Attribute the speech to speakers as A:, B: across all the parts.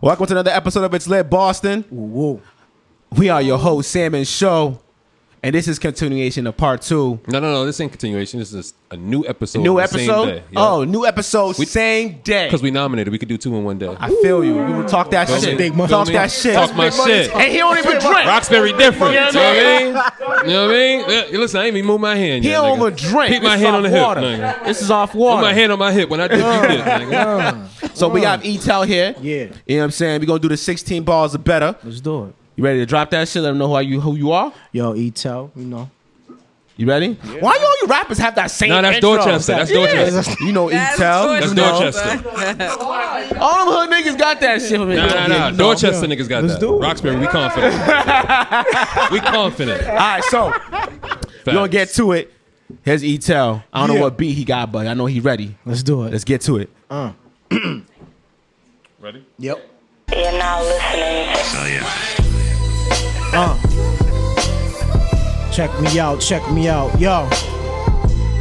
A: Welcome to another episode of It's Lit Boston.
B: Whoa.
A: We are your host, Sam and Show, and this is continuation of part two.
C: No, no, no. This ain't continuation. This is a new episode.
A: New episode. Oh, new episode, same day.
C: because we nominated, we could do two in one day.
A: I feel you. We will talk that
C: Feel
A: shit.
C: me?
B: big money.
A: Talk
C: Feel me?
A: that shit.
C: Talk my shit.
A: And he don't even drink.
C: Roxbury different.
A: Yeah,
C: You know what I mean? You know what I mean? Yeah, Listen, I ain't even move my hand.
A: He
C: yet,
A: don't
C: nigga.
A: even drink.
C: Keep my
A: This off
C: hand on the hip.
A: water.
C: nigga.
B: This is off
C: Put
B: water.
C: my hand on my hip. When I dip, you dip. Nigga.
A: So we have Etel here.
B: Yeah.
A: You know what I'm saying? We're gonna do the 16 balls or better.
B: Let's do it.
A: You ready to drop that shit? Let them know who you who you are.
B: Yo, Etel, you know.
A: You ready? Why you all you rappers have that same
C: No, that's
A: intro?
C: Dorchester. That's Dorchester.
A: You know
D: That's
A: Etel.
C: That's
A: You know.
C: Dorchester.
A: All them hood niggas got that shit.
C: Nah, nah, nah. Dorchester niggas got
B: Let's
C: that.
B: do it.
C: Roxbury, we confident. we confident.
A: All right, so we're gonna get to it. Here's Etel. I don't know
B: Yeah.
A: what beat he got, but I know he ready.
B: Let's do it.
A: Let's get to it.
C: Ready?
B: yep.
E: You're now listening to
B: Uh. Check me out, check me out. Yo.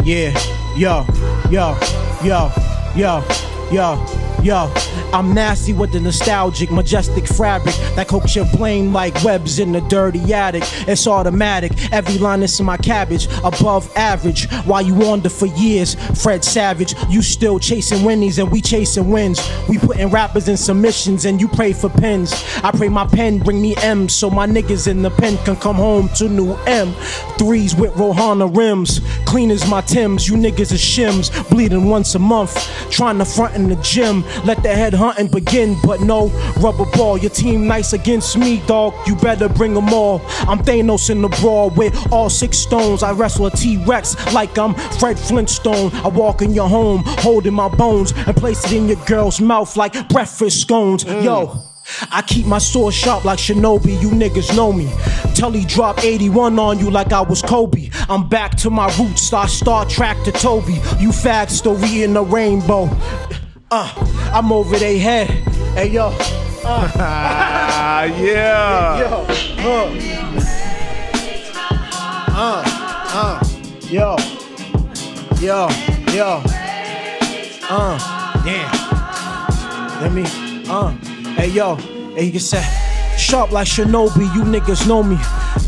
B: Yeah. Yo. Yo. Yo. Yo. Yo. Yo, I'm nasty with the nostalgic, majestic fabric that coats your brain like webs in the dirty attic. It's automatic, every line is in my cabbage, above average. While you wander for years, Fred Savage, you still chasing winnies and we chasing wins. We putting rappers in submissions and you pray for pins. I pray my pen bring me M's so my niggas in the pen can come home to new M. Threes with Rohana rims, clean as my Tims. You niggas are shims, bleeding once a month. Trying to front in the gym, let the head hunting begin. But no rubber ball, your team nice against me, dog. You better bring them all. I'm Thanos in the brawl with all six stones. I wrestle a T Rex like I'm Fred Flintstone. I walk in your home, holding my bones, and place it in your girl's mouth like breakfast scones. Yo. I keep my sword sharp like Shinobi, you niggas know me. Tully drop 81 on you like I was Kobe. I'm back to my roots, star Star Trek to Toby. You fags still in the rainbow. Uh, I'm over they head. Hey yo, Uh.
A: Ah, yeah.
B: yo, uh. Uh, uh, yo, yo, yo. Uh, damn. Let me, uh, hey yo, hey you can say, sharp like Shinobi, you niggas know me.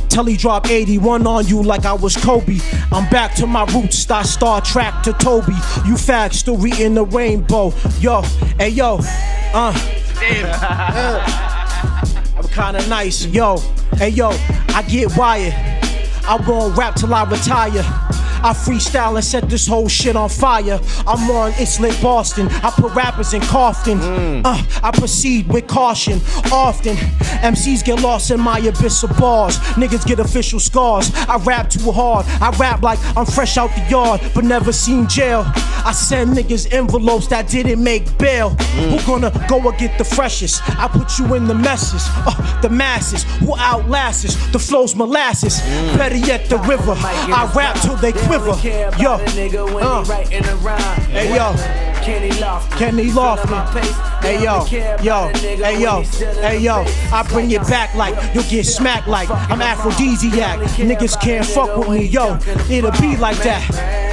B: Telly drop 81 on you like I was Kobe. I'm back to my roots, star Star Trek to Toby. You fags still reading the rainbow. Yo, hey yo, uh, I'm kinda nice, yo. Hey, yo, I get wired. I'm gonna rap till I retire. I freestyle and set this whole shit on fire. I'm on It's Lit Boston. I put rappers in coffin. Uh, I proceed with caution often. MCs get lost in my abyss of bars. Niggas get official scars. I rap too hard. I rap like I'm fresh out the yard, but never seen jail. I send niggas envelopes that didn't make bail. Who gonna go and get the freshest? I put you in the messes, uh, the masses. Who outlasts us? The flow's molasses. Better yet, the river. Mm. I rap till they quiver. Yo, uh, hey yo. Kenny Lofton. Hey yo, yo, hey yo, hey yo. I bring it back like you'll get smacked like I'm aphrodisiac. Niggas can't fuck with me, yo. It'll be like that.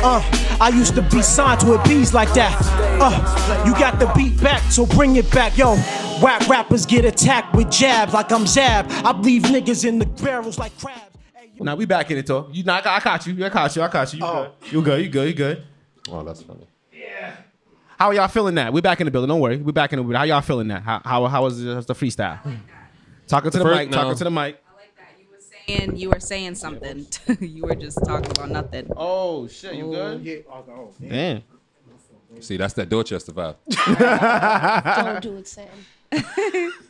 B: Uh, I used to be signed to a bees like that. Uh, you got the beat back, so bring it back, yo. Whack rappers get attacked with jabs like I'm Zab. I leave niggas in the barrels like crabs. Hey, yo.
A: Now we back in it though. You, nah, I, ca- I caught you. I caught you. I caught you. You good? You good? You good? You good?
C: Oh, that's funny.
A: How y'all feeling that? We back in the building. Don't worry. We back in the building. How y'all feeling that? How how how was the, how's the freestyle? Talking to the,
C: first-
A: mic.
C: no.
A: Talking to the mic.
D: And you were saying something. you were just talking about nothing.
A: Oh shit! You good?
F: Oh,
A: Damn.
C: See, that's that Dorchester vibe.
F: Don't do it, Sam.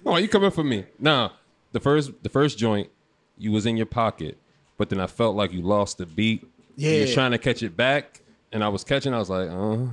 C: Oh, you coming for me? Nah, the first the first joint, you was in your pocket, but then I felt like you lost the beat.
B: Yeah.
C: you're trying to catch it back, and I was catching. I was like, uh,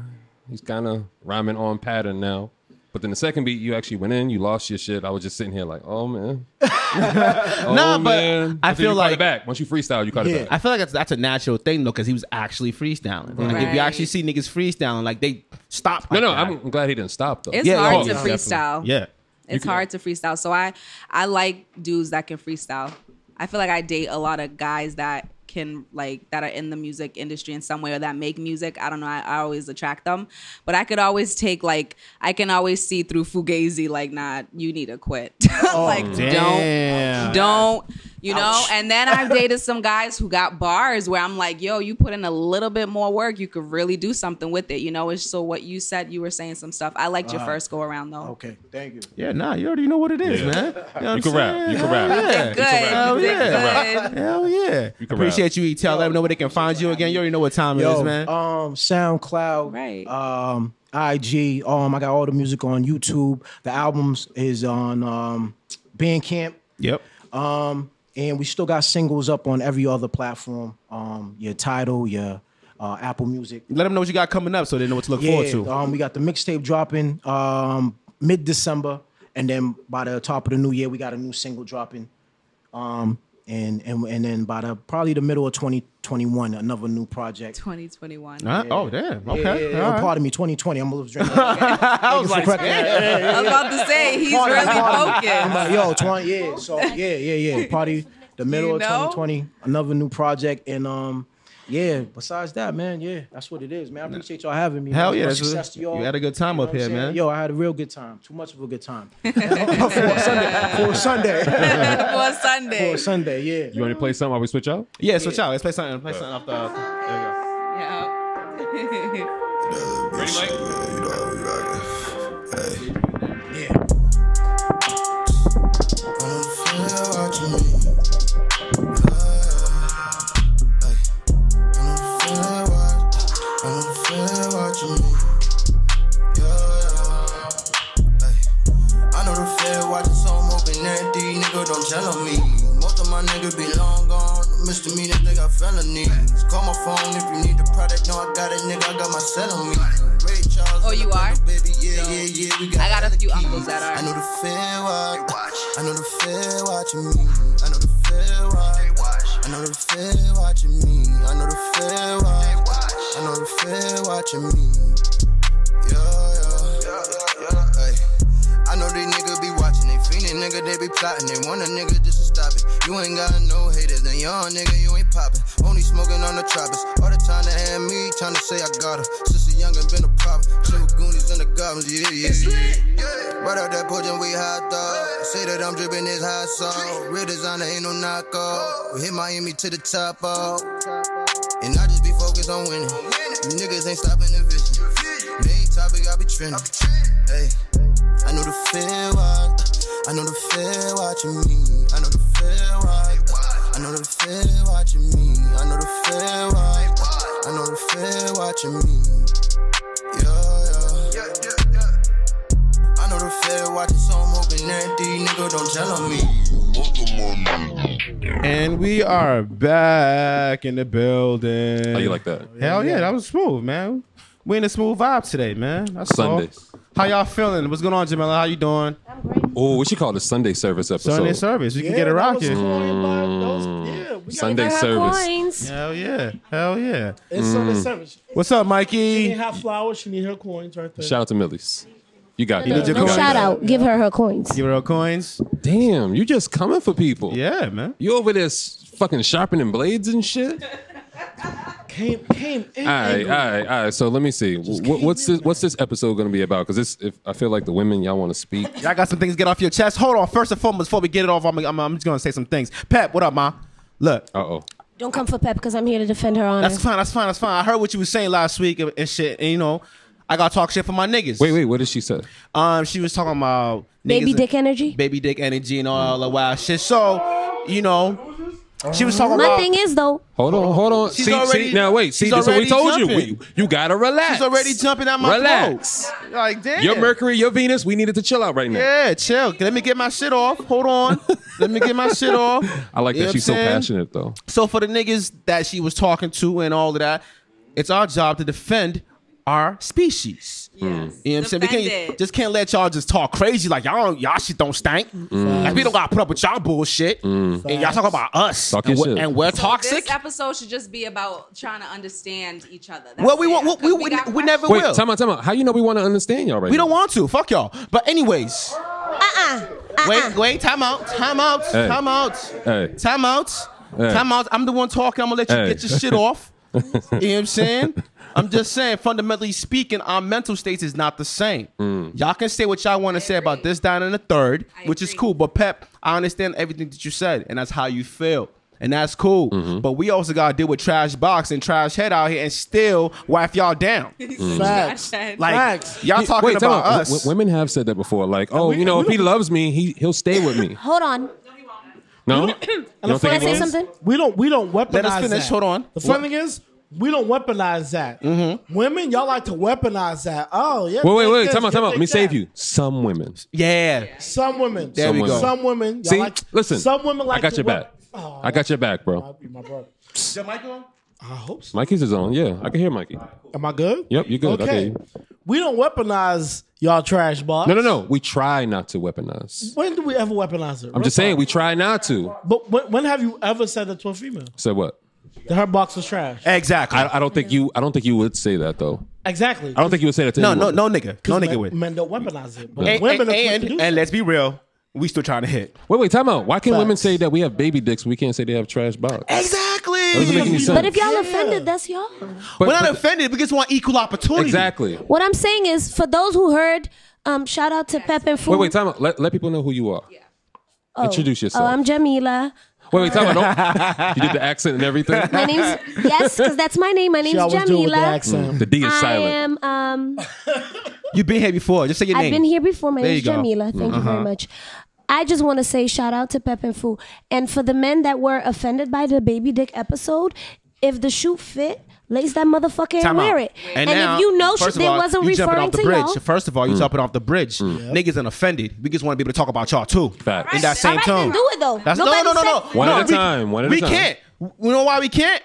C: he's kind of rhyming on pattern now. But then the second beat, you actually went in. You lost your shit. I was just sitting here like, oh man, oh,
A: Nah, but I
C: then you
A: feel
C: caught
A: like-
C: it back once you freestyle, you caught
B: Yeah.
C: it
A: I
C: back.
A: feel like that's, that's a natural thing though, because he was actually freestyling. Like if you
D: Right.
A: actually see niggas freestyling, like they stop.
C: No,
A: like
C: no,
A: that.
C: I'm glad he didn't stop though.
D: It's
A: Yeah,
D: hard
A: oh,
D: to
A: yeah,
D: freestyle.
A: Yeah.
D: It's hard to freestyle. So I I like dudes that can freestyle. I feel like I date a lot of guys that can like that are in the music industry in some way or that make music. I don't know. I, I always attract them, but I could always take like I can always see through fugazi. Like, nah, you need to quit.
F: Oh,
C: Mm.
D: like, don't, don't, you know. And then I've dated some guys who got bars where I'm like, yo, you put in a little bit more work, you could really do something with it. You know. It's so what you said. You were saying some stuff. I liked your first go around though.
E: Okay, thank you.
A: Yeah, nah, Uh-huh. you already know what it is, man. You, know what I'm
C: can rap.
A: saying?
C: You can rap.
A: Hell
C: You
A: Yeah.
D: Good.
A: Hell
D: You did
A: yeah.
D: good.
A: Hell yeah.
C: can
A: Appreciate
C: rap.
A: you, E. Tell let them know where they can find you again. You already know what time it is, man.
E: Um, SoundCloud,
D: Right.
E: Um, IG, um, I got all the music on YouTube. The albums is on um, Bandcamp,
A: yep.
E: um, and we still got singles up on every other platform. Um, your title, your uh, Apple Music.
A: Let them know what you got coming up so they know what to look forward to.
E: Um, we got the mixtape dropping um, mid December, and then by the top of the new year, we got a new single dropping. Um, and and and then by the probably the middle of 2021, another new project.
D: 2021.
A: Huh? Oh, damn. Okay.
E: Yeah, yeah, yeah.
A: All right.
E: Pardon me, 2020. I'm a little drinking. I was like,
D: I was about to say he's really
E: I'm
D: focused.
E: like, yo, 20, yeah. So yeah, yeah, yeah. Party the middle
D: You
E: of
D: know?
E: 2020, another new project, and um, yeah. Besides that, man, yeah, that's what it is, man. I appreciate y'all having me.
A: Hell
E: man.
A: yeah.
E: Much
A: that's what-
E: Success to y'all.
A: you had a good time
E: You know
A: up
E: what
A: here,
E: I'm saying?
A: man.
E: Yo, I had a real good time. Too much of a good time for a Sunday. For a Sunday.
D: For
E: For
D: Sunday.
E: a Sunday, yeah.
C: You want to play something while we switch out?
A: Yeah, switch out. Let's play something. Play something off the. There you go.
D: Yeah.
C: Ready, Mike?
E: yeah.
D: Oh,
G: I know the fed watching, so I'm open that D, nigga, don't tell on me. Most of my niggas be long gone, misdemeanors, they got felonies. Call my phone if you need the product, no, I got it, nigga, I got my cell on me. Ray Charles,
D: Oh,
G: in the
D: you are?
G: bando, Baby, yeah, yeah, yeah, we got
D: I got a few
G: hella
D: uncles
G: keys.
D: that are.
G: I know the fed watch, I know the fed watching me. I know the fed watch, I know the fed watching me. I know the fed watch, I know the fed watching me. Yeah, yeah, yeah. Ay, I know these niggas be watching, they fiending, nigga, they be plotting. They want a nigga just to stop it. You ain't got no haters, and young nigga, you ain't popping. Only smoking on the tropics. All the time they had me trying to say I got her. Since a youngin' been a problem. Shit with goonies and the goblins, yeah, yeah. yeah. Right out that porch and we hot dog. Say that I'm dripping this hot sauce. Real designer ain't no knockoff. We hit Miami to the top off. And I just be focused on winning. You niggas ain't stopping the vision. Main topic, I be trending. Hey, I know the fair watch. I know the fair watching me. I know the fair watch. I know the fair watching me. I know the fair watch. I know the fair watching me. Yeah, yeah. I know the fair watching, so I'm hoping that these niggas don't tell on me.
A: And we are back in the building.
C: How you like that?
A: Hell yeah, that was smooth, man. We in a smooth vibe today, man. That's all.
C: Sundays.
A: How y'all feeling? What's going on, Jamila? How you doing?
C: Oh, we should call it Sunday service episode. Mm.
A: Sunday service. You can get it rocking.
C: Sunday service. Mm.
F: Coins.
A: Hell yeah. Hell yeah.
H: It's Sunday service.
A: What's up,
H: She
A: Mikey?
H: need her flowers. She need her coins right there.
C: Shout out to Millie's. You got that.
A: need your
C: You
F: No
C: got
A: coins?
F: shout
C: that.
F: out. Give her her coins.
A: Give her our coins.
C: Damn, you just coming for people.
A: Yeah, man.
C: You over there s- fucking sharpening blades and shit?
H: Came, came in.
C: All right, all right, all right. So let me see. What, what's this? What's this episode going to be about? Because this, if I feel like the women y'all want to speak.
A: Y'all got some things to get off your chest. Hold on. First and foremost, before we get it off, I'm, I'm, I'm just going to say some things. Pep, what up, ma? Look,
C: Uh oh.
F: Don't come for Pep because I'm here to defend her honor.
A: that's fine. That's fine. That's fine. I heard what you was saying last week and and shit. And, you know, I got to talk shit for my niggas.
C: Wait, wait. What did she say?
A: Um, she was talking about
F: Baby
A: niggas-
F: dick energy?
A: baby dick energy, and all that wild shit. So, you know, she was talking
F: My
A: about.
F: thing is though,
C: Hold on, hold on.
A: She's
C: see,
A: already-
C: see, now wait. See,
A: she's
C: this is what
A: already
C: we told you.
A: jumping.
C: We- you gotta relax.
A: she's already jumping at my
C: Relax.
A: throat. Like damn,
C: Your Mercury, your Venus. We needed to chill out right now.
A: Yeah, chill. Let me get my shit off. Hold on. Let me get my shit off.
C: I like
A: You know
C: that
A: what
C: she's so
A: I'm saying?
C: passionate though.
A: So for the niggas that she was talking to and all of that, it's our job to defend our species.
C: Mm.
A: You know what I'm saying? We can't,
D: Defend it.
A: just can't let y'all just talk crazy like y'all don't, y'all shit don't stank.
C: Mm.
A: Like we don't gotta put up with y'all bullshit. And y'all talk about us
C: Talk
A: and,
C: Mm. your
A: we're,
C: shit.
A: and we're
D: This
A: toxic.
D: episode should just be about trying to understand each other. That's
A: Well, we
D: it.
A: won't. We,
D: 'Cause
A: we, we,
D: got
A: we never
C: Wait,
A: will.
C: time out, time out. How you know we want to understand y'all right
A: we don't
C: now?
A: want to. Fuck y'all. But anyways,
F: uh uh
D: Uh-uh,
A: wait, wait. Time out. Time out.
C: Hey.
A: Time out.
C: Hey.
A: Time out.
C: Hey.
A: Time out. I'm the one talking. I'm gonna let you
C: Hey.
A: get your shit off. you know what I'm saying? I'm just saying, fundamentally speaking, our mental states is not the same. Y'all can say what y'all want to say about this, down and the third, which is cool. But Pep, I understand everything that you said, and that's how you feel. And that's cool. But we also gotta deal with trash box and trash head out here and still wife y'all down.
F: Mm.
H: Facts.
D: said-
A: Like
H: Facts.
A: y'all talking
C: Wait,
A: about us.
C: W- women have said that before. Like, oh, you know, if he loves me, he he'll stay with me.
F: Hold on.
C: No, you don't
F: Can I
C: think he
F: say
C: will?
F: something?
H: We don't we don't weaponize
A: Let us finish.
H: that.
A: Hold on.
H: The funny thing is, we don't weaponize that. Women, y'all like to weaponize that. Oh yeah.
C: Mm-hmm. Wait, wait,
H: take
C: wait.
H: this,
C: Time
H: yeah,
C: out, time out.
H: take
C: Let me save
H: that.
C: you. Some women.
A: yeah.
H: Some women.
A: There
H: some
A: we go.
H: Some women. Y'all
C: See,
H: like,
C: listen.
H: Some women like.
C: I got
H: to
C: your
H: wep-
C: back.
H: Oh,
C: I got your back, bro.
H: I'll be my brother. I hope so.
C: Mikey's his own. Yeah, I can hear Mikey.
H: Am I good?
C: Yep, you're good.
H: Okay.
C: Okay.
H: We don't weaponize y'all trash box.
C: No, no, no. We try not to weaponize.
H: When do we ever weaponize it?
C: I'm just saying we try not to.
H: But when, when have you ever said that to a female?
C: So what?
H: That her box was trash.
A: Exactly.
C: I, I don't think you. I don't think you would say that though.
H: Exactly.
C: I don't think you would say that to
A: no, no,
C: anyone.
A: no nigga. No nigga
H: men,
A: with.
H: men don't weaponize it. But
C: And-
H: women
A: and,
H: are quick
A: and,
H: to do
A: and
H: so.
A: let's be real, we still trying to hit.
C: Wait, wait. Time out. Why can women
H: Facts.
C: say that we have baby dicks? We can't say they have trash box. Doesn't make
A: Exactly.
C: any sense.
F: But if y'all
H: Yeah.
F: offended, that's y'all.
C: But-
A: We're not
C: but-
A: offended. We just want equal opportunity.
C: exactly.
F: What I'm saying is, for those who heard, um, shout out to Pep and Food.
C: Wait, wait. Time out. Let, let people know who you are.
F: Oh.
C: introduce yourself.
F: Oh, I'm Jamila.
C: Wait, wait. Time out. Don't, you did the accent and everything.
F: My name's yes, because that's my name. My
H: She
F: name's
H: always do it with the
F: Jamila.
H: accent.
C: The D is
F: I
C: silent.
F: am. Um,
A: You've been here before. Just say your
F: I've
A: name.
F: been here before. My
A: There
F: name's
A: you go. Mm-hmm.
F: Jamila. Thank you very much. I just want to say shout out to Pep and Fu, and for the men that were offended by the baby dick episode. If the shoe fit, lace that motherfucker and
A: Time
F: wear
A: out.
F: it. And, if you know sh-
A: first of
F: they
A: all,
F: wasn't
A: you jumping
F: referring
A: off the
F: to
A: bridge.
F: y'all,
A: First of all,
C: Mm.
A: you jumping off the bridge. Niggas ain't offended. We just want to be able to talk about y'all too.
C: Facts.
A: In that same
F: Alright, then
A: tone.
F: do it though.
A: That's no,
F: Nobody
A: no, no, no.
F: said-
C: One
A: no,
C: at a
A: we-
C: time, one at a
A: we
C: time.
A: can't. You know why we can't?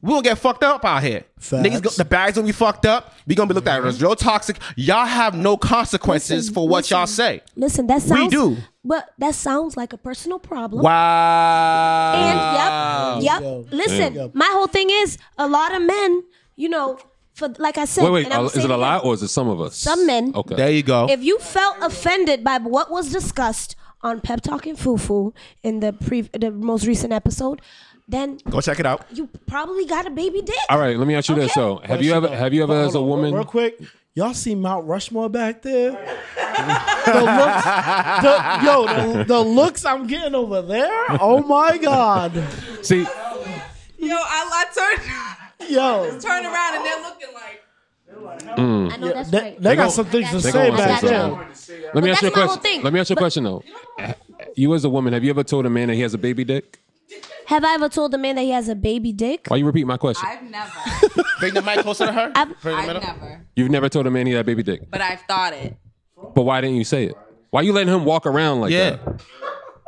A: We gonna get fucked up out here.
H: Facts.
A: Niggas, go, the bags gonna be fucked up. We gonna be looked at as real toxic. Y'all have no consequences
F: Listen,
A: for what y'all
F: listen.
A: say.
F: listen, that sounds
A: do.
F: but that sounds like a personal problem.
A: Wow.
F: And yep, yep. Listen, my whole thing is a lot of men, you know, for like I said,
C: Wait, wait.
F: and I'm
C: uh, Is it
F: saying
C: a lie
F: that
C: or is it some of us?
F: Some men.
C: Okay.
A: There you go.
F: If you felt offended by what was discussed on Pep Talk and Fufu in the pre the most recent episode, then
A: go check it out.
F: you probably got a baby dick.
C: All right. Let me ask you this.
F: Okay.
C: So, have you ever, have you ever,
H: Hold
C: as a
H: on, real-
C: woman,
H: Real quick, y'all see Mount Rushmore back there? the looks, the, yo, the, the looks I'm getting over there. Oh my god,
C: see?
D: Yo, I, I
H: yo,
D: turned turn around and they're looking like.
C: mm.
F: I know that's
H: they,
F: right.
H: they
C: gon-
H: got some things to
F: they
H: say
F: gon'
H: back
F: say
H: there.
F: something.
C: Let me ask
F: that's
C: you a
F: my whole
C: question.
F: thing.
C: Let me ask you a
F: But-
C: question though. You as a woman, have you ever told a man that he has a baby dick?
F: Have I ever told a man that he has a baby dick?
C: Why you repeat my question?
D: I've never.
A: Bring the mic closer to her.
F: I've-
A: Bring the mic
D: I've
A: up.
D: never.
C: You've never told a man he had a baby dick,
D: But I've thought it.
C: but why didn't you say it? Why you letting him walk around like
A: Yeah.
C: that?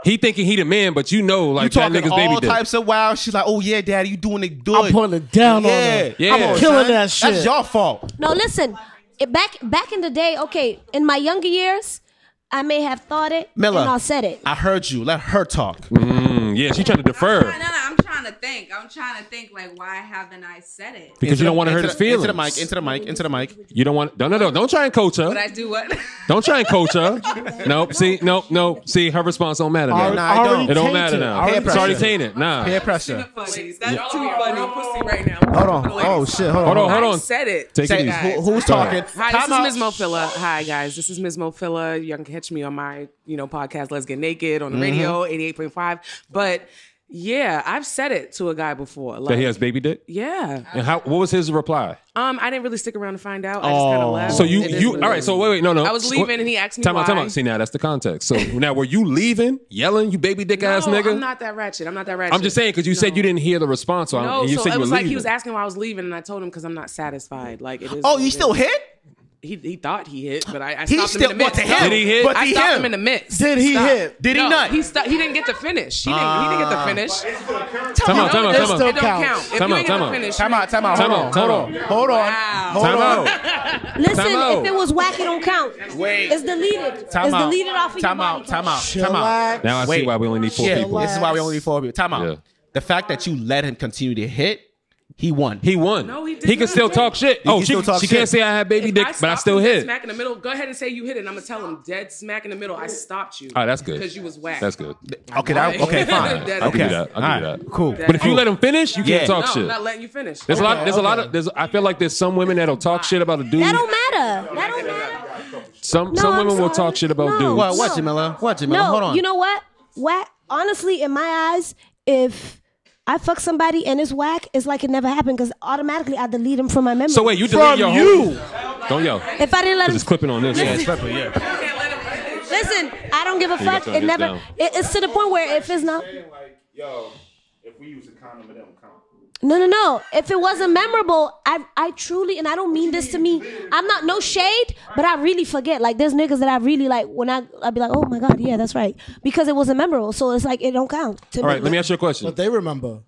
C: He thinking he the man, but you know,
A: You
C: like that
A: talking
C: nigga's
A: all
C: baby dick.
A: types of wild. She's like, oh yeah, daddy, you doing it good.
H: I'm putting it down on her.
C: Yeah.
A: Come on,
H: Killing
A: son.
H: that shit.
A: That's your fault.
F: No, listen. It, back back in the day, okay, in my younger years, I may have thought it
A: Miller.
F: and I said it.
A: I heard you. Let her talk.
C: Mm, yeah, she trying to
D: No, no,
C: defer
D: no, I'm trying to think. I'm trying to think. Like, why haven't I said it?
C: because you don't want to
A: Into the-
C: hurt his feelings.
A: Into the mic. Into the mic. Into the mic.
C: You don't want. No, no, no. Don't try and coach
D: But
C: her.
D: I do what?
C: Don't try and coach her. Nope. See, nope, nope. See, her response don't matter now.
A: Alright, nah, I
H: Already
A: don't.
C: It don't matter
H: tainted.
C: now.
H: Already
A: Peer
C: It's
A: pressure.
C: already
H: tainted.
C: tainted. Nah.
A: Peer pressure.
D: Please, that's too funny. Pussy right now.
A: Hold on. Oh shit. Hold on.
C: Hold on, hold
I: I
C: on.
I: said it.
C: Take it
A: Say,
C: easy.
A: who, who's talking?
I: Hi, this
A: Time
I: is
A: out.
I: Ms. Mo Filla. Hi, guys. This is Ms. Mo Filla. You can catch me on my, you know, podcast, Let's Get Naked on the
C: Mm-hmm.
I: radio, 88.5. But yeah, I've said it to a guy before. Like,
C: That he has baby dick.
I: yeah.
C: And how? What was his reply?
I: Um, I didn't really stick around to find out. I just kind of left.
C: Oh. So you
I: It is
C: you
I: what
C: all
I: it
C: right?
I: is.
C: So wait wait no no.
I: I was leaving and he asked me
C: Time out time
I: why.
C: out. See now that's the context. So now were you leaving, yelling, you baby dick ass
I: No,
C: nigga?
I: I'm not that ratchet. I'm not that ratchet.
C: I'm just saying because you said you didn't hear the response. So
I: No,
C: and you
I: so
C: said
I: it
C: you
I: was
C: were
I: like he
C: leaving.
I: was asking why I was leaving, and I told him because I'm not satisfied. Like it is.
A: Oh,
I: what
A: you
I: it
A: still
I: is.
A: hit?
I: He he thought he hit, but I, I
A: He
I: stopped
A: still
I: him in the
A: what
I: midst.
A: to him?
I: No,
C: Did he hit?
A: But
I: I
A: to
I: stopped him.
A: him
I: in the midst.
H: Did he
I: Stop.
H: hit?
A: Did he
I: no,
A: not?
I: He, stu- he didn't get to finish. He didn't, he didn't get to finish.
C: Ah. Time out time out
H: It's
C: time
H: still
I: It
C: out.
I: don't
H: counts.
I: count. If
C: Time
I: you
C: out,
I: ain't get
C: time
I: to
C: out.
I: finish,
A: Time out. Time out.
C: Time
A: Hold
C: out
A: on.
C: time
A: Hold on. Hold
C: out
A: on. Hold
C: time
A: on.
C: out.
F: Listen,
C: Time out.
F: if it was whack, it don't count.
A: Wait.
F: It's deleted.
A: Time
F: it's
A: out.
F: deleted off of
A: Time
F: your body
A: out. Time
F: count.
A: out. Time out.
H: Chillax.
C: Now I see
A: Wait.
C: why we only need four
A: Yeah,
C: people.
A: This is why we only need four people. Time out.
C: Yeah.
A: The fact that you let him continue to hit He won.
C: He won.
I: No, he did
C: He can
I: not
C: still
I: win.
C: talk shit.
A: He
C: oh,
A: can
C: she,
A: still talk
C: she
A: shit.
C: can't say I had baby
I: If
C: dick, but I
I: stopped
C: still
I: you dead
C: hit.
I: Smack in the middle. Go ahead and say you hit it. and I'm gonna tell him dead smack in the middle. I stopped you.
C: Oh, that's good.
I: Because you was whack.
C: That's good.
A: Okay, that, okay, fine.
I: That
C: I can
A: okay,
C: do that. I
A: All
C: can
A: right,
C: do that.
A: Cool.
C: But
F: Oh.
C: if you let him finish, you
A: Yeah.
C: can't talk
I: No,
C: shit.
I: I'm not letting you finish.
C: There's a lot. There's a lot of. There's. I feel like there's some women that'll talk shit about a dude.
F: That don't matter. That don't matter.
C: Some
F: No,
C: some
F: I'm
C: women will
F: sorry.
C: talk shit about
F: No.
C: dudes.
A: What? What, Jamila? What, Jamila?
F: no,
A: Hold on.
F: you know what? Whack. Honestly, in my eyes, if I fuck somebody and it's whack, it's like it never happened because automatically I delete them from my memory.
C: So wait, you delete
H: From
C: your
H: you.
C: whole. Don't yo.
F: if I didn't let
C: Cause
F: him,
C: it's clipping on this.
F: Listen, listen, I don't give a
C: gotta
F: fuck.
C: turn
F: It
C: this
F: never.
C: down.
F: It, it's to the point where if it's not.
J: Like, yo, if we use a condom, it don't count.
F: No, no, no. If it wasn't memorable, I, I truly, and I don't mean this to me. I'm not no shade, but I really forget. Like there's niggas that I really like when I I be like, oh my god, yeah, that's right, because it wasn't memorable. So it's like it don't count. To
C: All right,
F: me.
C: let me ask you a question.
H: But they remember,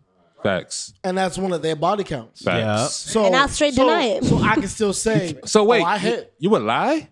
C: Facts.
H: and that's one of their body counts.
C: Facts.
H: So
F: And I straight
H: so,
F: deny it.
H: So I can still say.
C: So wait,
H: oh, I
C: you,
H: hit.
C: you would lie?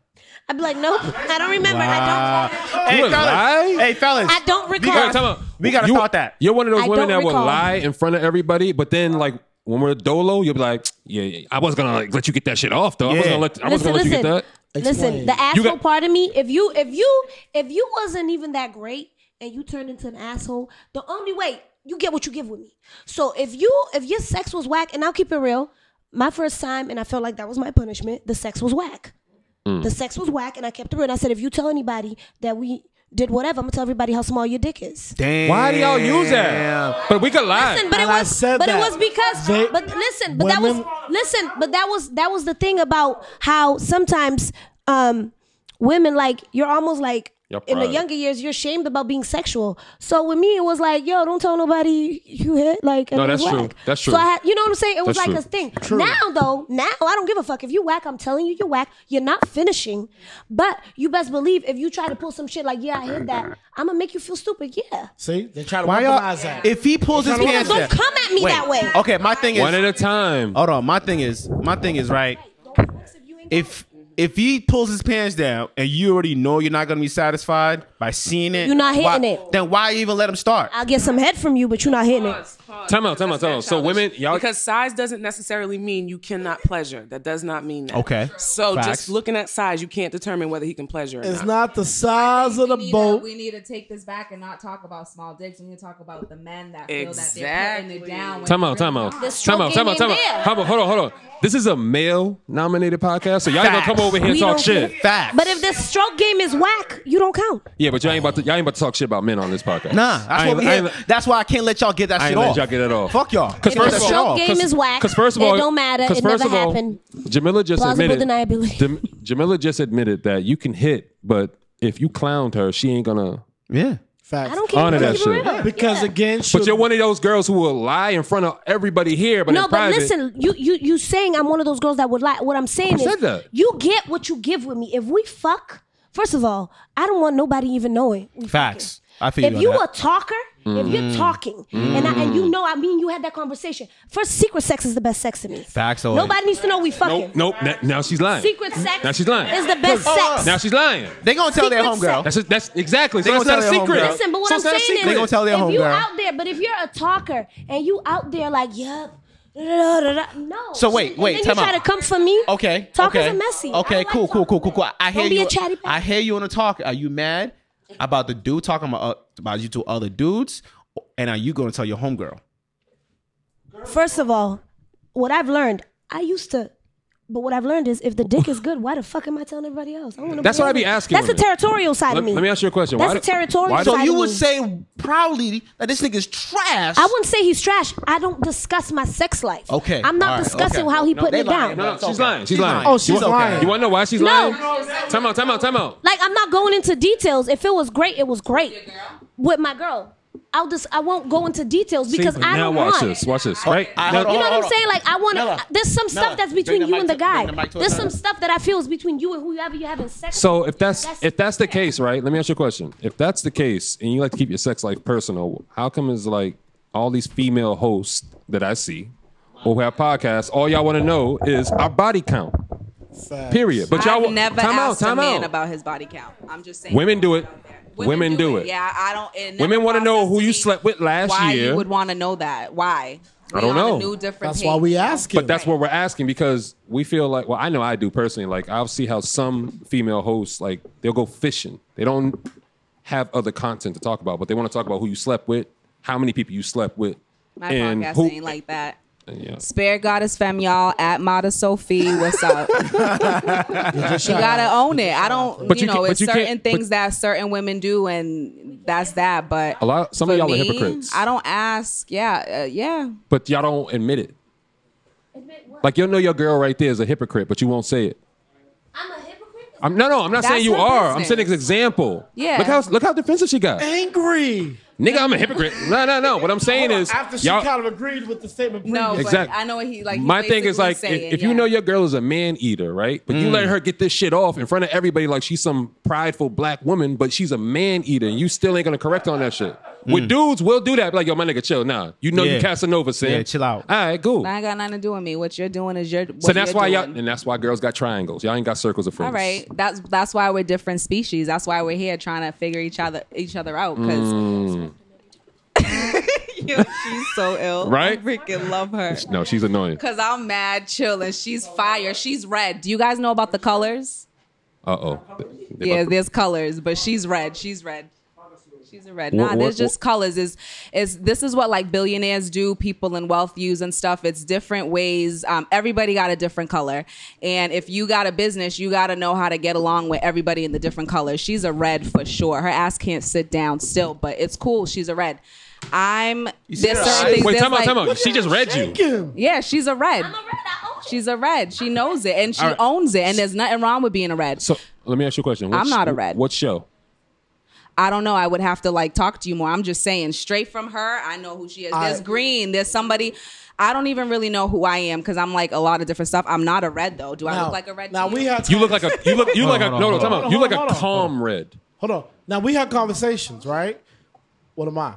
F: I be like, nope, I don't remember. I
C: You would lie?
J: Hey, fellas.
F: don't. I don't
C: You
F: recall.
C: gotta tell them.
J: We gotta
C: you,
J: start that.
C: You're one of those
F: I
C: women
F: don't
C: that would
F: recall.
C: lie in front of everybody, but then like when we're dolo, you'll be like, yeah, yeah, I was gonna like let you get that shit off though. I was
J: Yeah.
C: gonna let I was
F: listen,
C: gonna let you get
F: listen,
C: that.
F: listen.
H: Explain.
F: The
C: You
F: asshole
C: got-
F: part of me. If you, if you, if you wasn't even that great, and you turned into an asshole, the only way you get what you give with me. So if you, if your sex was whack, and I'll keep it real, my first time, and I felt like that was my punishment. The sex was whack.
C: Mm.
F: The sex was whack, and I kept it real. And I said, if you tell anybody that we did whatever, I'm gonna tell everybody how small your dick is.
A: Damn.
C: Why do y'all use that? But we could lie.
F: Listen, but it
H: And I
F: was,
H: said
F: but it
H: that.
F: was because,
H: They-
F: but listen, but that was,
H: women-
F: listen, but that was that was the thing about how sometimes um women like you're almost like
C: You're
F: in the
C: proud.
F: younger years you're ashamed about being sexual. So with me, it was like, yo, don't tell nobody you hit. Like, and
C: No,
F: it was
C: that's true.
F: whack.
C: That's
F: So
C: true.
F: I had, you know what I'm saying? It was
C: That's
F: like
C: true.
F: a thing. Now though, now I don't give a fuck if you whack. I'm telling you, you're whack. You're not finishing, but you best believe if you try to pull some shit like, yeah, I hit that, I'm gonna make you feel stupid. Yeah.
H: See, they try to
A: Why
H: weaponize
A: y'all?
H: that.
A: If he pulls his
F: Don't
A: pants down,
F: come at me
A: Wait,
F: that way.
A: Okay, my thing is.
C: One at a time.
A: hold on. My thing is. My thing is right. If if he pulls his pants down and you already know you're not gonna be satisfied by seeing it,
F: You're not
A: why-
F: hitting it.
A: Then why even let him start?
F: I'll get some head from you, but you're not hitting it.
C: Time out, time out, time out. So women, y'all
I: because size doesn't necessarily mean you cannot pleasure. That does not mean that.
A: Okay.
I: So
A: Facts.
I: just looking at size, you can't determine whether he can pleasure or
H: it's
I: not.
H: not the size of the
D: we need,
H: boat.
D: To, we need to take this back and not talk about small dicks. We need to talk about the men that feel that they're
I: Exactly.
D: putting it down. when
C: Time
D: they're
C: out, time
D: really
C: out.
D: not.
C: Time out, time out, time out. Hold on, hold on, hold on. This is a male nominated podcast, so y'all ain't gonna
A: Facts.
C: come over here and
F: We
C: talk
F: don't
C: shit.
F: care.
A: Facts.
F: But if the stroke game is whack, you don't count.
C: Yeah, but y'all ain't about to y'all ain't about to talk shit about men on this podcast.
A: Nah, that's
C: I
A: what
C: ain't-
A: we
C: I
A: here.
C: ain't-
A: That's why I can't let y'all get that
C: I
A: shit
C: ain't
A: off.
C: let y'all get it off.
A: Fuck y'all.
C: Because
A: Can't let
C: first
F: the
A: that
C: of
A: shit
F: stroke
A: off.
F: game is whack,
C: Because first of
F: it
C: all,
F: don't matter,
C: 'cause
F: it
C: first
F: never
C: of all,
F: happened.
C: Jamila just
F: Plausible
C: admitted.
F: deniability.
C: Jam- Jamila just admitted that you can hit, but if you clowned her, she ain't gonna.
A: Yeah.
H: Facts.
F: I don't care.
C: Honor
F: Keep it
C: that shit.
F: real.
H: because
F: Yeah.
H: again,
C: But
H: sugar-
C: you're one of those girls who will lie in front of everybody here, but
F: No,
C: in
F: but
C: private.
F: listen, you you you saying I'm one of those girls that would lie. What I'm saying
C: Who
F: is
C: said that?
F: you get what you give with me. If we fuck, first of all, I don't want nobody even knowing. we
A: Facts. I feel
F: If
A: you.
F: you
A: on Mm-hmm.
F: a talker, if you're talking, and I, and you know, I mean, you had that conversation. First, secret sex is the best sex to me.
A: Facts only.
F: Nobody needs to know we fucking.
C: Nope, nope. na- Now she's lying.
F: Secret sex.
C: Now she's lying.
F: Is the best sex.
C: Now she's lying.
A: that. they gonna tell their
F: Secret
A: homegirl.
C: That's that's exactly. So
A: They
C: that's
A: gonna
C: not a
A: tell their
C: secret.
A: homegirl.
F: Listen, but what
C: So
F: I'm
C: it's not a
F: saying is,
C: secret.
A: They gonna tell their
F: if you
A: homegirl.
F: out there, but if you're a talker and you out there like, yep, da, da, da, da, da, no.
A: So wait,
F: And
A: wait,
F: then
A: time
F: you try
A: out.
F: to come for me.
A: Okay.
F: Talkers
A: okay.
F: are messy. I
A: Okay,
F: don't like
A: cool, cool, cool, cool, cool. I hear
F: Don't be
A: you.
F: a chatty
A: I
F: patty.
A: hear you on the talk. Are you mad about the dude talking about uh, about you to other dudes? And are you gonna tell your homegirl?
F: First of all, what I've learned, I used to. But what I've learned is, if the dick is good, why the fuck am I telling everybody else? I don't wanna
C: That's what I be
F: else.
C: asking
F: That's the
C: women.
F: territorial side
C: Let,
F: of me.
C: let me ask you a question.
F: That's
C: Why
F: the
C: do-
F: territorial
C: why do-
A: So
F: side.
A: you
F: of
A: would
F: me.
A: say proudly that this nigga's trash.
F: I wouldn't say he's trash. I don't discuss my sex life.
A: Okay,
F: I'm
A: all
F: not
A: right,
F: discussing
A: okay.
F: how he
A: No,
F: putting
A: they
F: it
A: lying.
F: down.
C: No, no, she's
A: Okay.
C: lying. She's
A: She's
C: lying.
A: lying. Oh,
H: she's lying.
C: You want to know why she's
F: No.
C: lying? Time out. Time out. Time out.
F: Like I'm not going into details. If it was great, it was great. With my girl, I'll just I won't go into details because
C: See,
F: I
C: now
F: don't
C: watch
F: want.
C: this. Watch this. Right.
A: I-
C: Now-
A: hold on,
F: You know what
A: hold
F: I'm
A: on.
F: saying? Like I want
A: Nella,
F: to. There's some
A: Nella,
F: stuff that's
A: bring
F: between
A: the
F: you
A: mic
F: and the
A: to- bring
F: guy.
A: the mic to
F: there's
A: us.
F: some stuff that I feel is between you and whoever you're having sex.
C: So if that's
F: That's-
C: if that's the case, right? Let me ask you a question. If that's the case, and you like to keep your sex life personal, how come is like all these female hosts that I see or who have podcasts, all y'all want to know is our body count. Period. But y'all
D: I've
C: wa-
D: never
C: time out.
D: asked
C: Time
D: a man
C: out.
D: about his body count. I'm just saying.
C: Women do it. Women, do it.
D: Yeah, I don't. it never
C: Women wanna know
D: processed
C: who
D: to
C: you
D: me
C: slept with last
D: why
C: year.
D: you would want to know that? Why?
C: I don't
D: We on a
C: know.
D: new different
H: That's why we
D: page.
H: asking.
C: But that's what we're asking because we feel like, well, I know I do personally. Like, I'll see how some female hosts, like, they'll go fishing. They don't have other content to talk about, but they want to talk about who you slept with, how many people you slept with,
D: My
C: and
D: podcast
C: who.
D: ain't like that.
C: Yeah.
D: Spare Goddess Femme, y'all, at Mata Sophie. What's up? you gotta own it. I don't,
C: But
D: you
C: you
D: know, it's
C: can't- but you can't-
D: certain things that certain women do, and that's that. But
C: A lot- some of
D: for
C: y'all are
D: me,
C: hypocrites.
D: I don't ask. Yeah, uh, yeah.
C: But y'all don't admit it. Like, you'll know your girl right there is a hypocrite, but you won't say it. I'm a hypocrite? I'm, no, no, I'm not
D: That's
C: saying you
D: her
C: are. I'm
D: business.
C: saying it's an example.
D: Yeah.
C: Look how, look how defensive she got.
H: angry.
C: Nigga, I'm a hypocrite. No, no, no. What I'm saying is,
H: After she
C: y'all-
H: kind of agreed with the statement.
D: No,
H: previous.
C: Exact-
D: but I know what he like. he
C: my thing is
D: basically
C: like,
D: saying,
C: if, if
D: yeah. Mm.
C: you know your girl is a man eater, right? But you let her get this shit off in front of everybody like she's some prideful black woman, but she's a man eater, and you still ain't gonna correct her on that shit.
D: Mm.
C: With dudes, we'll do that. Be like, yo, my nigga, chill. Nah, you know
A: Yeah.
C: you Casanova, sin.
A: Yeah, chill out.
C: All right, cool.
D: I ain't got nothing to do with me. What you're doing is your. What
C: so that's
D: you're
C: why y'all,
D: doing.
C: and that's why girls got triangles. Y'all ain't got circles of friends.
D: All right, that's that's why we're different species. That's why we're here trying to figure each other each other out.
C: Mm.
D: Because yo, she's so ill.
C: Right?
D: I freaking love her.
C: No, she's annoying.
D: Cause I'm mad chill and she's fire. She's red. Do you guys know about the colors?
C: Uh oh.
D: yeah, there's colors, but she's red. She's red. She's a red.
C: Wha-
D: Nah,
C: wha-
D: there's just colors. Is is this is what like billionaires do, people in wealth use and stuff. It's different ways. Um, everybody got a different color, and if you got a business, you got to know how to get along with everybody in the different colors. She's a red for sure. Her ass can't sit down still, but it's cool. She's a red. I'm there's certain things.
C: Wait,
D: there's,
C: time out,
D: like-
C: time out. She just read you.
D: yeah, she's a red. She's a red. She knows it and she
C: Alright.
D: owns it. And there's nothing wrong with being a red.
C: So let me ask you a question.
D: I'm
C: What sh-
D: not a red.
C: What show?
D: I don't know. I would have to like talk to you more. I'm just saying, straight from her, I know who she is. There's green. There's somebody. I don't even really know who I am because I'm like a lot of different stuff. I'm not a red though. Do I
H: Now,
D: look like a red?
H: now
D: to you?
H: we had
C: You look like a you look you
A: Hold
C: like
A: on,
C: a
A: hold on,
C: no no
A: hold
C: time
A: on.
C: out. You look
H: Hold
C: like
H: on,
C: a
H: hold on.
C: calm red.
H: Hold on. Now we had conversations, right? What am I?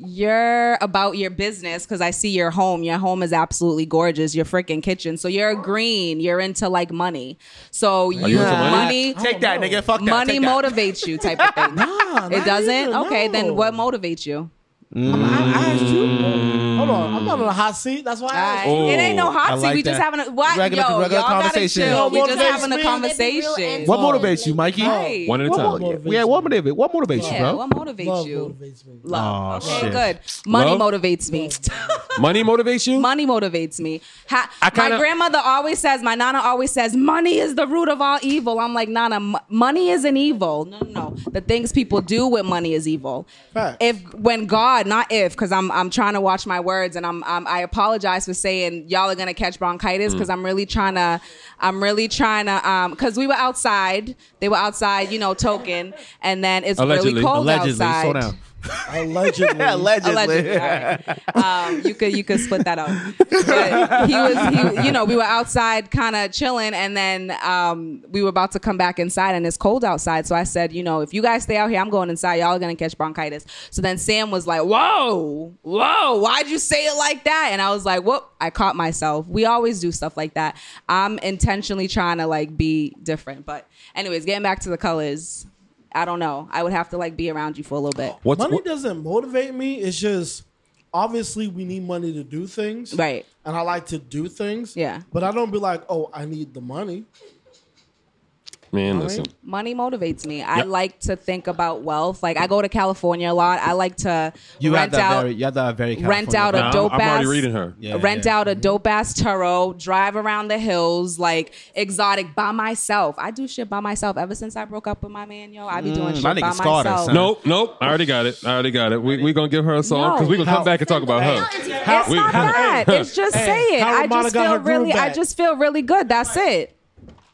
D: You're about your business because I see your home. Your home is absolutely gorgeous. Your freaking kitchen. So you're green. You're into like money. So you,
C: into
D: money.
C: money?
A: Take that, nigga. Fuck that.
D: Money
A: Take that.
D: motivates you, type of thing. it doesn't.
H: either,
D: okay,
H: no.
D: then what motivates you?
C: Mm.
H: I asked you. Hold on. I'm not on a hot seat. That's why I asked. you.
C: Oh,
D: it ain't no
A: I
D: hot seat.
A: like
D: we
A: that.
D: just having a what?
A: Regular-
D: Yo,
A: regular
D: y'all gotta
A: conversation.
D: chill. We
H: Yo,
D: just
H: motivates
D: having
H: me.
D: a
F: They be
D: conversation.
A: What
H: Love.
A: motivates you, Mikey?
D: Right.
C: One at a
H: What
C: time.
H: motivates
A: Yeah, what motivates? What motivates you,
D: Yeah,
A: bro?
D: what motivates
H: Love
D: you?
H: motivates me.
D: Love.
A: Oh,
D: okay,
A: shit.
D: good. Money
C: Love?
D: motivates me.
C: Money motivates you?
D: money motivates me. Ha-
C: I kinda-
D: my grandmother always says, my nana always says, money is the root of all evil. I'm like, nana, m- money isn't evil. No, no, no. The things people do with money is evil.
H: Facts.
D: If when God, not if, because I'm I'm trying to watch my words, and I'm, I'm I apologize for saying y'all are gonna catch bronchitis
C: Mm.
D: because I'm really trying to, I'm really trying to, um, because we were outside, they were outside, you know, token, and then it's
C: Allegedly.
D: really cold
A: Allegedly,
D: outside
A: slow down.
H: Allegedly.
D: allegedly. all right. um, you could you could split that out. But he was he, you know we were outside kind of chilling, and then um, we were about to come back inside, and it's cold outside. So I said, you know, if you guys stay out here, I'm going inside. Y'all are gonna catch bronchitis. So then Sam was like, whoa, whoa, why'd you say it like that? And I was like, whoop, I caught myself. We always do stuff like that. I'm intentionally trying to like be different, but anyways, getting back to the colors. I don't know. I would have to like be around you for a little bit.
C: What's
H: money
C: what-
H: doesn't motivate me. It's just obviously we need money to do things,
D: Right.
H: And I like to do things,
D: Yeah.
H: But I don't be like, oh, I need the money.
C: man? Listen,
D: Money motivates me. I
C: Yep.
D: like to think about wealth. Like I go to California a lot. I like to
A: You have
D: rent
A: that
D: out
A: very, you have that very
D: rent
A: California
D: out a
A: vibe.
D: dope
C: I'm already
D: ass-
C: reading her.
A: Yeah,
D: rent
A: yeah. Mm-hmm.
D: out a dope ass Turo, drive around the hills, like exotic by myself. I do shit by myself. Ever since I broke up with my man, yo, I be doing shit
A: Mm, my
D: by
A: nigga scarred her,
D: myself.
A: son.
C: Nope, nope. I already got it. I already got it. We're we gonna give her a song
D: No.
C: because we gonna
H: How-
C: come back and talk about her.
F: It's
D: It's not
C: How-
D: that.
C: Hey,
D: it's just
H: hey,
D: saying.
H: how
D: I
H: Ramona
D: just
H: got her
D: feel
H: groove
D: really. I
H: back.
D: just feel really good. That's it.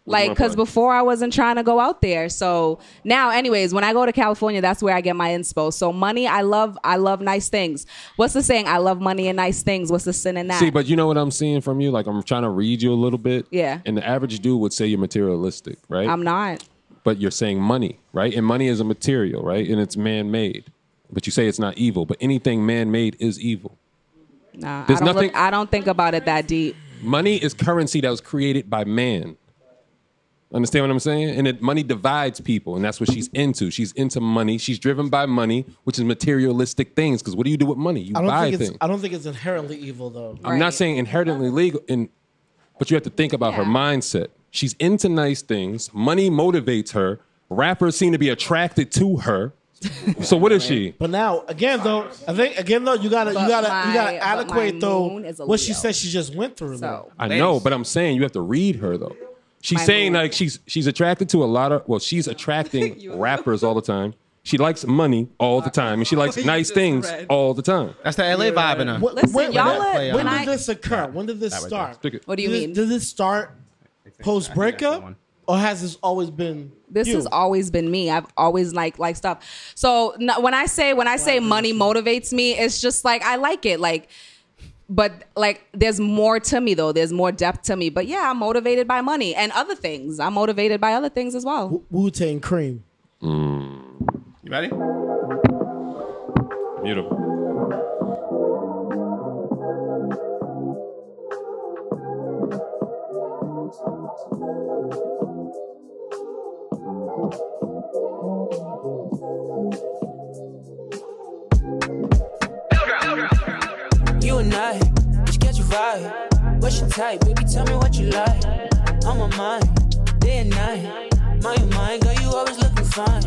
D: Like,
C: wanna
D: because
C: play?
D: before I wasn't trying to go out there. So now, anyways, when I go to California, that's where I get my inspo. So money, I love. I love nice things. What's the saying? I love money and nice things. What's the sin in that?
C: See, but you know what I'm seeing from you? Like I'm trying to read you a little bit.
D: Yeah.
C: And the average dude would say you're materialistic, right?
D: I'm not.
C: But you're saying money, right? And money is a material, right? And it's man-made. But you say it's not evil. But anything man-made is evil.
D: Nah,
C: There's
D: I don't. look-
C: nothing-
D: I don't think about it that deep.
C: Money is currency that was created by man. Understand what I'm saying? And it, money divides people, and that's what she's into. She's into money. She's driven by money, which is materialistic things. Because what do you do with money? You
H: I don't
C: buy
H: think
C: things.
H: it's. I don't think it's inherently evil though.
C: I'm not saying inherently legal, in, but you have to think about her mindset. She's into nice things. Money motivates her. Rappers seem to be attracted to her. so what is she?
H: But now, again though, I think again though, you gotta you
K: But
H: gotta
K: my-
H: you gotta
K: but my
H: adequate though
K: moon is a
H: what she
K: Leo.
H: said she just went through. though.
C: I know, but I'm saying you have to read her though. She's
H: My
C: saying like she's she's attracted to a lot of well, she's attracting rappers all the time. She likes money all the time, and she likes
H: Oh, You
C: nice
H: just
C: things
H: read.
C: all the time.
A: That's the LA vibe in her.
H: What-
A: Listen,
H: when,
A: y'all
H: when-
A: let-
H: when
A: when
H: did
A: I-
H: this occur? When did this
A: That right there.
H: start?
C: Speak it.
D: What do you
H: Did-
D: mean?
H: Did this start post breakup, or has this always been?
D: This
H: you?
D: has always been me. I've always liked like stuff. So no, when I say when I say money motivates me, it's just like I like it. Like, but like there's more to me though. There's more depth to me. But yeah, I'm motivated by money and other things. I'm motivated by other things as well.
H: Wu Tang Cream.
A: Mm. You ready?
C: Beautiful.
L: You and I, just get your vibe. What's your type, baby? Tell me what you like. I'm on mine, day and night. My oh my, girl, you always looking fine.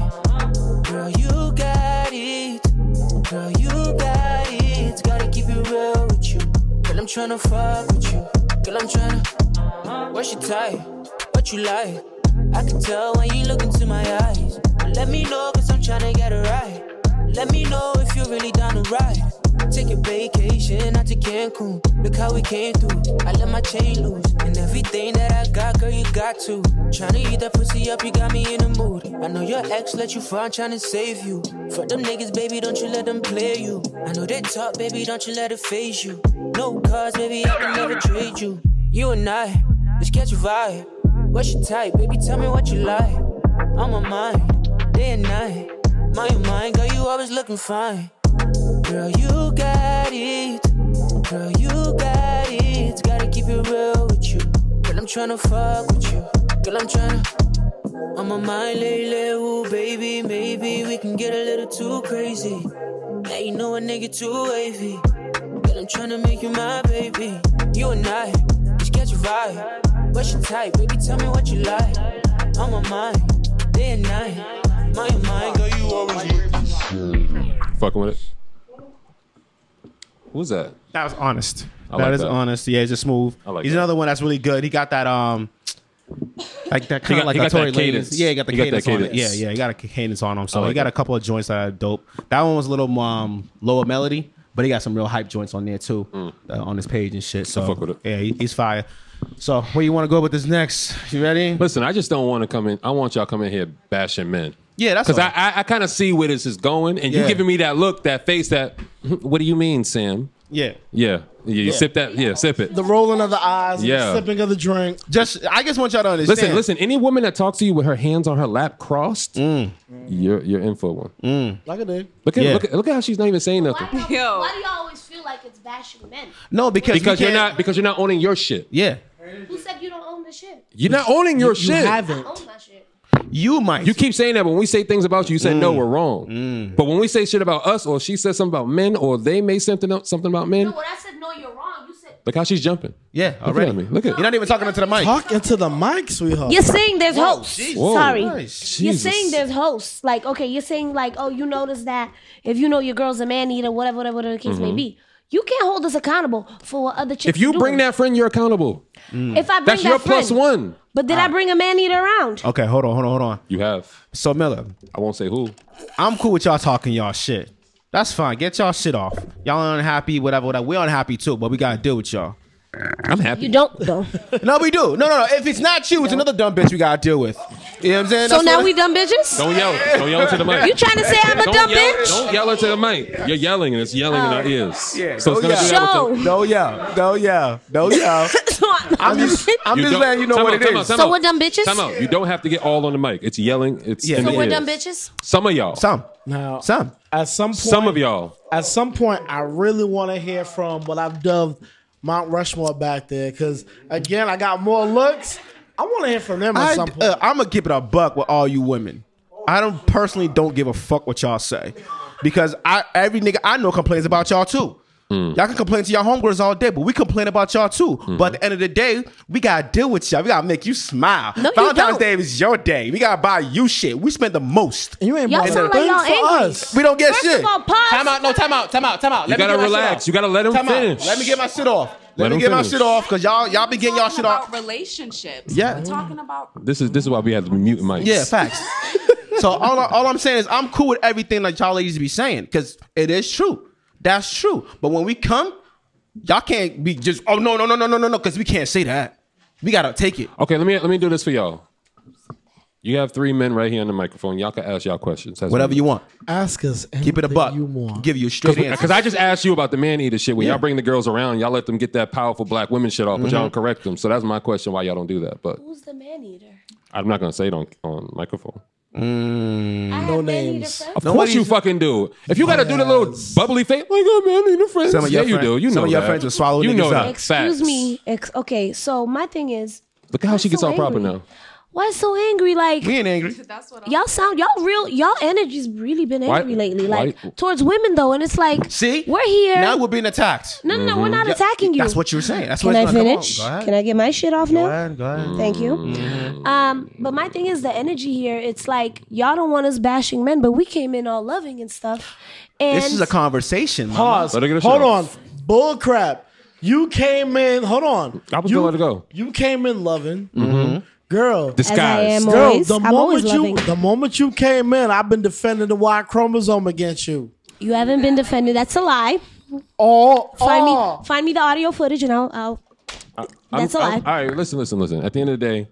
L: Girl, you got it. Girl, you got it. Gotta keep it real with you. Girl, I'm tryna fuck with you. Girl, I'm tryna. What's your type? What you like? I can tell when you look into my eyes. Let me know, cause I'm tryna get it right. Let me know if you're really down to ride. Take a vacation out to Cancun. Look how we came through. I let my chain loose. And everything that I got, girl, you got to. Tryna eat that pussy up, you got me in the mood. I know your ex let you find, tryna save you. Fuck them niggas, baby, don't you let them play you. I know they talk, baby, don't you let it phase you. No cars, baby, I can never trade you. You and I, let's catch a vibe. What's your type, baby? Tell me what you like. I'm on mine, day and night. My oh my, girl, you always looking fine. Girl, you got it. Girl, you got it. Gotta keep it real with you. Girl, I'm tryna fuck with you. Girl, I'm tryna. I'm on my lately, ooh, baby. Maybe we can get a little too crazy. Now you know a nigga too wavy. Girl, I'm tryna make you my baby. You and I, just get your vibe. What's your type, baby? Tell me what you like. I'm on mine, day and night. My oh my, girl, you always
C: Fucking with it. Who's that?
A: That was honest.
C: I
A: that
C: like
A: is
C: that.
A: honest. Yeah, he's just smooth.
C: I like
A: he's
C: that.
A: another one that's really good. He got that um, like that kind
C: He got-
A: of like
C: he
A: a
C: got that
A: Tory Lanez.
C: cadence.
A: Yeah, he got the
C: He got that
A: cadence, on it.
C: cadence.
A: Yeah, yeah, he got a cadence on him. So
C: I like
A: he got
C: that.
A: a couple of joints that are dope. That one was a little um lower melody, but he got some real hype joints on there too, uh, on his page and shit. So
C: Mm. fuck with it.
A: yeah, he, he's fire. So where you want to go with this next? You ready?
C: Listen, I just don't want to come in. I want y'all coming here bashing men.
A: Yeah, that's
C: because
A: all
C: I I, I kind of see where this is going, and
A: Yeah.
C: you giving me that look, that face, that. "Hmm, What do you mean, Sam?
A: Yeah.
C: Yeah, yeah. You
H: Yeah.
C: sip that. Yeah, sip it.
H: The rolling of the eyes,
C: Yeah.
H: the sipping of the drink.
A: Just, I just want y'all to understand.
C: Listen, listen. Any woman that talks to you with her hands on her lap crossed,
A: Mm.
C: you're you're in for one.
H: Like a dick.
C: Look at
A: Yeah.
C: look at look at how she's not even saying nothing.
F: Why do, y'all, why do y'all always feel like it's bashing men?
A: No, because we
C: because you're
A: can't-
C: not because you're not owning your shit.
A: Yeah,
F: Who said you don't own the shit?
C: you're not owning your shit.
F: I own my shit.
A: You might. Mm.
C: You keep saying that when we say things about you, you say no, we're wrong. But when we say shit about us, or she says something about men, or they may say something something about men,
F: No, when I said no, you're wrong. You said
C: look how she's jumping.
A: Yeah,
C: look
A: already.
C: At me. Look at
A: You're not even talking into the mic.
H: Talk into the mic, sweetheart.
F: You're saying there's hosts.
H: Whoa.
F: Sorry.
H: Nice.
F: You're
H: Jesus.
F: saying there's hosts. Like, okay, you're saying, like, oh, you notice that if you know your girl's a man eater, whatever, whatever, the case may
C: Mhm.
F: be, you can't hold us accountable for what other chicks
C: If you
F: are
C: bring
F: doing.
C: that friend, you're accountable.
F: If I bring
C: That's
F: that
C: your plus
F: friend.
C: one. Ah.
F: But did I bring a man eater around?
A: Okay, hold on, hold on, hold on.
C: You have.
A: So Miller,
C: I won't say who.
A: I'm cool with y'all talking y'all shit. That's fine. Get y'all shit off. Y'all unhappy, whatever, whatever. We're unhappy too, but we gotta deal with y'all.
C: I'm happy.
F: You don't though.
A: no, we do. No, no, no. If it's not you, it's another dumb bitch we gotta deal with. You know what I'm saying?
F: so
A: That's
F: now
A: what-
F: we dumb bitches?
C: Don't yell. Don't yell into the mic.
F: You trying to say I'm a
C: Don't
F: dumb
C: yell-
F: bitch? Oh.
C: Don't yell into the mic. You're yelling and it's yelling in our ears. Yeah. So it's gonna do that with
F: Show.
C: the-
A: Oh, No, yeah. No, yeah. No, yeah.
F: So I-
A: I'm just, I'm
C: You
A: just
C: don't-
A: letting you know
C: time
A: what
C: out,
A: it
C: time
A: is.
C: out, time
F: So
C: out.
F: we're dumb bitches?
C: Time out. You don't have to get all on the mic. It's yelling. It's in
F: so
C: the
F: we're
C: ears.
F: dumb bitches?
C: Some of y'all.
A: Some.
H: Now,
A: some.
H: At some point,
C: Some of y'all.
H: At some point, I really want to hear from what I've dubbed Mount Rushmore back there, because again, I got more looks. I want to hear from them at
A: I,
H: some point.
A: am gonna give it a buck with all you women. I don't personally don't give a fuck what y'all say, because I every nigga I know complains about y'all too.
C: Hmm.
A: Y'all can complain to y'all homegirls all day, but we complain about y'all too. But at the end of the day, we gotta deal with y'all. We gotta make you smile.
F: No, you
A: Valentine's
F: don't.
A: Day is your day. We gotta buy you shit. We spend the most. And you ain't
F: Y'all bought sound like y'all nothing for angry. us.
A: We don't get
F: First
A: shit.
F: of all, pause.
A: Time out. No, time out. Time out. Time out.
C: You
A: me
C: gotta
A: get my shit
C: relax.
A: off.
C: You gotta let 'em
A: Time out.
C: finish.
A: Let me get my shit off. Let,
C: Let
A: me
C: 'em
A: get my
C: finish.
A: shit off because y'all y'all be getting y'all shit off.
D: about relationships.
A: Yeah.
D: We're talking about
C: This is this is why we have to mute mics.
A: Yeah, facts. so all, I, all I'm saying is I'm cool with everything that y'all ladies be saying because it is true. That's true. But when we come, y'all can't be just oh no no no no no no no because we can't say that. We gotta take it.
C: Okay, let me let me do this for y'all. You have three men right here on the microphone. Y'all can ask y'all questions. That's
A: Whatever
C: what-
A: you want.
H: Ask us.
A: Keep it a buck. Give you a straight answer.
C: Because I just asked you about the man eater shit. When
A: Yeah.
C: y'all bring the girls around, y'all let them get that powerful black women shit off, but y'all
A: Mhm.
C: don't correct them. So that's my question why y'all don't do that. But
F: Who's the man eater?
C: I'm not gonna say it on, on microphone. Mm.
A: Mm.
F: no names.
C: Of course you fucking do. If you gotta do the little bubbly face, like oh man, you know friends.
A: Some of
C: yeah,
A: your
C: you
A: friend-
C: do. You know
A: some of your
C: that.
A: friends will swallow
C: You
A: niggas
C: know
A: up.
C: that.
F: Excuse
C: Facts.
F: me. Ex- okay, so my thing is,
C: Look at how she gets
F: so
C: all proper
F: angry.
C: now.
F: why so angry? Like
A: We ain't angry.
F: y'all sound y'all real y'all energy's really been
A: Why-
F: angry lately,
A: why-
F: like towards women though, and it's like
A: See,
F: we're here.
A: Now we're being attacked.
F: no, no, no,
C: Mm-hmm.
F: we're not
A: Yeah,
F: attacking you.
A: That's what you're saying. That's
F: Can
A: what
F: I
A: it's gonna- come on,
F: finish?
A: go ahead.
F: Can I get my shit off now?
A: Go ahead.
F: Thank you.
C: Mm-hmm.
F: Um, but my thing is the energy here. It's like y'all don't want us bashing men, but we came in all loving and stuff. And
A: This is a conversation. mama.
H: Pause. Hold on. Bull crap. You came in. Hold on. I
C: was
H: you,
C: gonna let it go.
H: You came in loving,
A: Mm-hmm.
C: Mhm.
H: girl.
C: Disguise. As I am
H: girl.
C: always,
H: The
C: I'm
H: moment
C: always
H: you,
C: loving.
H: the moment you came in, I've been defending the Y chromosome against you.
F: you haven't been defended. That's a lie.
H: Oh,
F: find
H: oh.
F: me, find me the audio footage, and I'll, I'll That's a lie.
C: all right, listen, listen, listen. At the end of the day,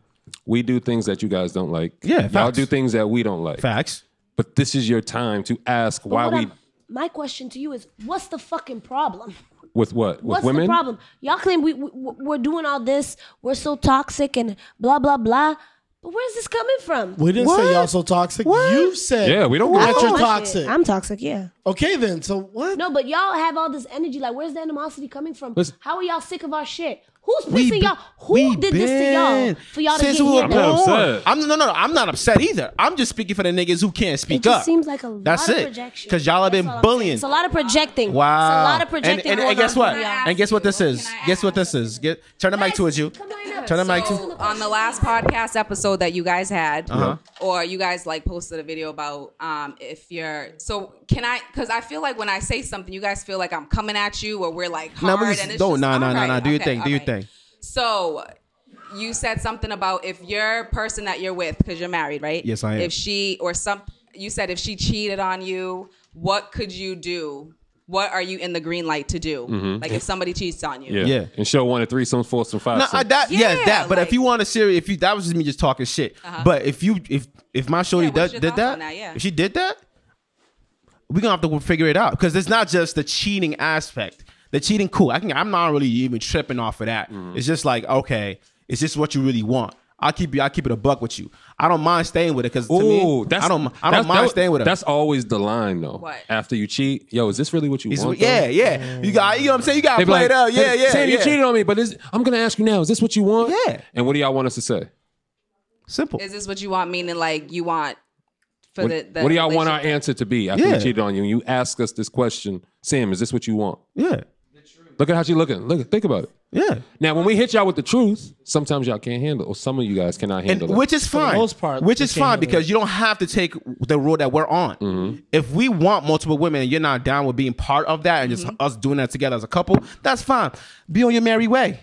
C: we do things that you guys don't like.
A: Yeah,
C: y'all
A: facts.
C: do things that we don't like.
A: Facts.
C: But this is your time to ask
F: But
C: why
F: what
C: we
F: I'm- my question to you is, what's the fucking problem?
C: with what with
F: What's
C: women.
F: the problem? Y'all claim we, we we're doing all this. We're so toxic and blah blah blah. But where's this coming from?
H: We didn't
F: What?
H: say y'all so toxic. You said
C: Yeah, we don't give a
H: that
C: fuck.
H: you're
C: Oh,
H: toxic.
F: I'm toxic. Yeah.
H: Okay, then. So what?
F: No, but y'all have all this energy. Like, where's the animosity coming from?
H: Listen-
F: How are y'all sick of our shit? Who's
A: We
F: pissing
A: be-
F: y'all? Who
A: we
F: did this to y'all
A: been-
F: for y'all
A: Since
F: to
A: we
F: get
A: were
F: here? now?
A: born. I'm no, no, no. I'm not upset either. I'm just speaking for the niggas who can't speak
F: It just
A: up.
F: seems like a
A: That's
F: lot of
A: it.
F: projection.
A: Because y'all have been bullying.
F: It's a lot of projecting.
A: Wow.
F: It's a lot of
A: And-
F: projecting.
A: And, and,
F: going
A: guess
F: on
A: what?
F: here, y'all.
A: And guess what this is? Guess what this is? Get turn the mic towards you. Turn the mic to.
D: So, on the last podcast episode that you guys had,
A: Uh-huh.
D: or you guys like posted a video about um, if you're so can I? Because I feel like when I say something, you guys feel like I'm coming at you, or we're like
A: Nah,
D: hard.
A: we
D: and
A: just
D: it's
A: don't.
D: just,
A: Nah, nah, nah,
D: alright,
A: nah. Do your
D: okay,
A: thing. Do your
D: alright.
A: thing.
D: So you said something about if your person that you're with, because you're married, right?
A: Yes, I am.
D: If she or some, you said if she cheated on you, what could you do? What are you in the green light to do?
C: Mhm.
D: Like if somebody cheats on you,
C: Yeah. And show one and three, some four, some five.
A: No,
C: some-
A: I, that yeah,
D: Yeah,
A: that. But if you want a serious, if you that was just me just talking shit.
D: Uh-huh.
A: But if you if if my shorty did,
D: what's your
A: did
D: thoughts
A: that,
D: on that? Yeah.
A: if she did that, we gonna have to figure it out because it's not just the cheating aspect. The cheating, cool. I can. I'm not really even tripping off of that.
C: Mm.
A: It's just like okay, it's just what you really want. I keep you. I keep it a buck with you. I don't mind staying with it because to
C: Ooh,
A: me,
C: that's
A: I don't. I
C: that's-
A: don't mind
C: that-
A: staying with her.
C: That's always the line though.
A: What?
C: After you cheat, yo, is this really what you
A: It's-
C: want?
A: yeah,
C: though?
A: yeah. You got. You know what I'm saying? You got
C: They
A: to
C: be
A: play it
C: like,
A: out. Yeah,
C: "Hey,
A: yeah.
C: Sam,
A: yeah.
C: you cheated on me, but is, I'm gonna ask you now. Is this what you want?
A: Yeah.
C: And what do y'all want us to say?
A: Simple.
D: Is this what you want? Meaning, like you want for
C: what,
D: the, the
C: what do y'all want our answer to be after
A: Yeah.
C: we cheated on you? And you ask us this question, Sam, is this what you want?
A: Yeah.
C: Look at how she looking. Look, think about it.
A: Yeah.
C: Now, when we hit y'all with the truth, sometimes y'all can't handle, or some of you guys cannot handle it.
A: which is fine. which is fine because you don't have to take the road that we're on. If we want multiple women and you're not down with being part of that and
D: Mm-hmm.
A: just us doing that together as a couple, that's fine. Be on your merry way.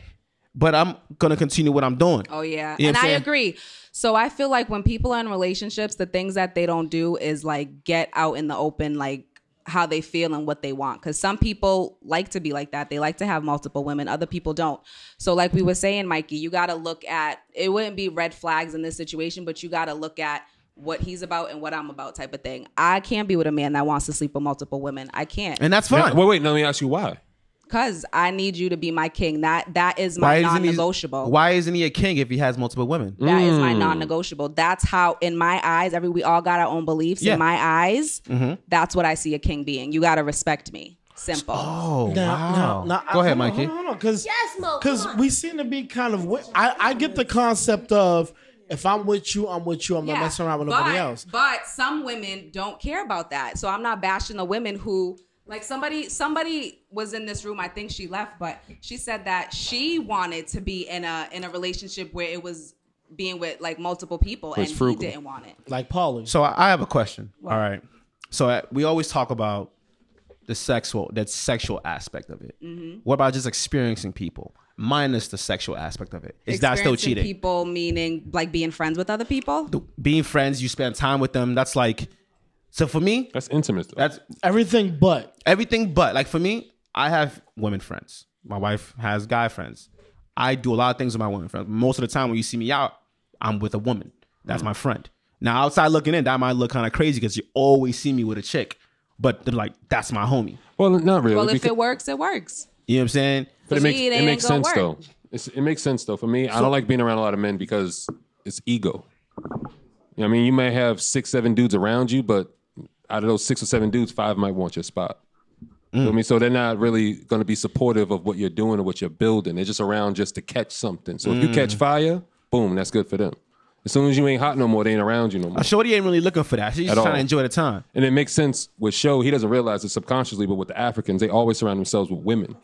A: But I'm gonna continue what I'm doing.
D: Oh yeah,
A: You know
D: and
A: what I'm
D: I
A: saying?
D: agree. So I feel like when people are in relationships, the things that they don't do is like get out in the open, like how they feel and what they want. Because some people like to be like that; they like to have multiple women. Other people don't. So, like we were saying, Mikey, you got to look at it. Wouldn't be red flags in this situation, but you got to look at what he's about and what I'm about, type of thing. I can't be with a man that wants to sleep with multiple women. I can't.
A: And that's fine.
C: Now- wait, wait, let me ask you why.
D: Cause I need you to be my king. That that is my
A: Why isn't he?
D: non-negotiable.
A: Why isn't he a king if he has multiple women?
D: That is
A: Mm.
D: my non-negotiable. That's how, in my eyes, every we all got our own beliefs.
A: Yeah.
D: In my eyes,
A: Mhm.
D: that's what I see a king being. You gotta respect me. Simple.
A: Oh,
H: Now-
A: wow.
H: now- now-
A: Go ahead,
H: hold on,
A: Mikey.
H: hold on, hold on, 'cause-
F: Yes, Mo, come
H: Because
F: on.
H: we seem to be kind of. wi- I, I get the concept of if I'm with you, I'm with you. I'm not messing around with
D: but,
H: nobody else.
D: But some women don't care about that. So I'm not bashing the women who like somebody somebody was in this room, I think she left, but she said that she wanted to be in a in a relationship where it was being with like multiple people
A: Was
D: and
A: frugal.
D: he didn't want it.
H: Like Paulie.
A: So I I have a question. All right. So uh, we always talk about the sexual, that sexual aspect of it.
D: Mhm.
A: What about just experiencing people minus the sexual aspect of it? Is that still
D: Experiencing
A: cheating?
D: People meaning like being friends with other people.
A: Being friends, you spend time with them. That's like. So for me,
C: that's intimate.
A: That's
H: everything but
A: everything but like for me, I have women friends. My wife has guy friends. I do a lot of things with my women friends. Most of the time when you see me out, I'm with a woman. That's my friend. Now outside looking in, that might look kind of crazy because you always see me with a chick. But they're like, that's my homie.
C: Well, not really.
D: well, if it works, it works.
A: you know what I'm saying?
C: But it
D: For
C: makes
D: me, it
C: it
D: ain't
C: makes
D: gonna
C: sense
D: work.
C: though. It's, it makes sense though. For me, I
D: So-
C: don't like being around a lot of men because it's ego. You know what I mean, you may have six, seven dudes around you, but out of those six or seven dudes, five might want your spot. You
A: Mm.
C: know what I mean, so they're not really going to be supportive of what you're doing or what you're building. They're just around just to catch something. So if you
A: Mm.
C: catch fire, boom, that's good for them. As soon as you ain't hot no more, they ain't around you no more.
A: A shorty ain't really looking for that. She's
C: At
A: just trying
C: all.
A: to enjoy the time.
C: And it makes sense with show. He doesn't realize it subconsciously, but with the Africans, they always surround themselves with women.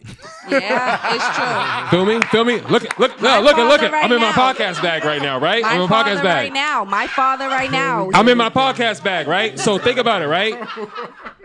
D: Yeah, it's true.
C: Feel me? Feel me? Look, at- look, no, look, at- look. at- I'm in my podcast bag right now, right?
D: My
C: I'm in my
D: father
C: podcast
D: right
C: bag.
D: now. My father right now.
C: I'm in my podcast bag, right? So think about it, right?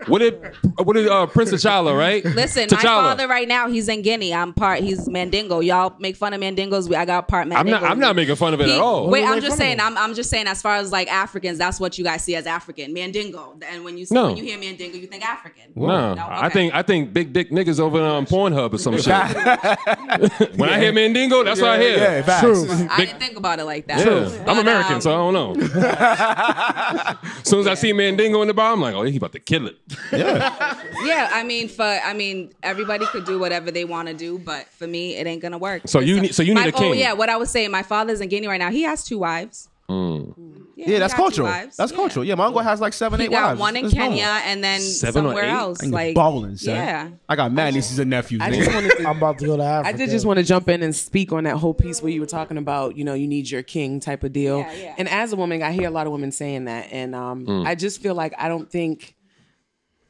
C: What did what did uh, Prince T'Challa, right?
D: Listen, my
C: T'Challa.
D: father right now, he's in Guinea. I'm part. He's Mandingo. Y'all make fun of Mandingos. We- I got part
C: I'm
D: Mandingo.
C: not. I'm not making fun of it
D: He-
C: at all.
D: Wait, I'm just saying. I'm, I'm just saying. As far as like Africans, that's what you guys see as African Mandingo. And when you see,
C: No.
D: when you hear Mandingo, you think African.
C: No, I think I think big dick niggas over on Pornhub or some shit. when I hear Mandingo, that's what I hear.
A: Yeah, yeah, facts. True.
D: I didn't think about it like that.
C: Yeah. I'm American, so I don't know. as soon as I see Mandingo in the bar, I'm like, oh, he about to kill it.
D: Yeah, I mean, for I mean, everybody could do whatever they want to do, but for me, it ain't gonna work.
C: So you need- so you need
D: My-
C: a king.
D: Oh yeah, what I was saying. My father's in Guinea right now. He has two wives.
C: Mm.
A: Yeah,
D: he
A: that's
D: got two
A: cultural.
D: wives.
A: That's cultural. Yeah, my uncle has like seven,
D: He
A: eight
D: got
A: wives.
D: one in
A: It's normal.
D: Kenya and then
A: Seven or
D: somewhere
A: eight?
D: else.
A: And you're
D: like
A: balling, son.
D: Yeah.
A: I got mad nieces and nephews.
I: I
A: nigga.
I: just wanted to.
H: I'm about to go to
I: I
H: Africa.
I: did just want to jump in and speak on that whole piece where you were talking about, you know, you need your king type of deal. And as a woman, I hear a lot of women saying that, and um,
L: Mm.
I: I just feel like I don't think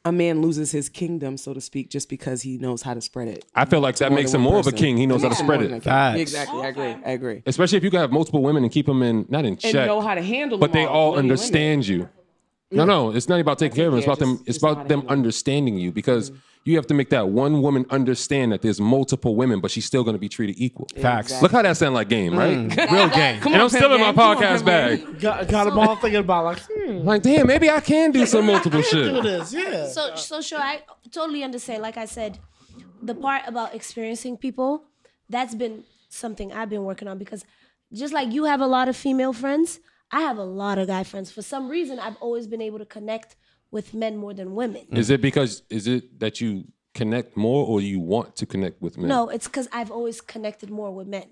I: a man loses his kingdom, so to speak, just because he knows how to spread it.
C: I feel like that
I: More
C: makes
I: than
C: him
I: one
C: more of a
I: person.
C: king. He knows how to
I: Yeah.
C: spread
I: More than a
C: it.
I: king. Exactly, I agree. I agree.
C: Especially if you can have multiple women and keep them in not in
I: And
C: check,
I: know how to handle
C: but
I: them
C: they
I: all,
C: all
I: know your
C: understand you. No, no, it's not about taking care of them. It's about them. It's about them understanding you because
I: Mm.
C: you have to make that one woman understand that there's multiple women, but she's still going to be treated equal.
A: Facts.
C: Look how that sound like game, right?
A: Mm. Real game.
C: and I'm still in my podcast bag.
H: Got, got them all thinking about like, hmm,
C: Like, damn, maybe I can do some multiple
H: do
C: shit.
H: this, yeah.
F: So, so sure, I totally understand. Like I said, the part about experiencing people, that's been something I've been working on because just like you have a lot of female friends, I have a lot of guy friends. For some reason, I've always been able to connect with men more than women.
C: Is it because is it that you connect more, or you want to connect with men?
F: No, it's because I've always connected more with men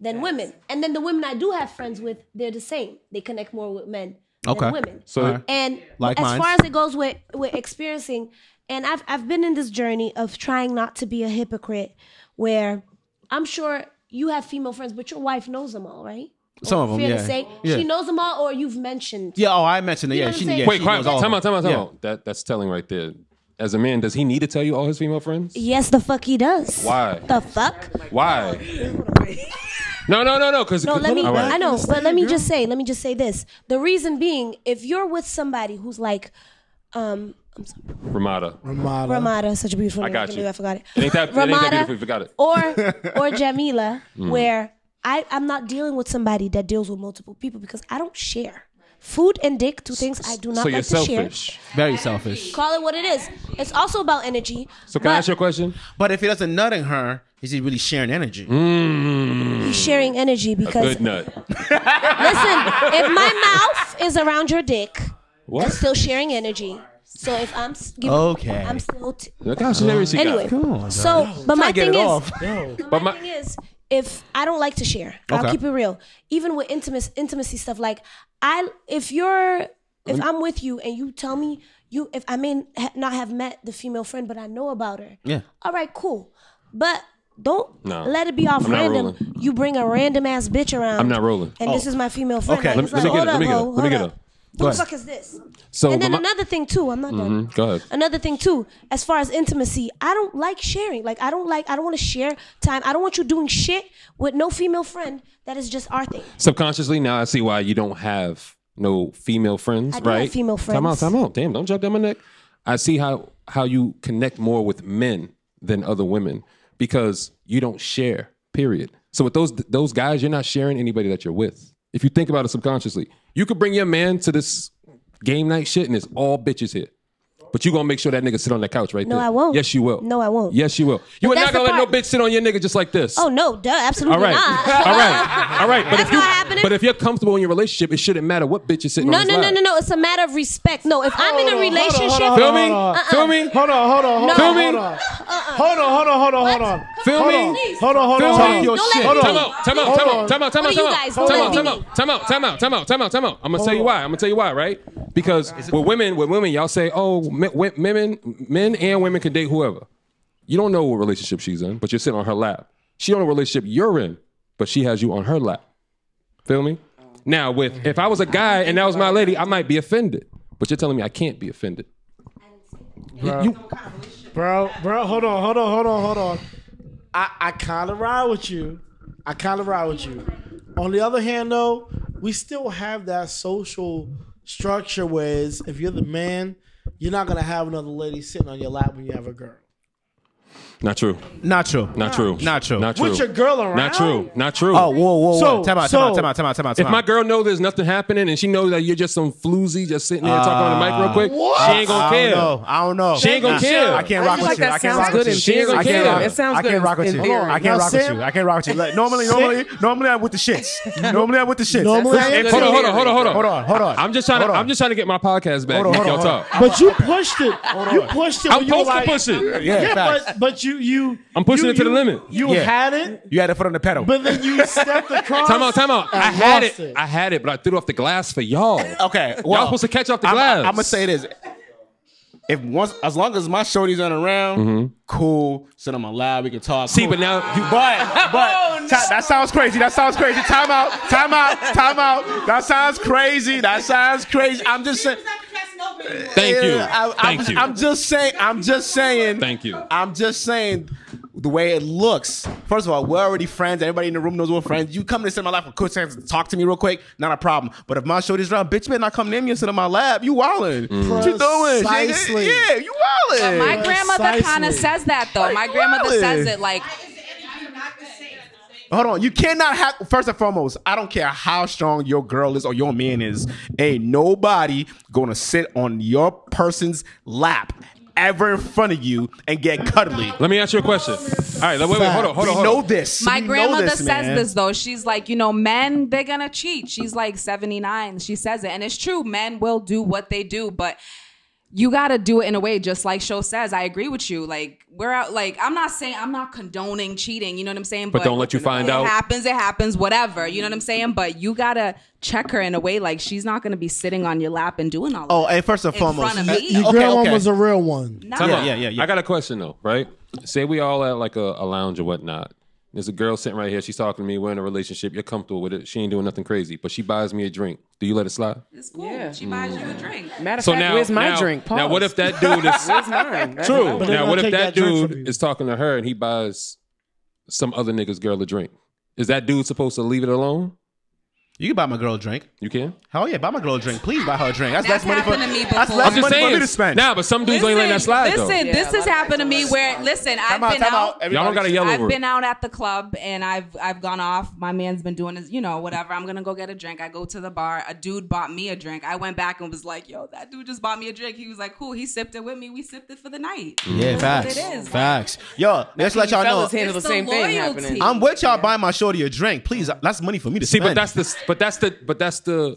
F: than women. And then the women I do have friends with, they're the same. They connect more with men
A: Okay.
F: than women.
A: So- Alright.
F: and
A: Like
F: as
A: mine.
F: far as it goes with with experiencing, and I've I've been in this journey of trying not to be a hypocrite, where I'm sure you have female friends, but your wife knows them all, right?
A: Some of them,
F: Fair
A: yeah.
F: to say,
A: yeah.
F: she knows them all, or you've mentioned.
A: Yeah, oh, I mentioned it.
F: You
A: Yeah,
F: know what
A: she,
F: I'm saying?
A: yeah,
C: Wait,
A: she
C: quiet,
A: knows all
C: time out,
A: of them.
C: time out, time
A: Yeah.
C: out. That that's telling right there. As a man, does he need to tell you all his female friends?
F: Yes, the fuck he does.
C: Why?
F: The fuck?
C: Why? No, no, no, no. Because
F: No, let me. I know, but let me just say. Let me just say this. The reason being, if you're with somebody who's like, um,
C: Ramada.
H: Ramada.
F: Ramada, such a beautiful
C: I
F: name.
C: got
F: can
C: you.
F: do, I forgot it.
C: It ain't that, it ain't that
F: Ramada
C: beautiful. You forgot it.
F: or or Jamila,
C: Mm.
F: where I I'm not dealing with somebody that deals with multiple people because I don't share. Food and dick, two things I do not
C: so
F: like
C: you're
F: to
C: selfish.
A: Very selfish.
F: share. Call it what it is. It's also about energy.
A: So
F: can I But- ask
A: you
F: a
C: question?
A: But if he doesn't nut in her, is he really sharing energy?
F: He's sharing energy because listen,
C: Mm. nut.
F: if my mouth is around your dick,
C: What?
F: that's still sharing energy. So if I'm s- giving,
C: Okay.
F: I'm still t-
C: Look how serious she
F: anyway.
C: got. Come on,
F: so,
C: Zion.
F: but
C: Try
F: my
C: to get
F: thing
C: it
F: is,
C: off. But my,
F: thing is, if I don't like to share, I'll
C: Okay.
F: keep it real. Even with intimacy, intimacy stuff, like I, if you're If
C: Mm.
F: I'm with you and you tell me you, if I may ha- not have met the female friend, but I know about her.
C: Yeah.
F: All right, cool. But don't
C: No.
F: let it be off
C: I'm not
F: random.
C: rolling.
F: You bring a random ass bitch around.
C: I'm not rolling.
F: And this
C: Oh.
F: is my female friend.
C: Okay.
F: Like,
C: Let me-
F: it's
C: let me
F: like,
C: get her,
F: hold
C: let me
F: up,
C: get her,
F: ho,
C: let me
F: hold
C: get
F: up.
C: her.
F: Who
C: Go
F: the
C: ahead.
F: fuck is this?
C: So,
F: and then
C: but my-
F: another thing too. I'm not done.
C: Mhm, Go ahead.
F: Another thing too, as far as intimacy, I don't like sharing. Like I don't like I don't want to share time. I don't want you doing shit with no female friend that is just our thing.
C: Subconsciously, now I see why you don't have no female friends,
F: I do have
C: right?
F: female
C: Time out,
F: friends.
C: time out. Damn, don't jump down my neck. I see how how you connect more with men than other women because you don't share. Period. So with those those guys, you're not sharing anybody that you're with. If you think about it subconsciously, you could bring your man to this game night shit, and it's all bitches here. But you gonna make sure that nigga sit on that couch right
F: No,
C: there.
F: I won't.
C: Yes, you will.
F: No, I won't.
C: Yes, you will. You
F: But
C: are
F: that's
C: not gonna
F: the
C: let no bitch sit on your nigga just like this.
F: Oh no, duh, absolutely
C: All right,
F: not.
C: all right, all right. But if you,
F: happening.
C: but if you're comfortable in your relationship, it shouldn't matter what bitch is sitting
F: No,
C: on. his
F: no, no,
C: lap.
F: no, no. It's a matter of respect. No, if I'm in a relationship,
C: Feel me?
F: Uh-uh.
C: Feel me?
H: Hold on, hold on, hold
F: No.
H: on,
F: Feel me?
H: hold on,
C: Uh-uh.
H: hold on, hold on, hold on, hold on.
C: Feel
H: hold
C: me?
H: on, Hold on, hold
C: Feel
H: on,
C: me?
H: hold on.
C: Talk your
H: Hold
C: shit.
H: on.
C: Time out, time out, time out, time
F: What
C: out,
F: do
C: time
F: you
C: out,
F: guys?
C: time
F: Don't
C: out,
F: let
C: time
F: me
C: out, time out, time out, time out, time out, time out. I'm gonna tell you why. I'm gonna tell you why, right? Because with women, with women, y'all say, oh, men, wi- women, men and women can date whoever. You don't know what relationship she's in, but you're sitting on her lap. She don't know what relationship you're in, but she has you on her lap. Feel me? Now, with if I was a guy and that was my lady, I might be offended. But you're telling me I can't be offended.
H: Bro, bro, bro, hold on, hold on, hold on, hold on. I, I kind of ride with you. I kind of ride with you. On the other hand, though, we still have that social structure where it's, if you're the man, you're not gonna have another lady sitting on your lap when you have a girl.
C: Not true.
A: Not true.
C: Not true. Not true. Not true.
H: With your girl around?
C: Not true. Not true.
A: Oh, whoa, whoa, whoa.
H: So-
A: time out,
H: so-
A: time out, time out, time out, time out.
C: If my girl knows there's nothing happening and she knows that you're just some floozy just sitting there talking on the mic real quick,
A: What?
C: she ain't gonna
A: Ah. I don't
C: care.
A: know. I don't know.
C: She ain't gonna
A: Nah.
C: care.
A: I can't
C: I
A: rock
C: just
A: with
C: like
A: you.
C: that
A: I can't
C: sounds
A: rock with
C: good
A: you.
C: in She ain't gonna
A: I can't
C: care.
A: rock-
C: It sounds
A: I
C: good
A: can't rock with
C: in
A: you.
C: theory.
A: I can't
C: Now,
A: rock with
C: Sam-
A: you. I can't rock with you. Like, Normally, normally, normally, I'm with the shits. Normally, I'm with the shits.
H: Normally, I'm
A: If-
H: with the
A: if-
C: Hold on, hold on, hold on,
A: Hold on, hold on.
C: I'm just trying to. I'm just trying to get my podcast back.
A: on,
C: Make
A: hold
C: y'all
A: on, hold
C: talk.
H: But you pushed it. You pushed it.
C: I'm
H: when you were
C: supposed to
H: like-
C: push it. Yeah,
H: but, but you you
C: I'm pushing
H: you-
C: it to the
H: you-
C: limit.
H: You
C: Yeah.
H: had it,
A: You had to put on the pedal.
H: but then you stepped across.
C: Time out, time out. I
H: and
C: had
H: lost
C: it. I had it, but I threw it off the glass for y'all.
A: Okay,
C: y'all supposed to catch off the
A: I'm,
C: glass.
A: I'm gonna say this: if once, as long as my shorties aren't around, cool. Sit them allowed. We can talk.
C: Mm-hmm. See,
A: cool.
C: but now you-
A: but but
H: Oh,
A: ti- that sounds crazy. That sounds crazy. Time out. Time out. Time out. That sounds crazy. That sounds crazy. I'm just saying.
C: Thank you.
A: I,
C: Thank
A: am
C: you.
A: I'm just saying. I'm just saying.
C: Thank you.
A: I'm just saying. The way it looks. First of all, we're already friends. Everybody in the room knows we're friends. You come to sit in my lap for quick seconds, and talk to me real quick. Not a problem. But if my shorty's around, bitch, man, not come near me and sit in my lap. You wildin'. What you doing?
H: Mm. Precisely.
A: Yeah, you wildin'.
D: My grandmother kind of
H: Precisely.
D: says that though. My
A: Like,
D: grandmother
A: really?
D: says it like
A: Hold on. You cannot have first and foremost, I don't care how strong your girl is or your man is. Ain't nobody gonna sit on your person's lap ever in front of you and get cuddly.
C: Let me ask you a question. All right, wait, wait, hold on, hold
A: we
C: on, hold
A: know
C: on.
A: this.
D: my
A: We know
D: grandmother
A: this,
D: says
A: man.
D: this though. She's like, you know, men they're gonna cheat. She's like 79. She says it, and it's true. Men will do what they do, but you gotta do it in a way. Just like Show says, I agree with you. Like we're out. Like I'm not saying I'm not condoning cheating. You know what I'm saying?
C: But don't let you find out.
D: It happens. It happens. Whatever. You know what I'm saying? But you gotta check her in a way. Like she's not gonna be sitting on your lap and doing all.
A: Oh,
D: that
A: and first and
D: in
A: foremost,
D: front of
A: you-
D: me.
H: Your
A: Okay,
H: girl
A: okay.
H: was a real one.
D: Nah.
C: Time
A: Yeah,
C: out.
A: yeah, yeah, yeah.
C: I got a question though, right? Say we all at like a, a lounge or whatnot. There's a girl sitting right here. She's talking to me. We're in a relationship. You're comfortable with it. She ain't doing nothing crazy, but she buys me a drink. Do you let it slide?
D: It's cool. She buys you a drink.
I: Matter of
C: So
I: fact,
C: now,
I: where's my
C: now-
I: drink? Pause.
C: now what if that dude is
I: Where's mine? That's what I
C: true?
I: want.
H: they're
C: Now,
H: gonna
C: what if
H: take that
C: that
H: drink from
C: dude
H: you.
C: is talking to her and he buys some other nigga's girl a drink? Is that dude supposed to leave it alone?
A: You can buy my girl a drink.
C: You can.
A: Hell yeah, buy my girl a drink. Please buy her a drink. That's
D: That's
A: less money for
D: happened to me
A: That's
D: before.
A: less
D: I'm
A: money for me to spend.
C: Nah, but some dudes ain't letting that slide
D: listen,
C: though.
D: this has happened to me where listen,
A: Time
D: I've
A: out,
D: been
A: time
D: out.
A: out. Everybody
C: Y'all don't gotta
A: just-
C: yell
D: I've
C: over
D: been
C: it.
D: out at the club and I've I've gone off. My man's been doing his, you know, whatever. I'm gonna go get a drink. I go to the bar. A dude bought me a drink. I went back and was like, "Yo, that dude just bought me a drink." He was like, "Cool." He sipped it with me. We sipped it for the night.
A: Yeah,
D: what
A: facts.
D: it is.
A: Facts. Yo, let's let y'all know.
I: Fellas handle the
D: It's
I: same
D: the
I: thing
D: loyalty.
I: happening.
A: I'm with y'all buying my shorty a drink. Please, that's money for me to
C: See,
A: spend.
C: but that's the but that's the but that's the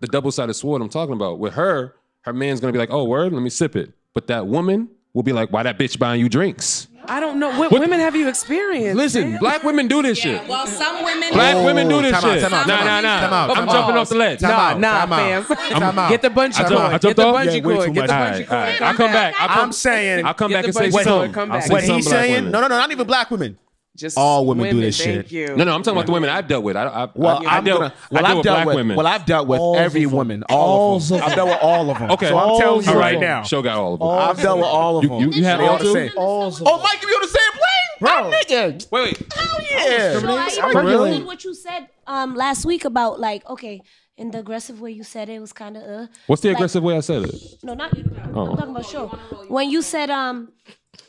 C: the double sided sword I'm talking about. With her, her man's gonna be like, "Oh, word, let me sip it." But that woman will be like, "Why that bitch buying you drinks?"
I: I don't know. What, women have you experienced?
C: Listen, black women do this shit.
D: Well, some women.
C: Black
D: do.
C: women do this
K: time out,
C: shit.
K: time out,
C: nah,
K: time
C: nah,
K: out,
C: nah.
K: time out,
C: I'm
K: time
C: jumping
K: out.
C: off the ledge.
K: Time
C: nah,
K: out,
I: nah,
K: time out.
I: fam.
K: Time out.
I: Get the bungee
C: I jumped-
I: cord.
C: I
I: Get
C: jumped
I: the
C: off?
I: bungee
C: way
I: cord.
C: too
I: Get
C: much.
I: the
C: All
I: bungee
C: right,
I: cord.
C: all right. I'll come back. I'll come-
A: I'm saying.
C: I'll come back and say
A: what,
C: something. I'll say
A: What
C: some
A: he's
C: black
A: saying?
C: women.
A: No, no, no. Not even black women.
I: Just
A: all women, do this
I: thank
A: shit.
I: you.
C: No, no, I'm talking about the women I've dealt with. I, I,
A: Well,
C: I, I
A: I'm
C: dealt,
A: gonna-
C: I
A: well,
C: dealt
A: I've
C: with
A: dealt
C: black
A: with-
C: women.
A: well, I've dealt with All every of them. woman, all of them. I've dealt with all of them.
C: Okay,
A: So I'm
C: All
A: telling
C: of
A: you
C: them.
A: right now.
C: Show got all of them.
A: I've dealt with all oh, of them.
C: You, you had
A: They
C: all
A: the
C: too?
A: same.
H: Oh,
A: Mike, you on the same plane? Bro.
C: Wait, wait.
A: Hell
F: So I
A: yeah.
F: totally what you said um, last week about like okay, in the aggressive way you said it was kind of uh.
C: What's the
F: like-
C: aggressive way I said it?
F: No, not.
C: Oh.
F: I'm talking about sure. When you said um.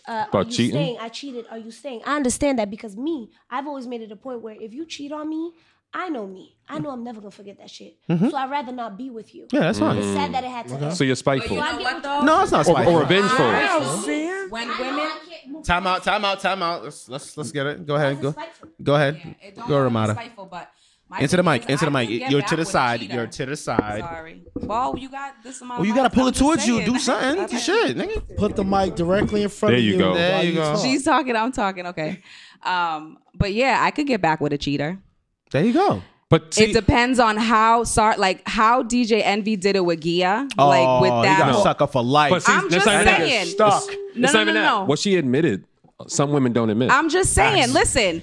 F: Uh,
C: About
F: are you
C: cheating?
F: staying? I cheated. Are you staying? I understand that because me, I've always made it a point where if you cheat on me, I know me. I know I'm never gonna forget that shit.
C: Mhm.
F: So I'd rather not be with you.
C: Yeah, that's fine.
F: It's sad that it had to.
C: Okay.
F: end.
C: So you're spiteful.
F: So I
C: But you
F: get
D: what
F: what you-
A: No, it's not
C: Or-
A: spiteful.
C: or vengeful.
D: I
C: Wow,
D: know. When women,
A: Time out, time out, time out. Let's let's let's get it. Go ahead. Go. Go ahead. Go Ramada.
D: spiteful, but my
A: Into the
D: thing
A: mic.
D: is,
A: Into the
D: I
A: mic.
D: can get
A: You're
D: back
A: to the
D: with a
A: side.
D: cheater.
A: You're to the side.
D: Sorry. Well, you got this amount.
A: Well,
D: of
A: you gotta
D: mics.
A: pull
D: I'm
A: it
D: just
A: towards you.
D: saying.
A: Do something. Eat your shit, nigga.
H: Put the mic directly in front
C: There
H: of
C: you
H: you.
C: go.
H: while
C: There you
H: talk.
D: She's talking. I'm talking. Okay. Um, but yeah, I could get back with a cheater.
A: There you go.
C: But
D: it depends on how sorry, like how DJ Envy did it with Gia, like
A: Oh,
D: with
A: you
D: that.
A: got sucker for life.
C: But see,
D: I'm
C: that's
D: just
C: not even that.
D: saying.
C: It's-
D: Stuck.
C: it's
D: No,
C: not
D: no,
C: even
D: no,
C: that.
D: no.
C: What she admitted, some women don't admit.
D: I'm just saying.
C: Facts.
D: Listen,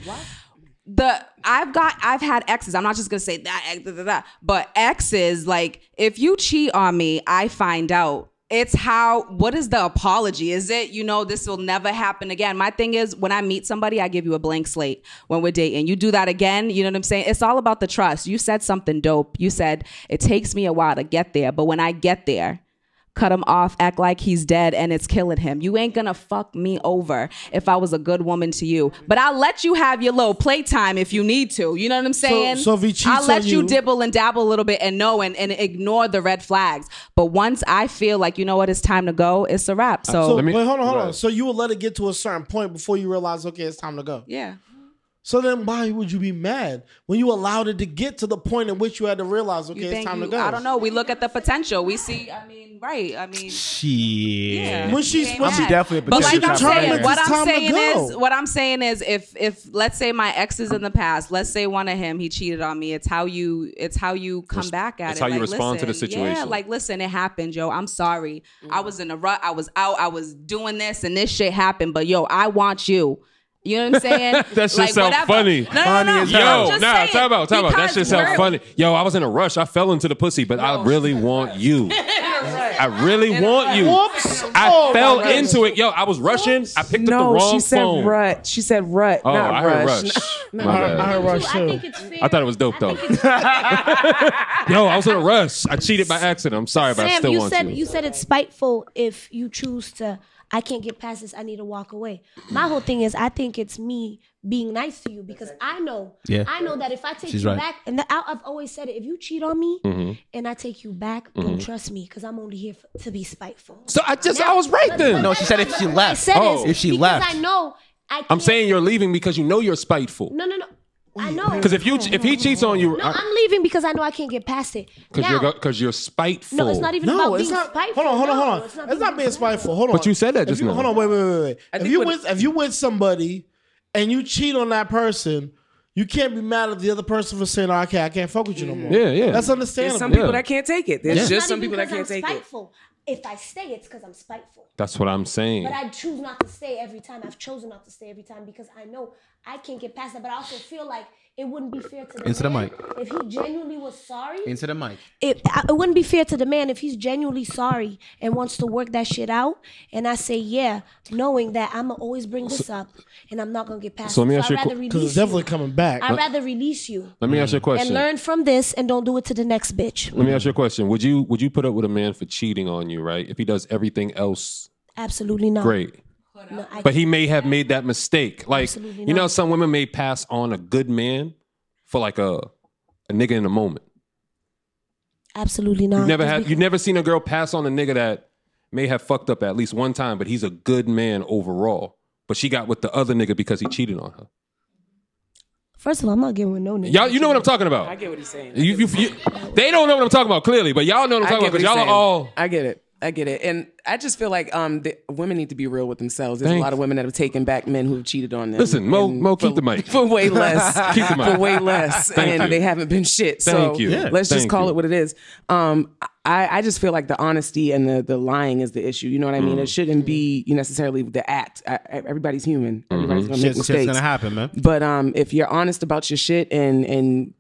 D: the I've got I've had exes. I'm not just gonna say that ex, da, da, da. but exes like if you cheat on me, I find out. It's how what is the apology? Is it you know this will never happen again? My thing is when I meet somebody, I give you a blank slate when we're dating. You do that again, you know what I'm saying? It's all about the trust. You said something dope. You said it takes me a while to get there, but when I get there, cut him off, act like he's dead, and it's killing him. You ain't gonna fuck me over if I was a good woman to you. But I'll let you have your little playtime if you need to. You know what I'm saying?
H: so if he cheats
D: I'll let
H: on
D: you,
H: you-
D: dibble and dabble a little bit and know and, and ignore the red flags. But once I feel like, you know what, it's time to go, it's a wrap. So,
H: So, wait, hold on, hold on. So you would let it get to a certain point before you realize, okay, it's time to go.
D: Yeah.
H: So then, why would you be mad when you allowed it to get to the point in which you had to realize, okay,
D: you
H: it's
D: think
H: time
D: you,
H: to go?
D: I don't know. We look at the potential. We see, I mean, right. I mean,
A: Shit.
H: When she's-
A: she
H: when she-
A: definitely a
H: but like
A: potential
H: I'm
A: shot
H: saying,
A: right
D: what
A: there.
D: I'm
H: time to
D: saying
H: go.
D: is, what I'm saying is, if if let's say my ex is in the past, let's say one of him, he cheated on me. It's how you, it's how you come
C: Res-
D: back at
C: it's
D: it.
C: how you
D: Like,
C: respond to the
D: listen, Yeah,
C: situation.
D: like listen, it happened, yo. I'm sorry. I
H: Mm.
D: was in a rut. I was out. I was doing this, and this shit happened. But yo, I want you. You know what I'm saying?
C: That shit sound funny.
D: No, no, no. no. I'm
C: Yo,
D: just
C: nah,
D: saying,
C: talk about, talk about. That
D: because
C: shit sound
D: we're- Oh,
C: funny. Yo, I was in a rush. I fell into the pussy, but I really want you. I really want you.
I: Whoops.
C: I
I: Oh,
C: fell
I: my goodness.
C: into it. Yo, I was rushing. I picked up the
I: No,
C: wrong
I: she said
C: phone.
I: rut. She said rut,
C: Oh,
I: Uh, not
C: I heard
I: rush.
C: rush.
I: No,
C: My
I: I
C: bad.
I: heard- I heard rush
F: I
I: too.
F: think it's fair.
C: I thought it was dope though. Yo, I was in a rush. I cheated by accident. I'm sorry, but I
F: Sam,
C: still
F: you
C: want
F: said
C: you.
F: you. said it's spiteful if you choose to. I can't get past this. I need to walk away. My whole thing is, I think it's me being nice to you because I know,
L: Yeah.
F: I know that if I take
L: She's
F: you
L: right.
F: back, and I, I've always said it, if you cheat on me
C: Mm-hmm.
L: Mhm.
F: and I take you back, don't
L: Mhm.
F: trust me because I'm only here for, to be spiteful.
C: So I just, I was right then.
A: No, she said if she
F: I
A: left.
F: said this
C: Oh. If she
F: because
C: left.
F: I know. I can't,
C: I'm saying you're leaving because you know you're spiteful.
F: no, no, no. I know
C: Because if you, if he cheats on you,
F: No, I'm leaving because I know I can't get past it.
C: because
F: Now,
C: you're, because you're spiteful.
F: no, it's not even
H: No,
F: about
H: it's
F: being
H: not-
F: spiteful.
H: Hold on, hold on, hold
F: No,
H: on.
F: it's
H: It's
F: not
H: not, being spiteful. Hold on.
C: But you said that
H: If
C: just
H: you-
C: now.
H: Hold on, wait, wait, wait, wait. If
I: think
H: you
I: what-
H: with if you with somebody and you cheat on that person, you can't be mad at the other person for saying, "Oh, "Okay, I can't fuck with you no more."
I: Yeah, yeah.
H: That's
I: There's
H: understandable.
I: some people Yeah. that can't take it. There's
F: It's
I: just
F: not
I: some
F: even
I: people that
F: because
I: can't
F: I'm
I: take it.
F: spiteful. If I stay, it's because I'm spiteful.
C: That's what I'm saying.
F: But I choose not to stay every time. I've chosen not to stay every time because I know I can't get past that. But I also feel like it wouldn't be fair to the
A: Into the
F: man
A: mic.
F: if he genuinely was sorry.
A: Into the mic.
F: It, I- it wouldn't be fair to the man if he's genuinely sorry and wants to work that shit out. And I say, yeah, knowing that I'm gonna always bring this up and I'm not gonna get past.
C: so let me
F: it.
C: ask
F: I'd
C: you a que-
F: rather
C: 'cause it's
F: release
C: definitely
F: you.
H: coming back.
F: I'd
C: Let-
F: rather release you.
C: Let me ask
I: Mm.
C: you a question.
F: And learn from this and don't do it to the next bitch.
C: Let me ask you a question. Would you would you put up with a man for cheating on you, right? If he does everything else
F: Absolutely not.
C: great.
F: No, I
C: But he may have made that mistake. Like
F: Absolutely
C: you know,
F: not.
C: some women may pass on a good man for like a a nigga in a moment.
F: Absolutely not.
C: You've never
F: 'cause
C: had you've never seen a girl pass on a nigga that may have fucked up at least one time, but he's a good man overall. But she got with the other nigga because he cheated on her.
F: First of all, I'm not getting with no nigga.
C: Y'all, you know what I'm talking about.
I: I get what he's saying.
C: You, you, you- they don't know what I'm talking about clearly, but y'all know what I'm
I: I
C: talking
I: get what
C: about because
I: he's
C: y'all
I: saying.
C: are all
I: I get it. I get it, and I just feel like um, the women need to be real with themselves. There's
C: Thanks.
I: a lot of women that have taken back men who have cheated on them.
C: Listen, Mo,
I: and
C: Mo,
I: for-
C: keep the mic
I: for way less,
C: keep the mic
I: for way less,
C: Thank
I: and
C: you.
I: they haven't been shit. So
C: Thank you. Yeah.
I: let's just
C: Thank
I: call
C: you.
I: it what it is. Um, I, I just feel like the honesty and the the lying is the issue. You know what I mean?
A: Mm.
I: It shouldn't be necessarily the act. I, I- everybody's human.
C: Mm-hmm.
I: Everybody's gonna make
A: Mm-hmm. Shit's, shit's
I: mistakes.
A: gonna happen, man.
I: But um, if you're honest about your shit and and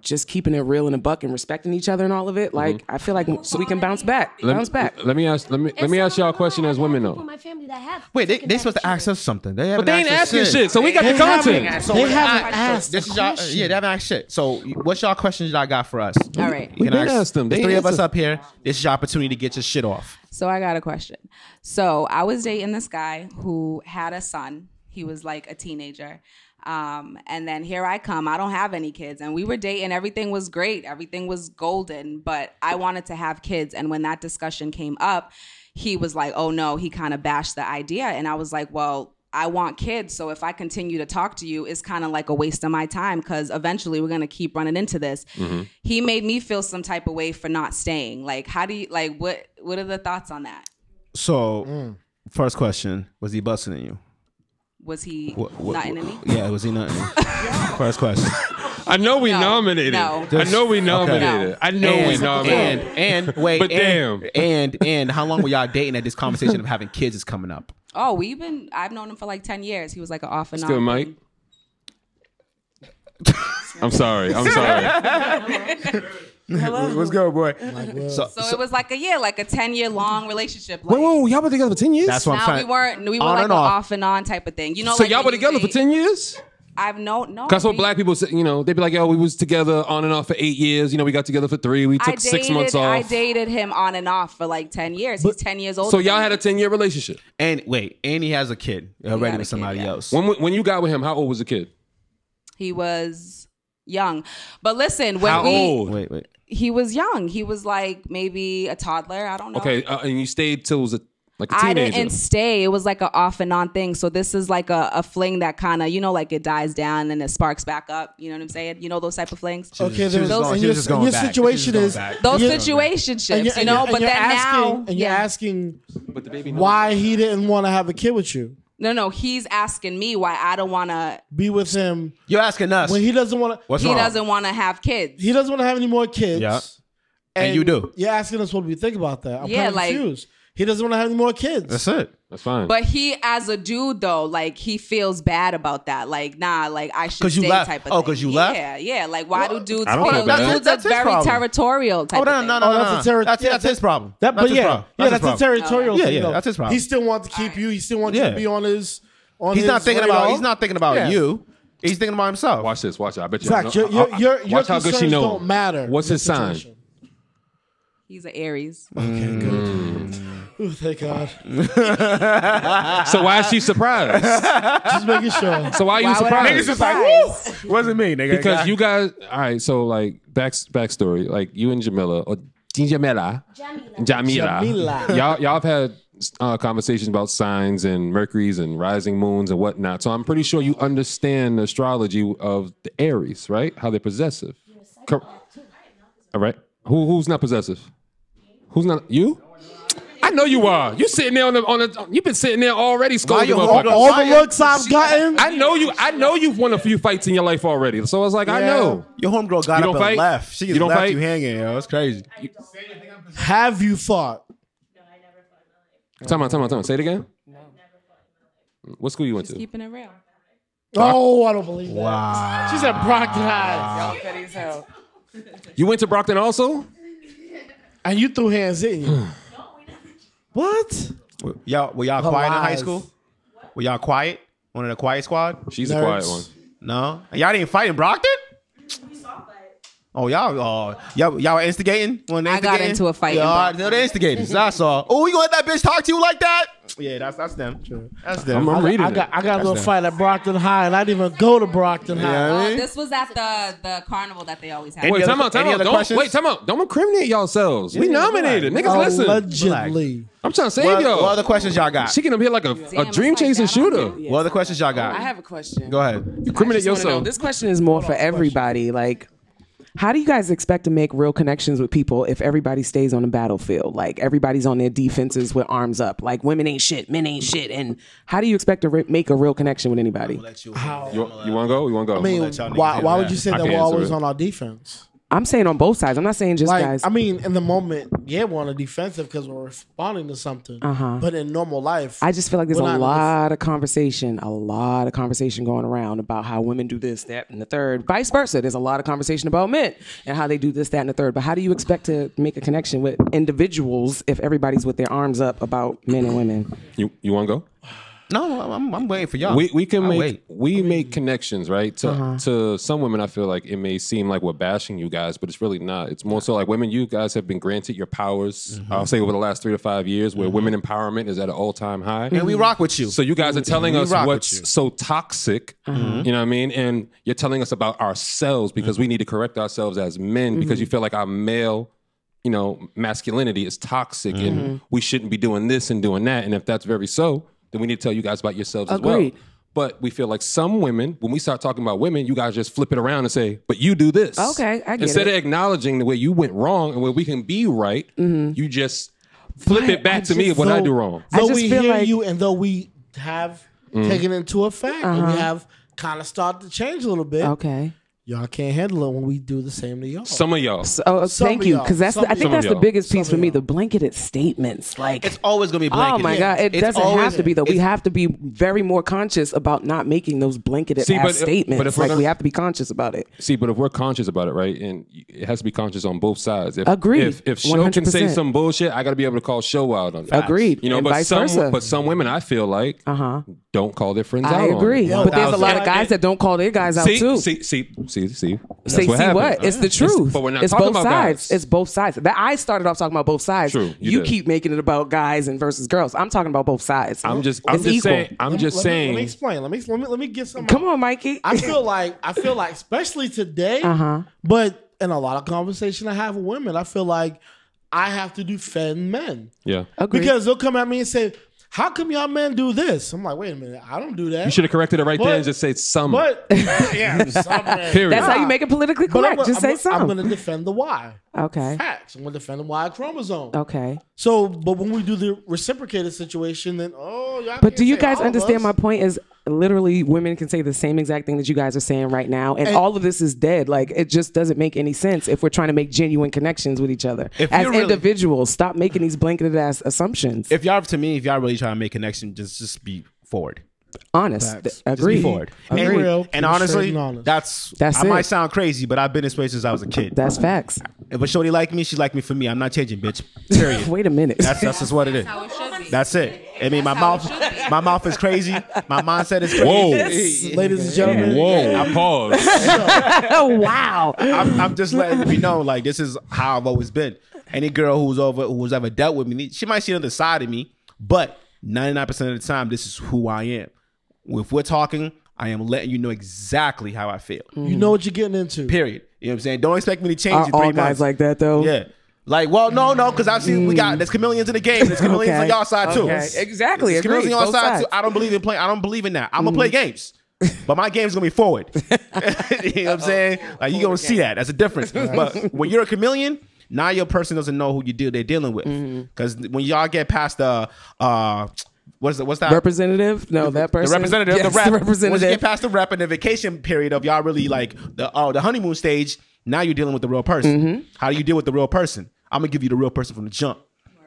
I: just keeping it real in a buck and respecting each other and all of it, like I feel like so we can bounce back,
C: Let
I: bounce
C: me,
I: back.
C: Let me ask. Let me let me ask y'all a question as women though.
F: My family that have
A: Wait, they, they supposed to ask us something. They haven't
C: they ain't
A: asked us
C: asking shit, so we got
A: They
C: the content.
A: haven't asked-
C: They
A: so
C: haven't
A: I-
C: asked
A: This
C: the
A: is y'all.
C: question.
A: Yeah, they haven't asked shit. So what's y'all questions y'all got for us?
D: All right.
A: You
D: We
A: can
D: did ask them.
A: There's
D: They
A: three of us
D: answered.
A: up here. This is your opportunity to get your shit off.
D: So I got a question. So I was dating this guy who had a son. He was like a teenager. Um, and then here I come. I don't have any kids. And we were dating. Everything was great. Everything was golden. But I wanted to have kids. And when that discussion came up, he was like, oh no, he kind of bashed the idea. And I was like, well, I want kids. So if I continue to talk to you, it's kind of like a waste of my time because eventually we're going to keep running into this
C: Mm-hmm.
D: he made me feel some type of way for not staying. Like, how do you like what? What are the thoughts on that?
A: So,
D: Mm.
A: first question: Was he busting at you?
D: Was he
A: What- what-
D: not in me?
A: Yeah, was he nothing? first question.
C: I know we nominated.
D: no.
C: I know we
A: Okay.
C: nominated. I know we
A: And-
C: nominated.
A: And and wait,
C: but
A: and,
C: damn,
A: and and how long were y'all dating that this conversation of having kids is coming up?
D: Oh, we've been. I've known him for like ten years. He was like an off and
C: still
D: on.
C: Mike. I'm sorry. I'm sorry.
D: Hello.
A: Let's go, boy. So,
D: So, it was like a year, like a ten year long relationship.
C: Whoa, whoa, y'all been together for ten years?
A: That's what I'm
D: Nah,
A: trying.
D: we weren't. We were
C: On
D: like
C: and
D: an
C: off.
D: off and on type of thing. You know,
C: so
D: like
C: y'all
D: when
C: were
D: you
C: together
D: say-
C: for ten years?
D: I've no no.
C: That's what
D: we-
C: black people say. You know, they be like, "Yo, we was together on and off for eight years. You know, we got together for three. We
D: I
C: took six
D: dated-
C: months
D: I
C: off.
D: dated him on and off for like ten years. He's ten years old.
C: So y'all had a ten year relationship.
A: And wait, and he has a kid already with somebody else.
C: When when you got with him, how old was the kid?
D: he was young, but listen, when
C: how
D: we
C: old?
A: Wait, wait.
D: he was young. He was like maybe a toddler. I don't know.
C: Okay, uh, and you stayed till it was a, like a
D: I
C: teenager.
D: didn't stay. It was like an off and on thing. So this is like a, a fling that kind of you know like it dies down and then it sparks back up. You know what I'm saying? You know those type of flings.
H: Okay, then
D: those,
H: and your, and your situation is
D: those
H: you're-
D: situationships.
H: and you're-
D: you
H: and
D: know,
H: you're-
D: but
H: and you're
D: then
H: asking,
D: now
H: and you're
D: yeah.
H: asking why he didn't want to have a kid with you.
D: No, no, he's asking me why I don't want to.
H: Be with him.
A: You're asking us
H: when he doesn't want to.
D: He doesn't want to have kids.
H: He doesn't want to have any more kids.
A: Yeah. And you do.
H: You're asking us what we think about that. I'm
D: Yeah,
H: kind of
D: like-
H: confused. He doesn't want to have any more kids.
A: That's it.
C: That's fine.
D: But he, as a dude, though, like he feels bad about that. Like, nah, like I should
A: 'Cause you
D: stay
A: left?
D: type of
A: Oh,
D: thing.
A: 'cause you left?
D: Yeah, yeah. Like, why do dudes?
A: I don't feel
D: feel
A: bad.
D: dudes
A: That's
D: are
A: his
D: very
A: problem.
D: territorial type
A: Oh, no,
D: of thing.
A: no, no, no, no. That's,
H: yeah,
A: that's his problem.
H: That, but
A: that's his
H: yeah,
A: problem.
H: yeah, that's, a
A: his problem.
H: territorial
A: Yeah,
H: thing.
A: yeah,
H: though.
A: that's his problem.
H: He still wants to keep you. He still wants you
A: Yeah.
H: to be on his. On
A: he's
H: his
A: not thinking about.
H: radar.
A: He's not thinking about
H: Yeah.
A: you. He's thinking about himself.
C: Watch this. Watch it. I bet you.
H: Zach, your- your- your- your
C: watch how good she
H: concerns
C: know.
H: don't
C: him.
H: matter
C: What's his sign?
D: He's an Aries.
H: Okay, good. Ooh, thank God.
C: Mm. so why is she surprised?
H: Just making sure.
C: So why are you surprised?
A: like, woo, wasn't me, nigga.
C: because you guys. All right. So like back backstory. Like you and Jamila or Jamila. Jamila.
H: Jamila.
C: Y'all y'all have had uh, conversations about signs and Mercury's and rising moons and whatnot. So I'm pretty sure you understand the astrology of the Aries, right? How they're possessive. Cor- All right. Who who's not possessive? Who's not you? I know you are. You sitting there on the on the. You've been sitting there already scolding
H: you
C: motherfuckers.
H: hold up? All the looks I've gotten.
C: I know you. I know you've won a few fights in your life already. So I was like, I
H: Yeah.
C: know.
A: Your homegirl got
C: You
A: up
C: don't
A: and
C: fight?
A: left. She just
C: You don't
A: left
C: fight?
A: you hanging. Yo, it's crazy.
H: Have you fought?
C: Time out. Time out. Time out. Say it again. What school you went to?
D: Keeping it real.
H: Oh, I don't believe that.
A: Wow.
H: She said Brockton High.
I: Y'all petty as hell.
C: You went to Brockton also?
H: And you threw hands, didn't you? what?
A: Y'all were y'all
H: Her
A: quiet in high
H: lies.
A: school? Were y'all quiet? One of the quiet squad?
C: She's
H: Nerds.
C: a quiet one.
A: No, And y'all didn't fight in Brockton. Oh y'all, oh y'all, y'all were instigating. When they
D: I got
A: instigating?
D: into a fight in
A: Yeah,
D: Brockton.
A: they're the instigators. That's all. Oh, you gonna let that bitch talk to you like that? Yeah, that's that's them. That's them.
C: I'm, I'm reading
H: I got,
C: it.
H: I got a little
A: That's
H: fight at Brockton High, and I didn't even go to Brockton High.
A: Yeah, I mean-
D: Oh, this was at the the carnival that they always have.
A: Any
C: Wait,
A: other-
C: time out, time
A: any
C: out.
A: other
C: Don't,
A: questions?
C: Wait, time out. Don't incriminate yourselves. we
A: yeah,
C: nominated.
A: relax.
C: Niggas, listen.
H: Allegedly.
C: I'm trying to save
A: What,
C: y'all.
A: what other questions y'all got?
C: she can up here like a, a dream chasing shooter.
A: What other questions y'all got?
I: I have a question.
A: Go ahead.
C: Incriminate
I: Just wanna know,
C: yourself.
I: This question is more for everybody. Like, How do you guys expect to make real connections with people if everybody stays on the battlefield? Like everybody's on their defenses with arms up. Like women ain't shit, men ain't shit. And how do you expect to re- make a real connection with anybody?
C: You, want to go? You want to go?
I: I mean,
H: Why, why would you say
I: I
H: that
I: can
H: we're
I: answer
H: always
I: it.
H: on our defense?
I: I'm saying on both sides. I'm not saying just
H: like,
I: guys.
H: I mean, in the moment, yeah, we're on a defensive because we're responding to something.
I: Uh-huh.
H: But in normal life,
I: I just feel like there's a
H: we're not on the
I: lot of conversation, a lot of conversation going around about how women do this, that, and the third. Vice versa, there's a lot of conversation about men and how they do this, that, and the third. But how do you expect to make a connection with individuals if everybody's with their arms up about men and women?
C: You you want to go?
A: No, I'm- I'm, I'm waiting for y'all.
C: We we can
A: I'll
C: make
A: wait. Uh-huh.
C: we make connections, right? To to some women, I feel like it may seem like we're bashing you guys, but it's really not. It's more so like women, you guys have been granted your powers.
A: Mm-hmm.
C: I'll say over the last three to five years, where women empowerment is at an all time high,
A: And we rock with you.
C: So you guys are telling
A: We
C: us
A: rock with
C: what's so toxic.
A: Mhm.
C: You know what I mean? And you're telling us about ourselves because we need to correct ourselves as men because
K: Mhm.
C: you feel like our male you know, masculinity is toxic and
K: Mhm.
C: we shouldn't be doing this and doing that. And if that's very so, then we need to tell you guys about yourselves as well.
K: Agreed.
C: But we feel like some women, when we start talking about women, you guys just flip it around and say, but you do this.
I: Okay, I get
C: Instead
I: it.
C: of acknowledging the way you went wrong and where we can be right, you just flip it back to me
H: just-
C: what I
H: though-
C: do wrong.
H: Though we hear you, and though we have
C: Mm.
H: taken it into effect, and
C: Uh-huh.
H: we have kind of started to change a little bit.
I: Okay.
H: Y'all can't handle it when we do the same to y'all.
C: Some of y'all.
I: So, oh,
H: Some
I: thank
H: of
I: you,
H: y'all.
I: because that's
H: Some
I: the, I
H: of
I: think that's the
H: y'all.
I: biggest piece
H: Some
I: for
H: of
I: me. The blanketed statements, like
A: It's always gonna be
I: oh
A: blanketed.
I: my god, it
A: It's
I: doesn't
A: always-
I: have to be though. We
A: it's-
I: have to be very more conscious about not making those blanketed
C: See,
I: ass
C: but- but if
I: statements.
C: we're
I: like
C: gonna-
I: we have to be conscious about it.
C: See, but if we're conscious about it, right, and it has to be conscious on both sides. If,
I: Agreed.
C: If, if show can say
I: 100%.
C: some bullshit, I got to be able to call show out on it.
I: Agreed.
C: You know,
I: And
C: but
I: vice
C: some
I: versa.
C: but some women I feel like
I: uh-huh.
C: don't call their friends out.
I: I
C: on it.
I: agree, but there's a lot of guys that don't call their guys out
C: see,
I: too.
C: See, see, see, see. That's
I: Say,
C: what
I: see
C: happened.
I: what? It's the truth.
C: but we're not
I: it's
C: talking
I: both
C: about
I: sides.
C: guys.
I: It's both sides. That I started off talking about both sides.
C: True, you
I: You,
C: did.
I: keep making it about guys and versus girls. I'm talking about both sides.
C: I'm just- I'm
I: It's
C: just
I: equal.
C: saying- I'm
H: Let me-
C: just
H: let me-
C: saying-
H: let me explain. Let me let me let me get some. uh,
I: Come on, Mikey.
H: I feel like I feel like especially today,
I: Uh-huh.
H: but in a lot of conversation I have with women, I feel like I have to defend men.
C: Yeah.
H: Because they'll come at me and say, How come y'all men do this? I'm like, wait a minute, I don't do that.
C: you should have corrected it right
H: But-
C: there and just say some.
H: But yeah, some men.
C: Period. That's how
I: you make it politically
H: But I'm
I: correct. Just
H: I'm
I: say
H: I'm
I: some.
H: gonna defend the Y.
I: Okay.
H: Facts. I'm gonna defend the Y chromosome.
I: Okay.
H: So, but when we do the reciprocated situation, then oh, y'all
I: But
H: can't
I: do you
H: say
I: guys
H: all of
I: understand
H: us.
I: my point is literally women can say the same exact thing that you guys are saying right now and,
H: And-
I: all of this is dead. Like it just doesn't make any sense if we're trying to make genuine connections with each other.
A: If
I: As
A: you're really-
I: individuals, stop making these blanketed ass assumptions.
A: If y'all to me, if y'all really trying to make connection, just just be forward.
I: Honest.
A: Facts.
I: Th-
A: Just be
I: agreed.
A: forward. And,
I: Agreed.
A: and
I: Keep straight
A: honestly,
I: and honest.
A: that's
I: That's
A: I
I: it.
A: might sound crazy, but I've been this way since I was a kid.
I: That's facts.
A: If a shorty like me, she like me for me. I'm not changing, bitch. Period.
I: Wait a minute.
A: That's that's just what it is. That's it. I mean, my mouth, my mouth is crazy. My mindset is crazy.
C: Whoa.
H: ladies and gentlemen.
C: Whoa. Pause.
I: wow.
A: I'm, I'm just letting it be known, like this is how I've always been. Any girl who's over who's ever dealt with me, she might see another side of me, but 99% of the time, this is who I am. If we're talking, I am letting you know exactly how I feel.
H: You know what you're getting into.
A: Period. You know what I'm saying? Don't expect me to change
I: Are
A: in
I: all
A: three
I: guys
A: months.
I: like that though? Mm.
A: Yeah. Like, well, no, no, because I've seen we got there's chameleons in the game. There's chameleons on
I: Okay.
A: y'all side too.
I: Okay. Exactly.
A: There's chameleons on
I: Agreed.
A: y'all
I: Both
A: side
I: sides.
A: too. I don't believe in playing. I don't believe in that. I'm
I: Mm.
A: gonna play games, but my game's gonna be forward. you know what I'm saying? Like you gonna see that. That's a difference. But when you're a chameleon, now your person doesn't know who you deal they're dealing with.
I: Mm-hmm.
A: Because when y'all get past the uh, what's the, what's that
I: Representative? No, that person.
A: the representative,
I: Yes,
A: the rep. Once you
I: representative.
A: get past the rep and the vacation period of y'all really like the oh the honeymoon stage, now you're dealing with the real person. How do you deal with the real person? I'm gonna give you the real person from the jump.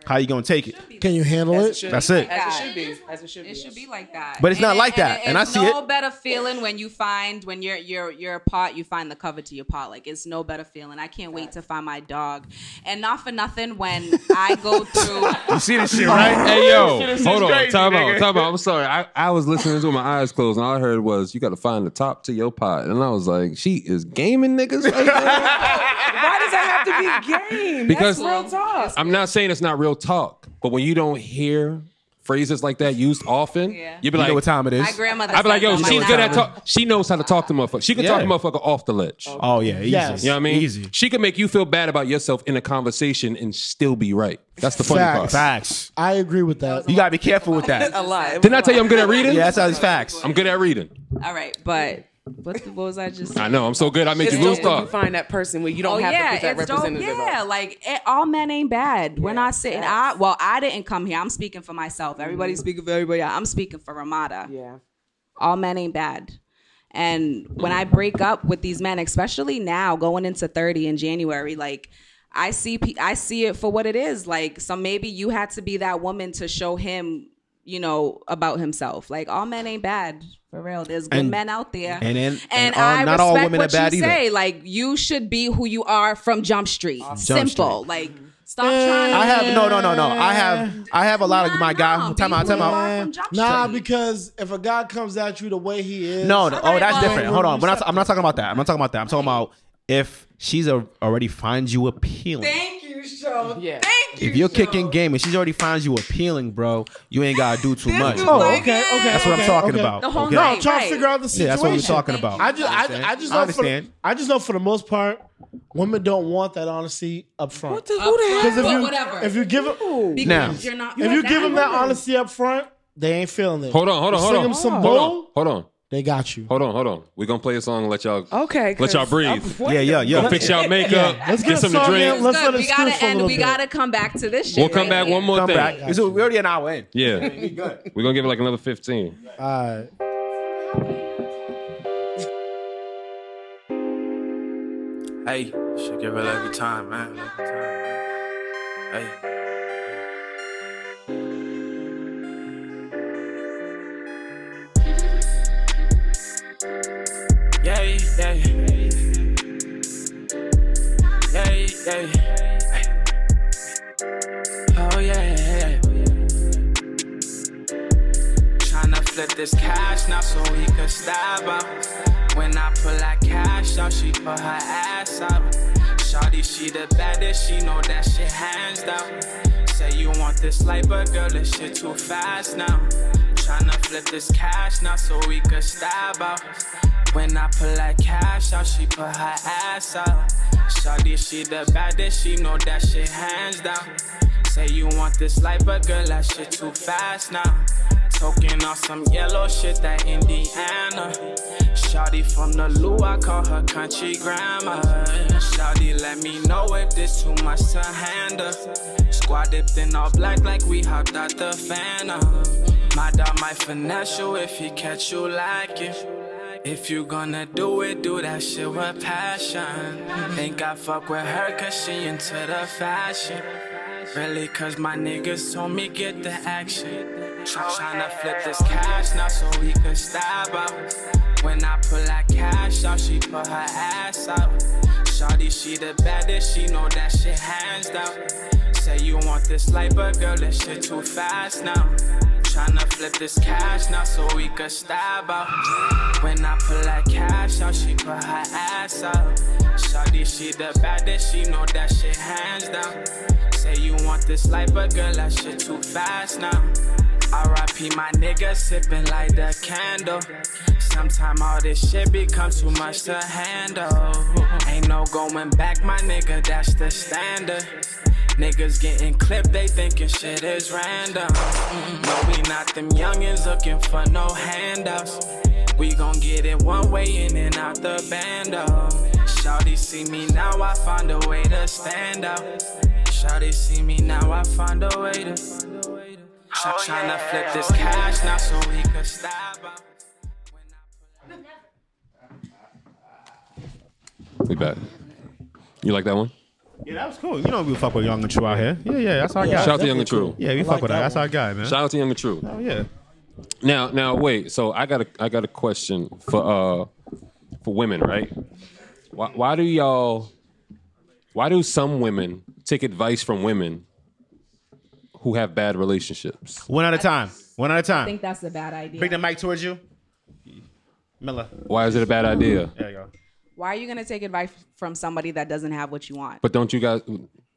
A: How you gonna take it?
H: Can you handle it?
A: That's it.
D: As
I: it should be. As it should be. It should be
D: like that.
A: But it's not like that, and I
D: it's
A: see
D: no
A: it.
D: better feeling when you find when you're you're you're a pot, you find the cover to your pot. Like it's no better feeling. I can't wait to find my dog. And not for nothing, when I go through
A: You see this shit, right?
C: Oh, Hey yo,
A: This shit is
C: hold on,
A: crazy,
C: time
A: nigga.
C: out, time out. I'm sorry. I, I was listening to it with my eyes closed, and all I heard was you got to find the top to your pot, and I was like, she is gaming niggas right now.
I: Why does that have to be game?
C: Because-
I: That's real talk.
C: I'm not saying it's not real talk, but when you don't hear phrases like that used often,
D: Yeah.
C: you'd be
A: You
C: like,
A: know what time it is. My
D: grandmother
C: I'd be like,
D: said
C: yo,
D: that
C: she's
D: one
C: good
D: time.
C: at talk. She knows how to talk to motherfucker. She can talk to
A: Yeah.
C: motherfucker off the ledge.
A: Oh yeah, easy.
H: Yes.
C: You know what I mean?
A: Easy.
C: She can make you feel bad about yourself in a conversation and still be right. That's the funny part.
H: Facts.
A: Facts.
H: I agree with that.
A: You gotta be careful with that.
I: a lot.
C: Didn't I tell you I'm good at reading?
A: Yeah, that's how it's facts.
C: I'm good at reading.
D: all right, but What, what was I just?
C: I know. I'm so good. I made
D: It's
C: you lose
D: dope when
C: thought.
I: You find that person where you don't
D: oh,
I: have
D: yeah,
I: to put that
D: it's dope.
I: representative up.
D: Yeah, like it, all men ain't bad. We're not sitting. I well, I didn't come here. I'm speaking for myself. Everybody's speaking for everybody. I'm speaking for Ramada.
I: Mm-hmm. Yeah,
D: all men ain't bad. And when I break up with these men, especially now going into 30 in January, like I see pe- I see it for what it is. Like so maybe you had to be that woman to show him, you know, about himself. Like all men ain't bad. For real. There's good
A: And-
D: men out there.
A: and then- and
D: and
A: all-
D: I
A: not
D: respect
A: all women are
D: what
A: bad
D: you
A: either.
D: say. Like you should be who you are from Jump Street.
A: Jump
D: Simple. Like stop
H: Uh,
D: trying to
A: I have no, no, no, no. I have, I have a lot of my guy. Time out, time out.
H: Nah, because if a guy comes at you the way he is,
A: No, no oh, that's different. Hold on, we're not, I'm not talking about that. I'm not talking about that. I'm talking about if she's a, already finds you appealing.
D: Thank you, show.
I: Yeah.
D: Thank
A: If you're kicking game and she's already finds you appealing, bro, you ain't gotta do too much.
H: Oh, okay, okay.
A: That's what I'm
H: okay,
A: talking
H: okay.
A: about.
H: The whole
A: okay?
H: No, I'm trying to figure out the situation.
A: Yeah, that's what we're talking about.
H: I just, I, I just know
A: I
H: for the,
A: understand.
H: I just know for the most part, women don't want that honesty up front. What
I: the, who
D: the
H: Because
D: hell?
H: if you,
D: But whatever.
H: if you give them,
D: Because Now. you're not-
H: if
D: you're
H: you
D: not
H: give them that
D: woman.
H: honesty up front, they ain't feeling it.
C: Hold on, hold
H: You
C: on, hold
H: sing
C: on.
H: 'em some
C: hold
H: bull,
C: on, hold on.
H: They got you.
C: Hold on, hold on. We're gonna play a song and let y'all
I: Okay,
C: Let y'all
I: 'cause
C: breathe.
I: I'm- Yeah, yeah, yeah.
C: Go fix y'all makeup.
H: Yeah, let's
C: get,
H: get a
C: something to
H: song
C: drink.
H: in, let's-
D: Good.
H: let it
D: We
H: stew
D: gotta
H: for a
D: end.
H: little
D: We
H: bit.
D: gotta come back to this shit.
C: We'll come
D: right
C: back
D: here.
C: one more
A: Come
C: thing.
A: back. It's- We're already an hour in.
C: Yeah. We're gonna give it like another fifteen.
H: All right.
K: Hey, should give it like a time, man. Like a time, man. Hey. Yeah, yeah. Yeah, yeah. Oh, yeah. Tryna flip this cash now so he could stab out. When I pull that cash out, she put her ass out. Shawty, she the baddest, she know that shit hands down. Say you want this life, but girl, this shit too fast now. Tryna flip this cash now so we could stab out. When I pull that cash out, she put her ass out. Shawty, she the baddest, she know that shit hands down. Say you want this life, but girl, that shit too fast now. Talking on some yellow shit that Indiana. Shawty from the Lou, I call her country grandma. Shawty, let me know if this too much to handle. Squad dipped in all black like we hopped out the phantom. My dog might finesse you if he catch you lacking. If you gonna do it, do that shit with passion. Think I fuck with her cause she into the fashion. Really, cause my niggas told me get the action. Tryna flip this cash now so we could stab out. When I pull that cash out, she put her ass out. Shawty, she the baddest, she know that shit hands down. Say you want this life, but girl, this shit too fast now. Tryna flip this cash now so we could stab out. When I pull that cash out, she put her ass out. Shawty, she the baddest, she know that shit hands down. Say you want this life, but girl, that shit too fast now. RIP my nigga sipping like the candle. Sometime all this shit becomes too much to handle. Ain't no going back, my nigga, that's the standard. Niggas getting clipped, they thinking shit is random. No, we not them youngins looking for no handouts. We gon' get it one way in and out the bando. Shawty see me now, I find a way to stand out. Shawty see me now, I find a way to. Tryna flip this cash now so we could stop.
C: We back. You like that one?
A: Yeah, that was cool. You know we fuck with Young and True out here. Yeah, yeah, that's our guy.
C: Shout out to Young and True.
A: Yeah, we fuck with that. That's our guy, man.
C: Shout out to Young and True. Oh
A: yeah.
C: Now, now, wait. So I got a, I got a question for uh, for women, right? Why, why do y'all, why do some women take advice from women who have bad relationships?
A: One at a time. One at a
D: I
A: time.
D: think that's a bad idea.
A: Bring the mic towards you, Miller.
C: Why is it a bad idea?
A: There you go.
D: Why are you gonna take advice from somebody that doesn't have what you want?
C: But don't you guys,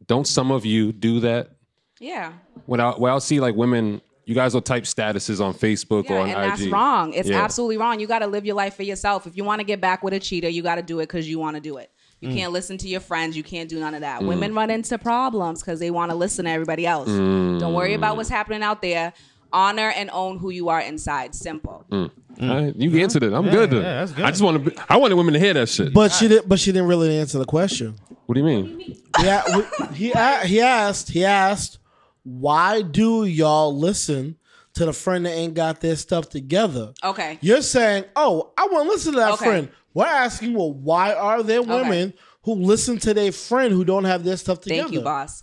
C: don't some of you do that?
D: Yeah.
C: When I when I'll see like women, you guys will type statuses on Facebook or on
D: and
C: IG.
D: that's wrong. It's
C: Yeah.
D: absolutely wrong. You got to live your life for yourself. If you want to get back with a cheater, you got to do it because you want to do it. You
C: Mm.
D: can't listen to your friends. You can't do none of that.
C: Mm. Mm.
D: Women run into problems because they want to listen to everybody else. Don't worry about what's happening out there. honor and own who you are inside. Simple.
C: Mm. All right, you answered it. I'm good. Then.
H: yeah, that's good.
C: I just want to. I wanted women to hear that shit.
H: But she didn't. But she didn't really answer the question.
C: What do you mean?
H: Yeah, we- he a- he asked. He asked, why do y'all listen to the friend that ain't got their stuff together?
D: Okay.
H: You're saying, oh, I want to listen to that
D: Okay.
H: friend. We're asking, well, why are there women who listen to their friend who don't have their stuff together?
D: Thank you, boss.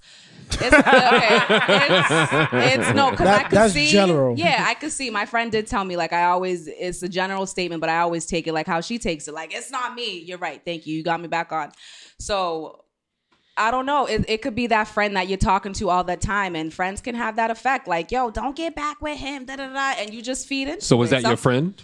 D: It's, okay. it's, it's no, because I
H: That-
D: could
H: that's
D: see.
H: general.
D: Yeah, I could see. My friend did tell me like I always. It's a general statement, but I always take it like how she takes it. Like it's not me. You're right. Thank you. You got me back on. So I don't know. It, it could be that friend that you're talking to all the time, and friends can have that effect. Like, yo, don't get back with him, da da da, and you just feed into.
C: So is
D: it.
C: that your
D: Some-
C: friend?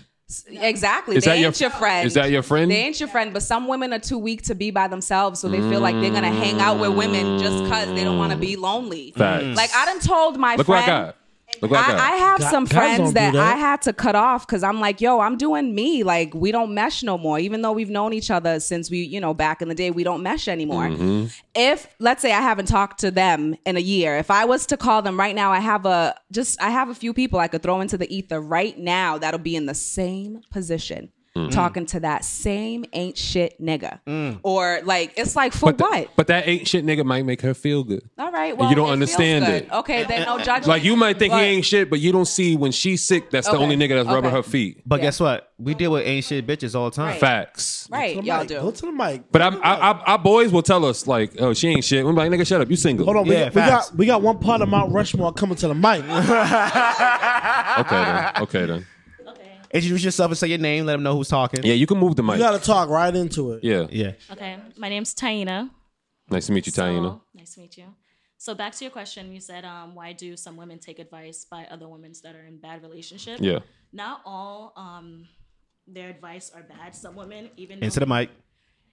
D: Exactly.
C: Is
D: they
C: that your-
D: ain't your, friend.
C: is that your friend?
D: They ain't your friend. But some women are too weak to be by themselves, so they feel like they're gonna hang out with women just cause they don't want to be lonely.
C: Facts.
D: Like I done told my
C: Look
D: friend.
C: what I got. Look what I, got.
D: I, I have
C: Guys
D: some
C: don't
D: friends
C: do
D: that, I had to cut off because I'm like, yo, I'm doing me. Like, we don't mesh no more. Even though we've known each other since we, you know, back in the day, we don't mesh anymore.
C: Mm-hmm.
M: Mhm.
D: If, let's say, I haven't talked to them in a year, if I was to call them right now, I have a just, I have a few people I could throw into the ether right now that'll be in the same position.
C: Mm.
D: Talking to that same ain't shit nigga,
N: Mm.
D: or like it's like for
C: but tha-
D: what?
C: but that ain't shit nigga might make her feel good.
D: All right, well,
C: And you don't
D: it feels
C: understand
D: good.
C: it.
D: Okay, then no judgment.
C: Like you might think
D: but-
C: he ain't shit, but you don't see when she's sick. That's the
D: Okay.
C: only nigga that's rubbing
D: Okay.
C: her feet.
N: But guess what? We deal with ain't shit bitches all the time.
D: Right.
C: Facts.
D: right, y'all do.
H: Go to the mic.
C: But I'm, I, I, our boys will tell us like, "Oh, she ain't shit." We're like, "Nigga, shut up. You single."
H: Hold on, Oh, we, got, we got we got one part of Mount Rushmore coming to the mic.
C: okay then. Okay then.
A: Introduce yourself and say your name. Let them know who's talking.
C: Yeah, you can move the
H: You gotta talk right into it.
C: Yeah.
A: Yeah.
M: Okay, my name's Taina.
C: Nice to meet you, Tayana.
M: Nice to meet you. So back to your question, you said, um, why do some women take advice by other women that are in bad relationships?
A: Yeah.
M: Not all um, their advice are bad. Some women, even
A: Into
M: though-
A: the mic.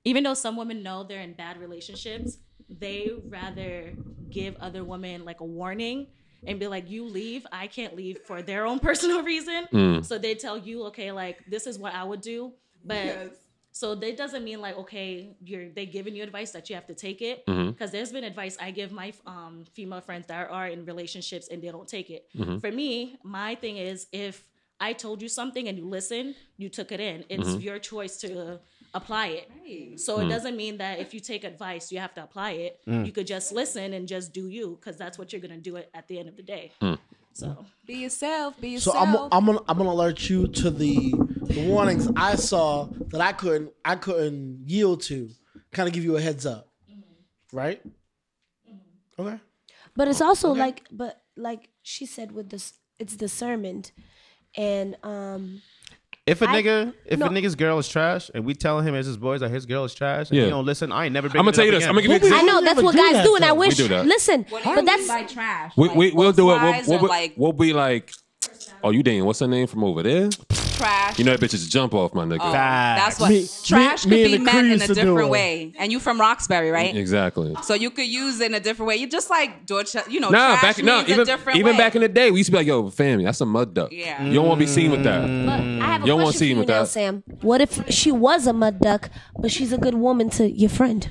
M: even though some women know they're in bad relationships, they rather give other women like a warning and be like, "You leave. I can't leave for their own personal reason."
O: Mm.
M: So they tell you, "Okay, like this is what I would do," but.
O: Yes.
M: So that doesn't mean like okay, you're they giving you advice that you have to take it because
O: Mhm.
M: there's been advice I give my um, female friends that are in relationships and they don't take it.
O: Mhm.
M: For me, my thing is if I told you something and you listened, you took it in. It's
O: Mhm.
M: your choice to apply it. So it
O: Mm.
M: doesn't mean that if you take advice, you have to apply it.
O: Mm.
M: You could just listen and just do you because that's what you're gonna do it at the end of the day. So
D: be yourself. Be
H: So
D: yourself.
H: I'm I'm gonna I'm gonna alert you to the, the warnings I saw that I couldn't I couldn't yield to. Kind of give you a heads up,
F: Mm-hmm.
H: right? Okay.
F: But it's also
H: Okay.
F: like, but like she said, with this, it's discernment, and um,
A: If a
F: I-
A: nigga, if
F: no.
A: a nigga's girl is trash, and we telling him it's his boys like his girl is trash, and
C: Yeah.
A: he don't listen, I ain't never.
C: I'ma tell you this. I'ma give you an
F: I know that's what guys do, and I wish.
C: We do that.
F: Listen,
D: do
F: but
D: you
F: that's
D: mean by trash?
C: We, we, we'll do it. We'll,
D: Wise
C: we'll,
D: or,
C: be-
D: like-
C: we'll be like, "Oh, you dating? What's her name from over there?"
D: Trash.
C: You know that bitch is a jump off, my nigga.
D: Oh, that's what trash could be meant in a different way. And you from Roxbury, right?
C: Exactly.
D: So you could use it in a different way. You just like Dorchester, you know,
C: nah,
D: trash
C: back
D: means
C: no,
D: a
C: even
D: different
C: even
D: way.
C: back in the day, we used to be like, "Yo, family, that's a mud duck."
D: Yeah.
C: You don't want to be seen with that.
F: Mm-hmm. I have a
C: you don't
F: question for
C: want to see
F: you
C: him with
F: now,
C: that.
F: Sam. What if she was a mud duck, but she's a good woman to your friend?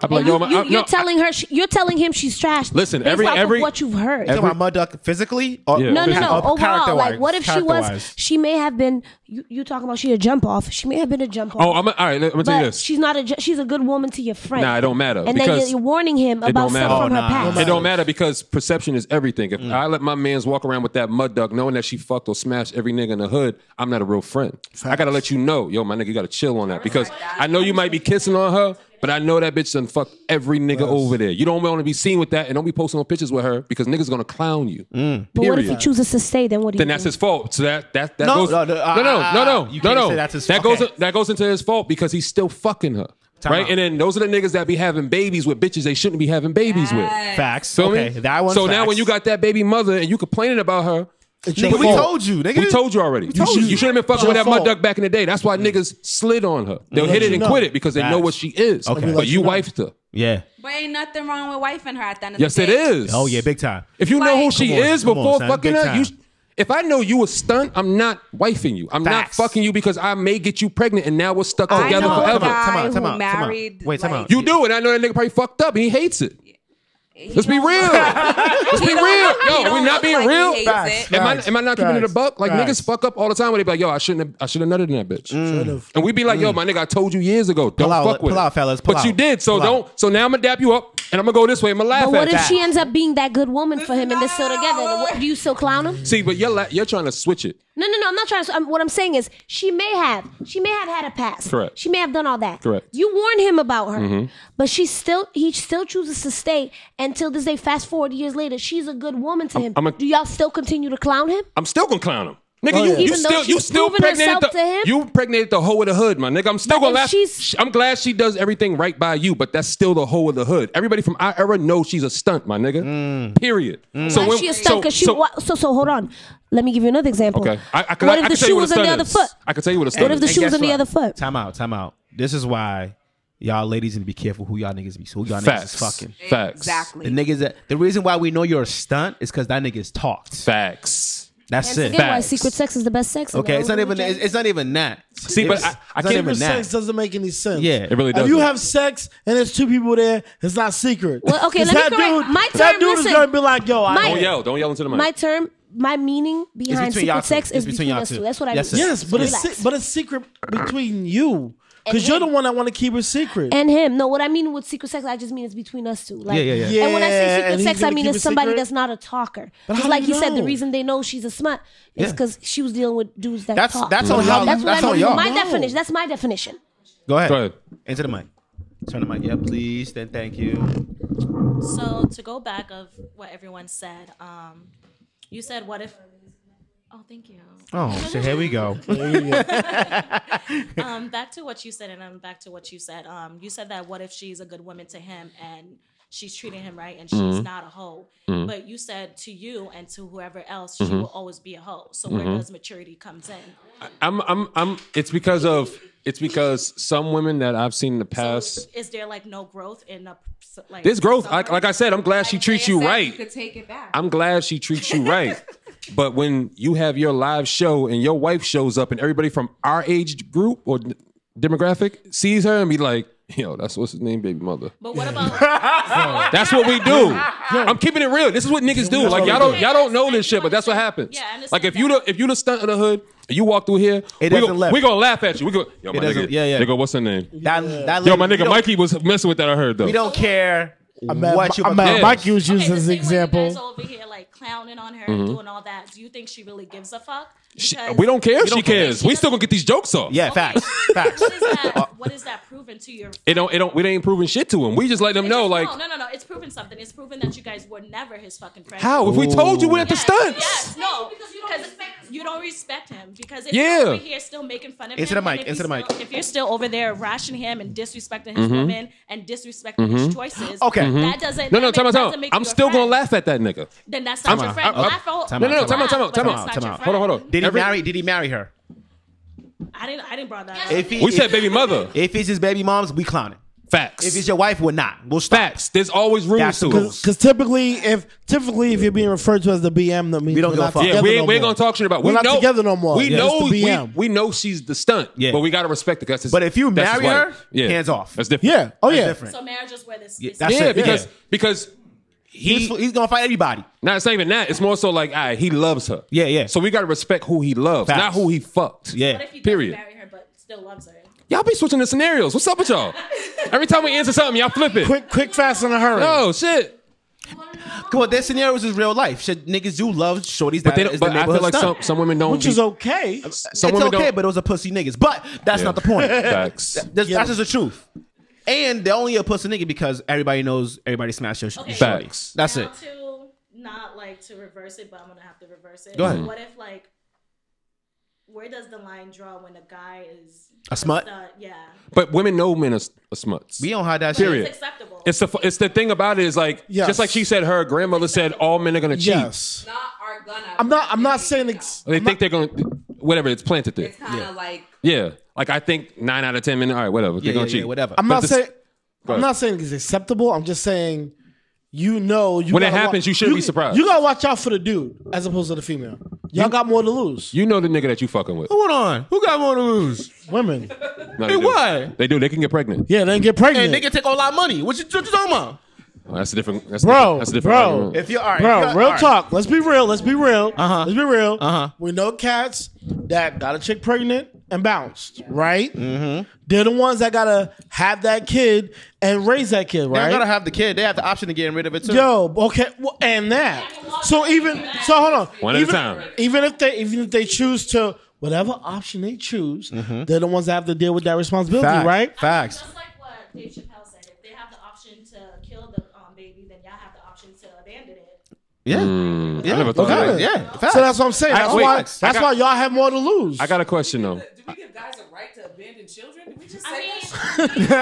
C: I'd be like,
F: you,
C: "Yo, my,
F: you,
C: I,
F: are
C: uh, no,
F: telling her, she, you're telling him she's trash.
C: Listen,
F: based
C: every-
F: off of
C: every-
F: what you've heard.
A: Every, my duck physically? Or
F: no, no, no. Overall,
A: character-wise,
F: like, what if she was?
A: character-wise.
F: She may have been. You, you talking about she a jump off? She may have been a jump off.
C: Oh, I'm a, all right. Let, I'm gonna tell
F: but
C: you this.
F: she's not a. ju- She's a good woman to your friend.
C: Nah, it don't matter,
F: And then you're,
C: because
F: you're warning him about stuff from
C: Oh,
F: her past.
C: It don't matter because perception is everything. If I let my man's walk around with that mud duck, knowing that she fucked or smashed every nigga in the hood, I'm not a real friend. I gotta let you know, yo, my nigga, you gotta chill on that because I know you might be kissing on her, but I know that bitch done fucked every nigga over there. You don't want to be seen with that, and don't be posting no pictures with her because niggas gonna clown you.
F: But what if he
C: Period.
F: chooses to stay? Then what do you?
C: Then that's his fault. So that that that
A: No,
C: goes
A: no, no,
C: no no
A: uh,
C: no no no
A: uh, you
C: no.
A: can't
C: no.
A: say that's his-
C: that
A: okay.
C: goes that goes into his fault because he's still fucking her.
A: Time
C: right,
A: out.
C: and then those are the niggas that be having babies with bitches they shouldn't be having babies with.
A: Facts.
C: Feel
A: Okay,
C: me?
A: that one's
C: So now
A: facts.
C: when you got that baby mother and you complaining about her, it's
A: Nigga,
C: your
A: we
C: fault.
A: told you, nigga.
C: We told you already. You,
A: told
C: should,
A: you.
C: not have been fucking
A: Your
C: with that
A: fault.
C: mud duck back in the day. That's why niggas slid on her. They'll
A: Let
C: hit it
A: you
C: and
A: know.
C: quit it because they know
A: Facts.
C: what she is.
A: Okay.
C: But you wifed her.
A: Yeah.
D: But ain't nothing wrong with wife and her at the end of
C: Yes,
D: the
C: it
D: day.
C: is.
A: Oh yeah, big time.
C: If you know who she
A: Come on,
C: is
A: come on,
C: before
A: son,
C: fucking
A: big
C: her,
A: time.
C: you, sh- if I know you a stunt, I'm not wifing you. I'm
A: Facts.
C: not fucking you because I may get you pregnant and now we're stuck
D: I
C: together
D: know a
C: forever.
D: guy Time out, time who out, time out. married,
A: Wait, time like- out.
C: You do, and I know that nigga probably fucked up and he hates it. Let's be real. Let's
D: He
C: be
D: don't
C: real.
D: look- he
C: Yo,
D: don't
C: we not
D: look
C: being
D: like he
C: real.
D: hates Facts, it.
C: Am I
D: facts,
C: am I not keeping it a
D: facts,
C: buck? Like
D: facts.
C: niggas fuck up all the time. Where they be like, yo, I shouldn't have, I should have nutted in that bitch. And we be like, yo, my nigga, I told you years ago, don't
N: out,
C: fuck with
N: pull
C: it.
N: out, fellas, pull
C: But you
N: out,
C: did, so
N: pull
C: don't. So now I'm gonna dap you up, and I'm gonna go this way. I'm gonna laugh
F: But what
C: at
F: if
C: that.
F: she ends up being that good woman for him and they're still together? What- Do you still clown him?
C: See, but you're la- you're trying to switch it.
F: No, no, no. I'm not trying to. I'm, what I'm saying is, she may have, she may have had a past.
C: Correct.
F: She may have done all that.
C: Correct.
F: You warn him about her,
C: Mhm.
F: but she still, he still chooses to stay until this day. Fast forward years later, she's a good woman to him.
C: I'm a-
F: Do y'all still continue to clown him?
C: I'm still gonna clown him. Nigga,
F: Oh,
C: you,
F: yeah.
C: you
F: Even though
C: still you
F: she's
C: still
F: proven
C: pregnant
F: herself
C: the,
F: to him?
C: you impregnated the hoe of the hood, my nigga. I'm still gonna laugh. Sh- I'm glad she does everything right by you, but that's still the hoe of the hood. Everybody from our era knows she's a stunt, my nigga. Period.
F: Why she a stunt? 'Cause she- why- so, so hold on. Let me give you another example.
C: okay. I, I, could-
F: What
C: I,
F: if the
C: I could tell you
F: shoe
C: what a
F: was on
C: stunt
F: the other
C: is.
F: foot?
C: I could tell you what a
F: What
C: stunt
F: if the
C: is.
F: shoe was
N: guess
F: on the
N: what?
F: other foot?
N: Time out, time out. This is why y'all ladies need to be careful who y'all niggas be, who y'all niggas
C: Facts.
N: is fucking.
C: Facts.
N: The niggas that the reason why we know you're a stunt is because that nigga's talked.
C: Facts.
N: That's
F: That's
N: it.
F: again why secret sex is the best sex. in the
N: Okay, it's
F: whole
N: not even
F: world.
N: it's, it's not even that.
C: See, but I- I
N: it's not
C: can't
N: even
H: Secret sex
N: that.
H: doesn't make any sense.
N: Yeah. It really
H: If you
N: doesn't.
H: have sex and there's two people there, it's not secret.
F: Well, okay,
H: 'Cause
F: let me
H: that
F: correct-
H: dude,
F: my
H: That
F: term,
H: dude
F: listen.
H: is gonna be like, yo, I
F: My-
C: Don't yell. Don't yell into Oh, the mic.
F: My term, my meaning behind
H: between y'all
F: secret
H: two.
F: sex
H: It's
F: is
H: between
F: between
H: y'all
F: us
H: two.
F: two. That's what I
H: Yes,
F: mean.
H: yes, but it's
F: Relax.
H: se- but it's secret between you
F: And
H: because you're the
F: him.
H: one that want to keep it secret.
F: And him. No, what I mean with secret sex, I just mean it's between us two. Like,
H: Yeah, yeah, yeah.
F: And when I
H: Yeah,
F: say secret
H: and he's
F: sex, I
H: gonna
F: mean
H: keep
F: it's
H: it
F: somebody
H: secret?
F: that's not a talker.
H: But
F: Just
H: how
F: like
H: do you
F: he said, the
H: know?
F: reason they know she's a smut is
N: Yeah.
F: because she was dealing with dudes that
N: That's-
F: talk.
N: that's on y'all.
F: That's what
N: That's
F: I
N: on
F: mean.
N: y'all.
F: My
N: No.
F: definition. That's my definition.
N: Go ahead.
C: Go ahead.
N: Into the mic. Turn the mic. Yeah, please. Then thank you.
M: So to go back of what everyone said, um, you said what if? Oh, thank you.
N: Oh, so here we go.
M: um, back to what you said, and I'm back to what you said. Um, you said that what if she's a good woman to him and she's treating him right and she's
O: Mhm.
C: Mm-hmm.
M: not a hoe.
O: Mhm.
M: But you said to you and to whoever else, she
C: Mhm.
M: will always be a hoe. So where
C: Mhm.
M: does maturity comes in?
C: I'm I'm I'm it's because of it's because some women that I've seen in the past
M: Is there like no growth in a like
C: This growth, I, like I said, I'm glad she treats you right.
D: could take it back.
C: I'm glad she treats you right. but when you have your live show and your wife shows up and everybody from our age group or d- demographic sees her and be like, yo, that's what's his name, baby mother.
M: But what about
C: That's what we do. I'm keeping it real. This is what niggas do.
M: That's
C: Like
M: what
C: y'all
M: we
C: don't
M: do.
C: y'all don't know this shit, but that's what happens. like if you the if you the stunt of the hood, and you walk through here, we
N: doesn't
C: go-
N: left.
C: we gonna laugh at you. We go, yo,
N: It
C: my
N: doesn't-
C: nigga,
N: yeah, yeah.
C: They go, what's her name?
N: That, that
C: yo,
N: lady-
C: my
N: we
C: nigga
N: don't-
C: Mikey was messing with that. I heard though.
N: We don't care
H: I'm mad,
N: what you.
H: I'm mad
C: Yeah.
H: Mikey was used as an
M: guys
H: example.
M: over here like clowning on her,
C: Mhm.
M: doing all that? Do you think she really gives a fuck?
C: She-
M: Because
C: we don't care if she cares. We still gonna get these jokes off.
N: Yeah, facts. Facts.
C: Uh,
M: what is that proven to your?
C: It don't. It don't. We ain't proving shit to him. We just let them know, like,
M: no, no, no, no. It's proven something. It's proven that you guys were never his fucking friend.
C: how? If we told you, we're at the stunts.
M: Yes, no, because you don't respect him. You don't respect him because if
C: Yeah.
M: you're over here still making fun of
N: Into
M: him,
N: the
M: and
N: mic,
M: if
N: into
M: you
N: the mic.
M: still- if you're still over there rashing him and disrespecting his
C: Mhm.
M: woman and disrespecting his
C: Mhm.
M: choices,
C: Mhm.
M: that doesn't.
C: No, no,
M: that
C: time
M: ma-
C: out, time
M: doesn't
C: out.
M: make you
C: I'm
M: a
C: still
M: friend.
C: gonna laugh at that nigga.
M: Then that's not
C: I'm-
M: your friend.
C: I'm-
M: Laugh all-
C: No, no, no,
M: laugh,
C: time out, time out,
M: but
C: time
M: that's
C: out,
M: not
C: time
M: your
C: out.
M: friend.
C: Hold on, hold on.
N: Did he
C: Every-
N: marry? Did he marry her?
M: I didn't. I didn't bring that. up.
N: If he,
C: We
N: if-
C: said baby mother.
N: If it's his baby mom's, we clown it.
C: Facts.
N: If it's your wife, we're not. We'll stop. Facts.
C: There's always rules
N: That's
C: to
N: the
C: it.
N: rules.
H: Because typically, if typically if you're being referred to as the BM, that means we don't
C: Yeah, we ain't, we ain't gonna talk shit about.
H: We're
C: we
H: not
C: know,
H: together no more.
C: We
H: Yeah,
C: know.
H: it's the BM.
C: We, we know she's the stunt. Yeah. but we gotta respect the guys.
N: But if you
C: that's his
N: marry
C: wife.
N: her,
C: yeah.
N: hands off.
C: That's different.
H: Yeah. Oh yeah.
N: Different.
M: So marriage is where this.
N: Yeah,
M: this-
N: that's
C: yeah,
N: it.
C: because
N: Yeah.
C: because he,
N: he's, he's gonna fight everybody.
C: Nah, it's not even that. It's more so like, all right, he loves her. Yeah, yeah. So we gotta respect who he loves,
N: Facts.
C: not who he fucked.
N: Yeah.
M: What if he
C: Period.
M: Period. Marry her, but still loves her.
C: Y'all be switching the scenarios. What's up with y'all? Every time we answer something, y'all flip it.
H: Quick, quick, fast, and a hurry.
C: No shit.
N: Come on, that scenarios is real life. Shit, niggas do love shorties.
C: But
N: But,
C: they
N: they
C: don't-
N: is
C: but
N: the I feel like
C: some- some women don't Which be- is
H: okay.
N: Some
C: Some
N: it's
C: women
N: okay,
C: don't-
N: but those are pussy niggas. But that's
C: Yeah.
N: not the point.
C: Facts.
N: Th- That's, that's just the truth. And they're only a pussy nigga because everybody knows everybody smashed your sh-
M: Okay.
N: shorty.
C: Facts.
N: That's
M: now
N: it.
M: To not like to reverse it, but I'm gonna have to reverse it.
N: Go ahead.
M: What if like, where does the line draw when a guy is
C: A smut?
M: Uh, yeah.
C: But women know men are, s- are smuts. We
N: don't hide that
M: shit.
C: Period.
M: It's acceptable.
C: It's the fu- it's the thing about it is like
H: Yes.
C: just like she said, her grandmother said all men are gonna cheat.
H: Yes. I'm not. I'm not saying. Ex-
C: They think they're gonna whatever. It's planted there.
D: Kind of like
C: Yeah, like I think nine out of ten men. All right, whatever.
N: Yeah,
C: they're gonna
N: yeah,
C: cheat.
N: yeah, whatever.
H: I'm
C: But
H: not
C: this-
H: saying.
C: Go
H: I'm
C: ahead.
H: not saying it's acceptable. I'm just saying, you know, you
C: When it
H: gotta wa-
C: happens, you shouldn't be surprised.
H: You gotta watch out for the dude as opposed to the female. Y'all got more to lose.
C: You know the nigga that you fucking with.
N: Hold on. Who got more to lose?
H: Women.
C: No, they do.
N: why?
C: They do. They can get pregnant.
H: Yeah, they can get pregnant.
N: And they can take all our money. What you, what you talking about?
C: Well, Oh, that's a different. That's
H: bro,
C: different, that's a different
H: bro.
C: argument.
H: bro, real
C: all right.
H: talk. Let's be real. Let's be real. Uh-huh. Let's be real. Uh-huh. We know cats that got a chick pregnant and bounced, right? Mm-hmm. They're the ones that gotta have that kid and raise that kid,
A: They
H: right?
A: don't gotta have the kid. They have the option of getting rid of it too.
H: Yo, okay, well, and that. So even so, hold on.
A: One at a
H: even,
A: time.
H: Even if they even if they choose to whatever option they choose, they're the ones that have to deal with that responsibility,
A: Fact.
H: right?
A: Facts.
M: Dave Chappelle said, if they have the option to kill the um, baby, then y'all have the option to abandon it.
A: Yeah.
C: I never thought of that.
H: So that's what I'm saying.
C: I-
H: That's
C: wait,
H: why.
C: I
H: That's
C: got-
H: why y'all have more to lose.
C: I got a question though.
I: we give guys a right to abandon children? Did we just say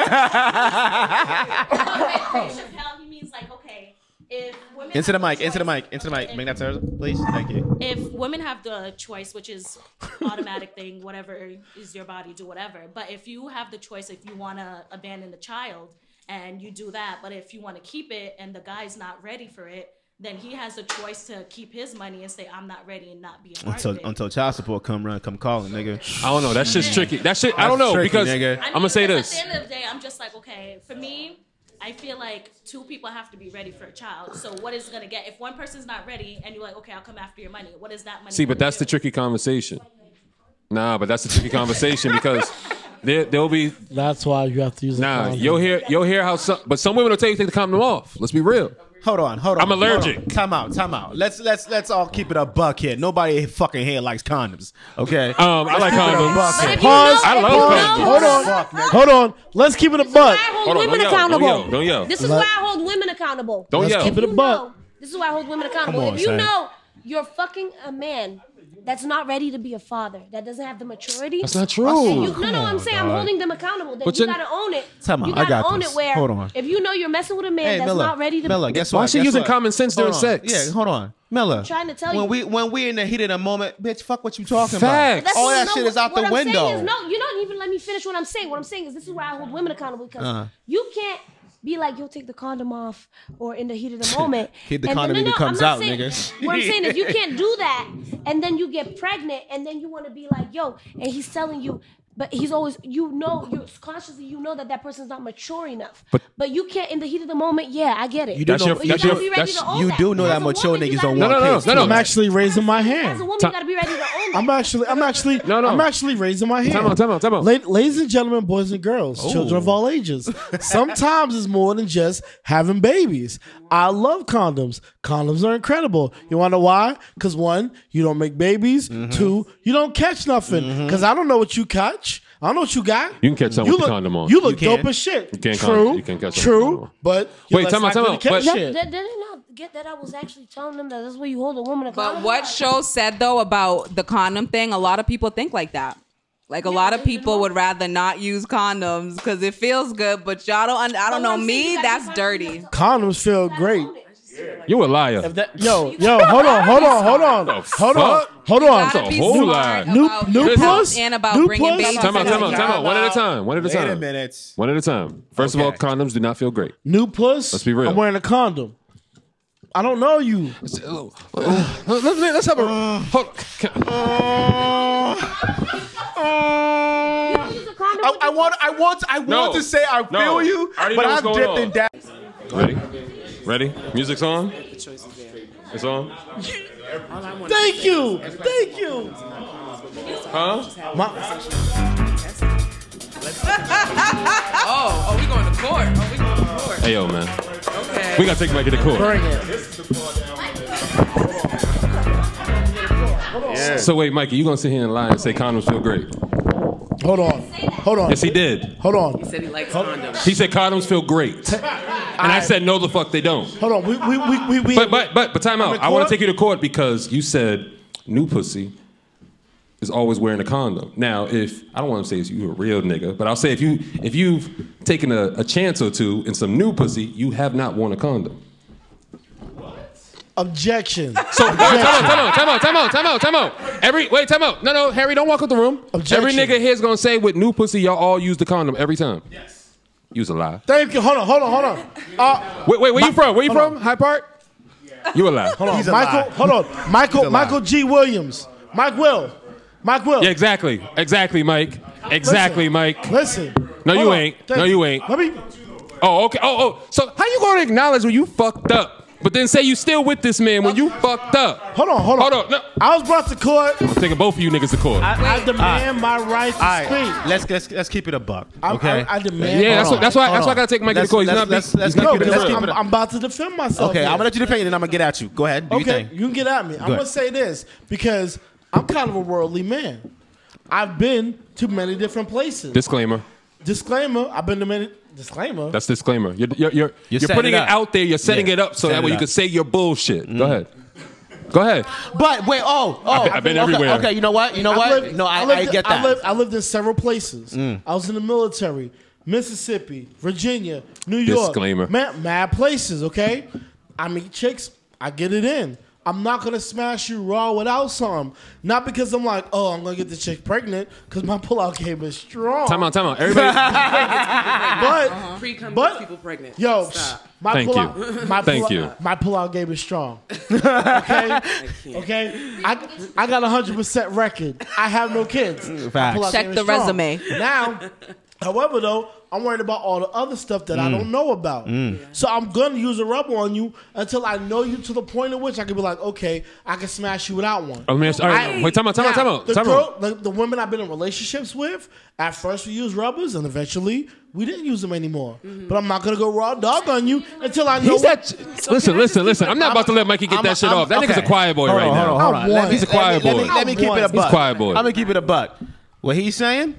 M: Chappelle, he means like, okay, if women
A: Into the
M: have
A: mic. Into the mic. Into the mic. Make that to her, please. Thank you.
M: if women have the choice, which is automatic thing, whatever is your body, do whatever. But if you have the choice, if you want to abandon the child and you do that, but if you want to keep it and the guy's not ready for it, then he has a choice to keep his money and say, "I'm not ready" and not be a part
A: Until
M: of it.
A: until child support come run, come calling, nigga.
C: I don't know. That shit's tricky. That shit. I don't
A: That's
C: know
A: tricky,
C: because
A: nigga.
M: I mean,
C: I'm gonna say
M: because
C: this.
M: At the end of the day, I'm just like, okay, for me, I feel like two people have to be ready for a child. So what is it gonna get if one person's not ready and you're like, okay, I'll come after your money? What is that money?
C: See, but that's the tricky conversation. Nah, but that's the tricky conversation because there there'll be
H: That's why you have to use.
C: nah. You'll hear you'll hear how some, but some women will tell you to take the condom off. Let's be real.
A: Hold on, hold on.
C: I'm allergic.
A: Hold on. Time out, time out. Let's let's let's all keep it a buck here. Nobody fucking here likes condoms. Okay.
C: Um, I like condoms. But if you
H: Pause.
C: know- I love
H: Pause.
C: condoms.
H: Hold on.
A: Fuck, nigga.
H: Hold on. Let's keep it a buck.
F: I hold,
C: Hold on,
F: women
C: don't yell, don't
F: accountable.
C: yell, don't yell.
F: This is
C: Let-
F: why I hold women accountable.
C: Don't
H: Let's
C: yell.
H: keep it a buck.
F: This is why I hold women accountable.
C: Come on,
F: if you
C: son.
F: know you're fucking a man that's not ready to be a father, that doesn't have the maturity.
C: That's not true.
F: and You, no,
C: Come
F: no, I'm
C: on,
F: saying
C: dog.
F: I'm holding them accountable. That
C: But
F: you
C: you're-
F: gotta own it.
C: Time out,
F: You
C: I
F: gotta
C: got
F: own
C: this.
F: it where
C: Hold on.
F: if you know you're messing with a man
A: Hey,
F: that's
A: Miller.
F: not ready to
A: Miller, guess what?
C: Why she
A: Guess
C: using
A: what?
C: common sense
A: Hold
C: during
A: on.
C: sex?
A: Yeah, hold on. Miller.
F: Trying to tell
A: when we
F: you.
A: when we're in the heat of the moment, bitch, fuck what you talking
C: Facts.
A: about.
F: That's
A: All
F: what-
A: that
F: no,
A: shit is out
F: what
A: the
F: I'm
A: window.
F: Saying is, no, you don't even let me finish what I'm saying. What I'm saying is this is where I hold women accountable because
A: Uh-huh.
F: you can't be like, yo, take the condom off or in the heat of the moment.
A: Kid, the
F: and then-
A: condom
F: no, no,
A: even
F: I'm
A: comes
F: not
A: out,
F: saying-
A: nigga.
F: What I'm saying is you can't do that and then you get pregnant and then you want to be like, yo, and he's telling you, but he's always, you know, you're consciously, you know that that person's not mature enough. But, you can't, in the heat of the moment, yeah, I get it.
A: You do
F: But
A: know,
F: you gotta be ready to own
A: you
F: that.
A: do know
F: As
A: that
F: a
A: mature
F: woman, you
A: niggas
F: gotta
A: don't
F: be
A: want
F: ready to
A: kids.
F: own
A: too.
H: I'm actually raising my hand.
F: As a woman, you gotta be ready to own
H: I'm actually, I'm actually, I'm actually raising my hand.
C: Time out, time out, time out. Oh.
H: La- ladies and gentlemen, boys and girls, children of all ages. Sometimes it's more than just having babies. I love condoms. Condoms are incredible. You wanna know why? Because one, you don't make babies.
C: Mm-hmm.
H: Two, you don't catch nothing. Because I don't know what you catch. I don't know what you got.
C: You can catch something
H: You
C: with the
H: look-
C: condom on.
H: You look
C: You
H: dope
C: can.
H: as shit.
C: You can't con-
H: true.
C: you can catch something with the
H: true.
C: condom
H: But you're
C: Wait,
H: less
C: time out, time
H: likely
C: out.
H: to catch
C: But-
H: shit.
F: Did, did they not get that I was actually telling them that that's where you hold a woman accountable?
D: But what show said though about the condom thing? A lot of people think like that. Like a lot of people would rather not use condoms because it feels good, but y'all don't. un- I don't know me. That's dirty.
H: Condoms feel great.
C: You a liar.
H: Yo, yo, hold on, hold on, hold on, hold on,
C: fuck?
H: hold
C: You
H: on.
C: gotta be That's a whole smart lie.
H: New,
C: about
H: new
C: your
H: plus,
C: health
D: and about
H: new
D: bringing
H: plus?
D: babies
C: Time out, time out, time out. One at a time. One at a
A: Wait a
C: time.
A: minute.
C: One at a time. First of all, condoms do not feel great.
H: New plus.
C: Let's be real.
H: I'm wearing a condom. I don't know you.
C: Let's, let's have a hold.
A: I, I want, I want, I want
C: No.
A: to say I feel
C: No.
A: you,
C: I already
A: but
C: know what's
A: I've
C: going
A: dipped
C: on.
A: in down.
C: Ready? Ready? Music's on. It's on.
H: Thank you, thank you.
C: Huh?
D: oh, oh, we going to court. Oh, we going to court.
C: Hey yo, man. We gotta take it back to the court.
H: Bring it.
C: So wait, Mikey, you gonna sit here and lie and say condoms feel great?
H: Hold on, hold on,
C: Yes, he did.
H: hold on,
D: Said he likes condoms.
C: He said condoms feel great, and I said no, the fuck they don't.
H: hold on. We we we we. we
C: But but but but time
H: On
C: out.
H: the
C: I want
H: court?
C: to take you to court because you said new pussy is always wearing a condom. Now, if I don't want to say you a real nigga, but I'll say if you if you've taken a, a chance or two in some new pussy, you have not worn a condom.
H: Objection.
C: So wait, time out, time out, time out, time out, time out, time out. Every wait, time out. No, no, Harry, don't walk out the room. Every
H: Objection.
C: nigga here's gonna say with new pussy, y'all all use the condom every time. Yes. Use a lie.
H: Thank you. Hold on, hold on, hold on. Uh,
C: Wait, wait, where you from? Where you
H: hold
C: from? High Park? You a lie.
H: Hold on,
A: He's a
H: Michael.
A: lie.
H: Hold on, Michael. Michael G. Williams. Mike Will. Mike Will.
C: Yeah, exactly. Exactly, Mike. Exactly, Mike.
H: Listen.
C: No,
H: Hold
C: you
H: on.
C: ain't.
H: Thank-
C: No, you ain't.
H: Let me.
C: Oh, okay. Oh, oh. So how you gonna acknowledge when you fucked up, but then say you still with this man when you fucked up?
H: Hold on, hold on.
C: Hold on. No.
H: I was brought to court.
C: I'm taking both of you niggas to court.
H: I, I demand my right to
A: All
H: speak.
A: right, let's, let's let's keep it a buck.
H: I-
A: Okay,
H: I- I demand-
C: Yeah, that's
A: Hold
C: what- that's why-
A: on.
C: that's why I gotta take Mike to
A: Let's-
C: court. He's
A: let's-
C: not being-
A: let's- let's
C: he's not
A: keep it-
C: being
A: let's
C: real.
A: keep
H: I'm,
A: it up.
H: I'm about to defend myself.
A: Okay,
H: here.
A: I'm gonna let you defend it, and I'm gonna get at you. Go ahead, do your
H: okay,
A: thing.
H: you can get at me. I'm
A: ahead.
H: gonna say this because I'm kind of a worldly man. I've been to many different
A: Ah.
H: places.
C: Disclaimer.
H: disclaimer. I've been to many. Disclaimer.
C: That's disclaimer. You're you're you're, you're,
A: setting
C: putting
A: it
C: it,
A: up.
C: out there. You're setting
A: Yeah.
C: it up so
A: Setting
C: that way
A: it
C: you
A: up. Mm.
C: can say your bullshit. Go ahead. Go ahead.
A: But wait, oh, oh,
C: I've been- I've been
A: okay,
C: everywhere.
A: Okay, you know what? You know what?
H: lived-
A: no, I, I,
H: lived,
A: get that.
H: I lived, I lived in several places.
A: Mm.
H: I was in the military, Mississippi, Virginia, New York.
C: Disclaimer.
H: Mad, mad places, okay? I meet chicks, I get it in. I'm not gonna smash you raw without some. Not because I'm like, oh, I'm gonna get the chick pregnant, because my pullout game is strong.
C: Time out. Time out. Everybody.
I: Oh,
H: but but
I: people pregnant.
H: Yo, my
C: Thank
H: pullout,
C: you.
H: my
C: Thank
H: pullout,
C: you.
H: my pullout game is strong. okay, okay. I I got a hundred percent record. I have no kids. My
A: Facts.
H: pullout
D: Check
H: game is
D: the
H: strong.
D: resume.
H: Now, however, though, I'm worried about all the other stuff that I
A: Mm.
H: don't know about.
A: Mm. Yeah.
H: So I'm gonna use a rubber on you until I know you to the point at which I can be like, okay, I can smash you without one.
C: Oh, let me ask- all right, wait, time out, time out,
H: Now,
C: time out,
H: The,
C: time
H: girl, the, the women I've been in relationships with, at first we used rubbers, and eventually we didn't use them anymore. But I'm not gonna go raw dog on you until I know.
C: He's
H: what-
C: that. listen, listen, listen. I'm not about to let Mikey get that shit off. That nigga's a quiet boy
A: Hold
C: right
A: on,
C: now.
A: hold on, hold on. Let me-
C: He's a
A: let me- Let
C: quiet
A: me,
C: boy.
A: let me keep it a buck.
C: He's a quiet boy.
A: I'm gonna keep it a buck. What he's saying,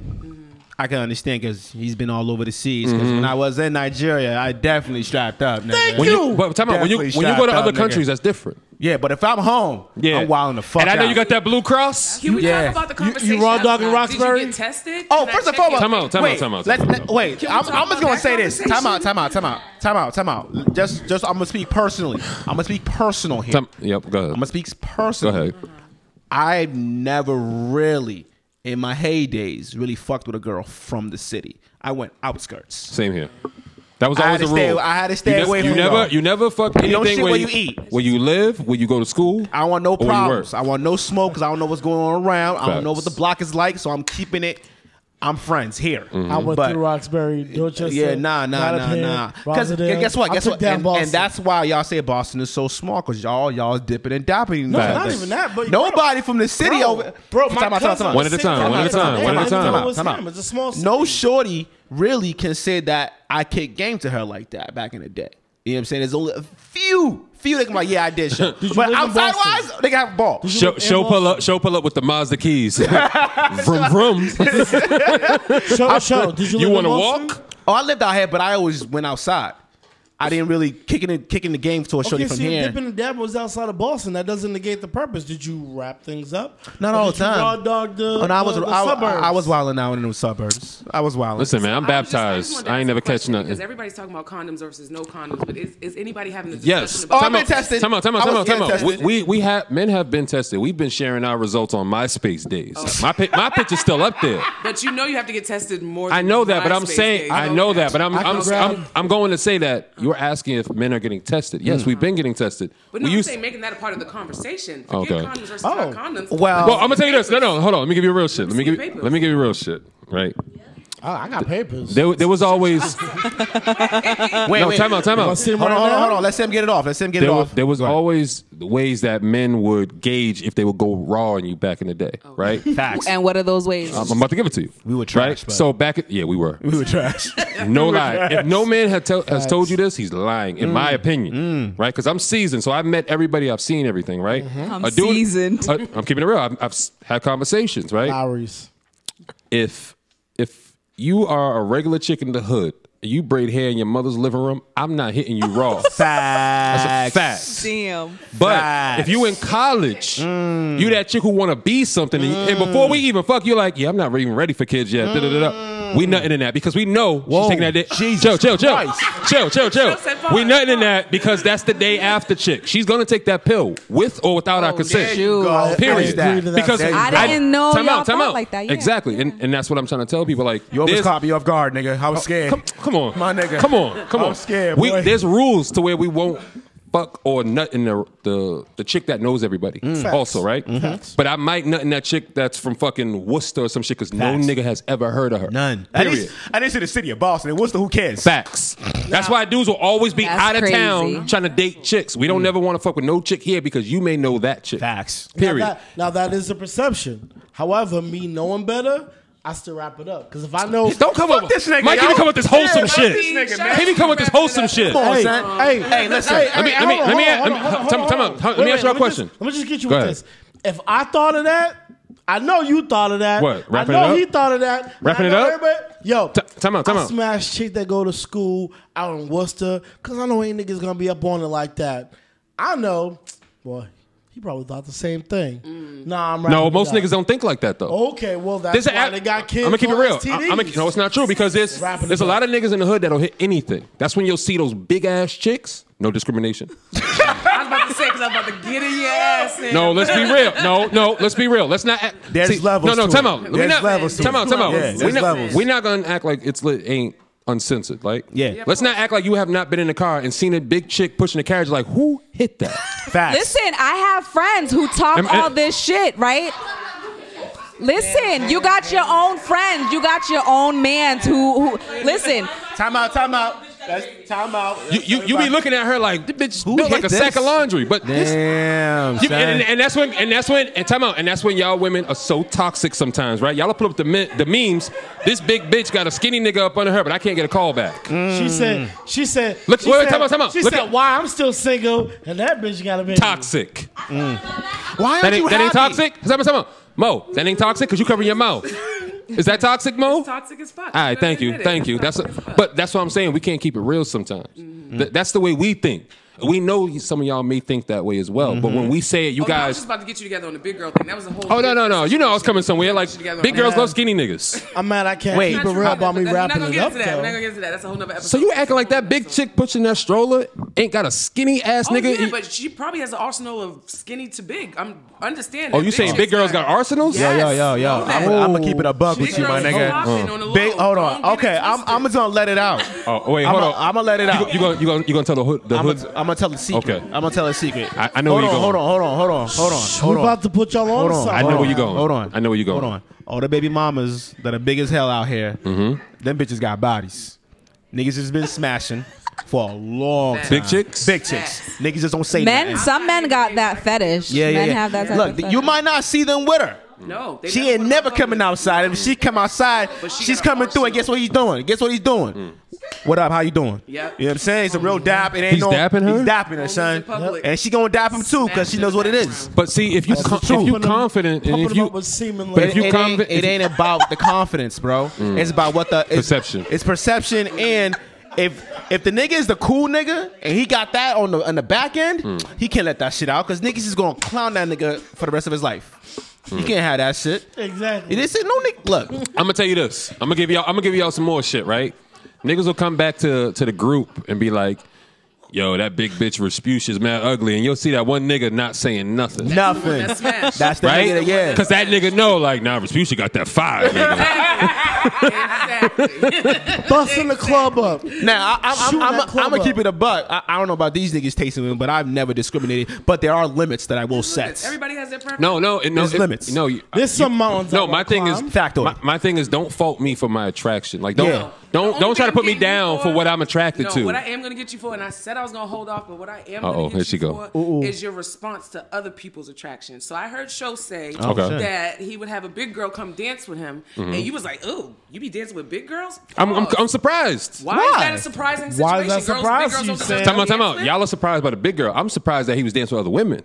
A: I can understand because he's been all over the seas. 'cause
C: Mhm.
A: when I was in Nigeria, I definitely strapped up. Nigga.
C: When you, but time out. When you
A: Definitely
C: when you go
A: strapped
C: to other
A: up, nigga.
C: countries, that's different.
A: yeah, but if I'm home,
C: Yeah.
A: I'm wilding the fuck
C: and I know
A: out.
C: you got that Blue Cross.
I: Can we
A: Yeah.
I: talk about the
A: You- you
I: conversation?
A: raw dogging
I: outside? Did
A: Roxbury?
I: you get tested?
A: Oh,
I: Can I
A: first and
I: check
A: foremost,
C: Time out, time out,
A: wait,
C: time out,
A: Let,
C: time
A: let,
C: out.
A: wait,
I: Can we
A: I'm,
I: talk
A: I'm just
I: about
A: gonna
I: that
A: say this. Time out,
I: conversation?
A: time out, time out, time out, time out. Just, just, I'm gonna speak personally. I'm gonna speak personal here.
C: Time- yep, go ahead.
A: I'm gonna speak personally.
C: Go ahead.
A: I've never really, in my heydays, really fucked with a girl from the city. I went outskirts.
C: Same here. That was
A: I had
C: always
A: to
C: a rule.
A: stay- I had to stay
C: you never,
A: away
C: you
A: from
C: never,
A: y'all.
C: you never fuck
A: You
C: anything
A: don't shit
C: where
A: where
C: you,
A: you eat.
C: where you live, where you go to school.
A: I don't want no
C: Or you
A: problems.
C: were.
A: I want no smoke because I don't know what's going on around. I don't know what
C: Facts.
A: the block is like, so I'm keeping it. I'm friends here.
C: Mm-hmm.
H: I went
A: But-
H: through Roxbury, Dorchester.
A: Yeah, nah, nah, nah,
H: Mattapan,
A: nah. Because
H: Rosedale.
A: guess what?
H: I
A: Guess
H: took
A: what?
H: down
A: And,
H: Boston.
A: and that's why y'all say Boston is so small because y'all y'all dipping and dapping.
H: No, not even that, but
A: nobody from the city
H: Bro,
A: over.
H: bro, my
A: Time out, time out,
H: cousin-
A: time out.
C: One at a time, one at a time, one at a
A: Time out,
C: time.
A: time out,
H: It's
A: time out.
H: him, it's a small
A: No shorty really can say that I kicked game to her like that back in the day. You know what I'm saying? There's only a few, few that can be like, yeah, I did show.
H: you live
A: but
H: in
A: outside
H: Boston?
A: wise, they can have ball.
C: Show, show pull up, show pull up with the Mazda keys. vroom vroom.
H: Show, show. Did you,
C: You
H: live in
C: wanna
H: Boston?
C: walk?
A: Oh, I lived out here, but I always went outside. I didn't really kicking it, kicking the game to a shorty
H: Okay,
A: from
H: see,
A: here.
H: if dipping and dabbing was outside of Boston, that doesn't negate the purpose. Did you wrap things up?
A: Not
H: Or
A: all
H: did
A: the
H: you
A: time.
H: Raw dog the, uh,
A: Oh, no, I was
H: the, the
A: I,
H: suburbs.
A: I, I was wilding out in the suburbs. I was wilding.
C: Listen, man, I'm
I: I was just- I just
C: baptized.
I: wanted to
C: I,
I: ask
C: ain't
I: a
C: never catch
I: question,
C: nothing.
I: Because everybody's talking about condoms versus no condoms, but is, is anybody having the discussion
C: Yes.
I: about
A: Oh, I've been
C: out.
A: tested.
C: Time out. Time out.
A: I
C: Time
A: was
C: out. Time
A: getting
C: out. We,
A: tested.
C: we we have men have been tested. We've been sharing our results on MySpace days.
I: Oh.
C: My pi- my picture's still up there.
I: But you know you have to get tested more.
C: I
I: than
C: know that, but I'm
I: MySpace
C: saying
I: days.
C: I know that, but I'm
H: I can
C: I'm,
H: grab-
C: I'm I'm going to say that you're asking if men are getting tested.
A: Mm.
C: Yes, we've been getting tested.
I: But no,
C: we
I: I'm
C: used-
I: saying making that a part of the conversation. Forget
C: Okay.
I: condoms versus
H: Oh.
I: not condoms.
A: Well-
C: Well, I'm gonna tell you this. No, no, hold on. Let me give you real shit. Let me
I: See
C: give
I: papers.
C: let me give you real shit. Right.
H: Oh, I got papers.
C: There, there was always
A: Wait,
C: no
A: wait.
C: time out, time
H: Wanna
C: out.
H: see 'em
A: Hold on,
H: right
A: hold on,
H: now?
A: hold on. Let's him get it off. Let's him get
C: There
A: it
C: was,
A: off.
C: there was always ways that men would gauge if they would go raw on you back in the day,
I: Oh.
C: right?
A: facts.
D: And what are those ways?
C: I'm I'm about to give it to you. We
A: were trash,
C: right?
A: bud.
C: So back, at, yeah, we were.
A: We were Mm. trash.
C: No lie. If no man had tell, has told you this, he's lying, in my
A: Mm.
C: opinion. Right? Because I'm seasoned, so I've met everybody. I've seen everything. Right?
A: Mm-hmm.
D: I'm
C: A dude-
D: seasoned.
C: I, am keeping it real. I've, I've s- had conversations. Right?
H: Lowry's.
C: If if you are a regular chick in the hood, you braid hair in your mother's living room. I'm not hitting you raw.
A: Facts.
C: That's a fact.
D: Damn.
C: But
A: Facts. Mm.
C: if you in college, you that chick who want to be something, and, you- and before we even fuck, you're like, yeah, I'm not even ready for kids yet. Da, da, da, da. We nothing in that because we know she's taking that day.
A: Mm. Jesus
C: chill, chill, chill,
A: Christ.
C: chill, chill, chill.
I: Chill, said pause.
C: We nothing in that because that's the day after chick. She's gonna take that pill with or without
A: Oh,
C: our consent.
D: shoot.
A: I
C: Period.
A: agree to that.
C: Because
A: There you
D: I
A: go.
D: didn't know
C: Time
D: y'all
C: out. Time
D: thought
C: out.
D: like that. Yeah.
C: Exactly. And, and that's what I'm trying to tell people. Like,
A: You almost
C: there's-
A: caught me off guard, nigga. I was scared.
C: Oh, Come, come on,
A: My nigga.
C: Come on, come
A: I'm
C: on.
A: scared,
C: We,
A: boy.
C: there's rules to where we won't fuck or nut in the the, the chick that knows everybody.
H: Mm.
A: Facts.
C: Also, right?
H: Mm-hmm.
A: Facts.
C: But I might nut in that chick that's from fucking Worcester or some shit because no
A: Facts.
C: nigga has ever heard of her. None.
A: I
C: Period.
A: didn't, I didn't say the city of Boston. It was the who cares.
C: Facts. That's why dudes will always be
A: That's
C: out of
A: crazy.
C: town trying to date chicks. We don't
H: Mm.
C: never want to fuck with no chick here because you may know that chick. Facts. Period.
H: Now that, now that is a perception. However, me knowing better, I still wrap it up. Because if I know,
C: Don't come up.
H: this nigga,
C: Mike,
H: yo.
C: even come with this wholesome
H: Yeah, fuck
C: shit.
H: this nigga, man.
C: He be come with this wholesome shit.
H: Come on, son. Hey, hey, listen. Hey,
C: Let me
H: hey,
C: let me
H: hold on,
C: let me
H: hold
C: let
H: on,
C: me
H: hold on,
C: tell me-
H: hold on,
C: tell me-
H: hold on.
C: tell me- let me
H: Wait,
C: ask you
H: wait, let
C: a
H: me
C: question.
H: just- Let me just get you
C: Go
H: with
C: ahead.
H: this. If I thought of that, I know you thought of that.
C: What,
H: I
C: wrapping it
H: know
C: up?
H: he thought of that. and I
C: Wrapping it
H: know
C: up?
H: everybody- Yo,
C: time out, time
H: I
C: out.
H: smash chick that go to school out in Worcester because I know ain't niggas gonna be up on it like that. I know, boy, he probably thought the same thing. Nah, I'm right.
C: Mm. No, most niggas don't think like that though.
H: Okay, well Oh, that's
C: There's a-
H: why they got kids.
C: I'm gonna keep it
H: on
C: real.
H: STDs.
C: I, am no, it's not true because there's
H: Wrapping it
C: there's a
H: up.
C: lot of niggas in the hood that'll hit anything. That's when you'll see those big ass chicks. No discrimination.
I: I was about to say because I'm about to get in your ass. and-
C: No, let's be real. No, no, let's be real. Let's not. Act,
A: There's levels
C: No, no,
A: to
C: time
A: it.
C: out.
A: There's
C: We're not.
A: levels to
C: time
A: it.
C: out. Time out.
A: Yeah,
C: we're,
A: there's
C: not,
A: levels.
C: we're not gonna act like it's lit. Ain't uncensored. Like
A: Yeah.
C: Let's not act like you have not been in the car and seen a big chick pushing the carriage. Like who hit that? Facts. eh.
D: Listen, I have friends who talk
C: Am-
D: all this shit, right? Listen, you got your own friends, you got your own mans who, who listen.
A: Time out, time out. That's time out.
C: You, you, you be looking at her like this bitch built
A: hit
C: like a sack
A: this?
C: of laundry, but this-
A: Damn,
C: You-
A: son.
C: and, and that's when and that's when and time out and that's when y'all women are so toxic sometimes, right? Y'all pull up the me- the memes. This big bitch got a skinny nigga up under her, but I can't get a call back.
H: Mm. She said. She said.
C: Look-
H: she
C: wait, wait,
H: said-
C: time out, time out.
H: She
C: Look
H: said,
C: at-
H: "Why I'm still single and that bitch got a baby."
C: toxic.
H: Mm.
A: Why
C: that ain't, that ain't toxic? Is that what I'm talking about? Mo, that ain't toxic because you covering your mouth. Is that toxic, Mo?
I: toxic as fuck.
C: All right, thank you, thank you. That's but that's what I'm saying. We can't keep it real sometimes.
I: Mm-hmm.
C: Th- that's the way we think. We know some of y'all may think that way as well, but when we say it, you
I: Oh, no, I was
C: guys.
I: just about to get you together on the big girl thing. That was a whole.
C: Oh no no no! You know I was coming somewhere. Like big girls love skinny niggas.
H: I'm mad I can't
C: Wait.
H: keep it real about me
I: That's- we're not
H: wrapping
I: gonna
H: it
I: get
H: up
I: into that. We're not
H: though.
I: gonna get into that. That's a whole nother episode.
C: So you acting like that big chick pushing that stroller ain't got a skinny ass
I: Oh,
C: nigga?
I: yeah, but she probably has an arsenal of skinny to big. I'm understanding.
C: oh, you saying big girls got arsenals?
I: Yes.
A: Yo, yo, yo, yo. I'm,
I: Ooh.
A: I'm gonna keep it a buck with you, my
I: Big girls
A: nigga.
I: popping on the low.
A: Big, hold on. Okay, I'm, I'm just gonna let it out.
C: Oh wait,
A: I'm
C: hold
A: gonna-
C: on.
A: I'm gonna let it out.
C: You gonna you gonna you gonna tell the hood the
A: I'm
C: hood?
A: gonna I'm gonna tell a secret.
C: Okay.
A: I'm gonna tell a secret.
C: I, I know
A: hold
C: where
A: on,
C: you're
A: hold
C: going.
A: on, hold on, hold on, hold on, hold
H: we
A: on.
H: about to put y'all on.
A: Hold on.
H: something.
C: I know
A: hold on,
C: where you're going.
A: Hold on.
C: I know where you're going.
A: Hold on. All the baby mamas that are big as hell out here,
C: Mm-hmm.
A: them bitches got bodies. Niggas has been smashing for a long time.
C: Big chicks?
A: Big chicks. Niggas just don't say
D: Men,
A: nothing.
D: some men got that fetish.
A: Yeah, yeah,
D: men
A: yeah.
D: have that type of
A: Look,
D: fetish.
A: you might not see them with her.
I: No, they
A: She ain't never coming outside. If she come outside, she's coming through. And guess what he's doing? Guess what he's doing? What up? How you doing?
I: Hmm. Yep. Mm-hmm.
A: You know what I'm saying? It's a real dap. It ain't
C: He's
A: no,
C: dapping her?
A: He's dapping her, son.
I: public.
A: And she gonna dap him too, cause she knows what it is.
C: But see, if you com- if you confident and if you
H: semen
C: but if you
A: it, ain't,
C: convi-
A: it ain't about the confidence, bro. It's about what the it's,
C: Perception.
A: It's perception, and if if the nigga is the cool nigga and he got that on the on the back end,
C: Mm.
A: he can't let that shit out because niggas is gonna clown that nigga for the rest of his life. He can't have that shit.
H: Exactly.
A: It is no nigga. Look,
C: I'm gonna tell you this. I'm gonna give y'all. I'm gonna give y'all some more shit, right? Niggas will come back to to the group and be like, "Yo, that big bitch Respucious mad ugly," and you'll see that one nigga not saying nothing.
A: nothing.
I: That's smash.
A: That's the
C: Right?
A: nigga. That, yeah.
C: Cause that nigga know, like, nah, Respucia got that fire. nigga.
H: busting the club up.
A: Now I,
H: Shooting
A: I'm, I'm,
H: that
A: I'm,
H: club
A: I'm gonna
H: up.
A: keep it a buck. I, I don't know about these niggas tasting women, but I've never discriminated. But there are limits that I will set.
I: Everybody has their preference.
C: No, no, it, no
A: There's
C: it-
A: limits.
C: No, you-
H: There's some mountains. I
C: no.
H: won't
C: My thing is
H: climb.
A: Factoid.
C: My, my thing is, don't fault me for my attraction. Like, don't
A: Yeah.
C: don't
I: only
C: don't try
I: thing
C: to put
I: I'm
C: me
I: getting you
C: down for,
I: for-
C: what I'm attracted
I: No,
C: to.
I: what I am gonna get you for, and I said I was gonna hold off, but what I am
C: Uh-oh,
I: gonna
C: here
I: get
C: she
I: you
C: go.
I: for is your response to other people's attraction. So I heard Show say
C: Oh, Okay. shit.
I: that he would have a big girl come dance with him,
C: Mhm.
I: and you was like, "Ooh, you be dancing with big girls? Oh.
C: I'm, I'm
I: Pause.
C: I'm surprised.
I: Why, is that a surprising situation?
H: Why is that
I: girls,
H: surprising,
I: big girls
H: you
I: don't
H: said?
C: Time out, time out. Y'all are surprised by the big girl. I'm surprised that he was dancing with other women.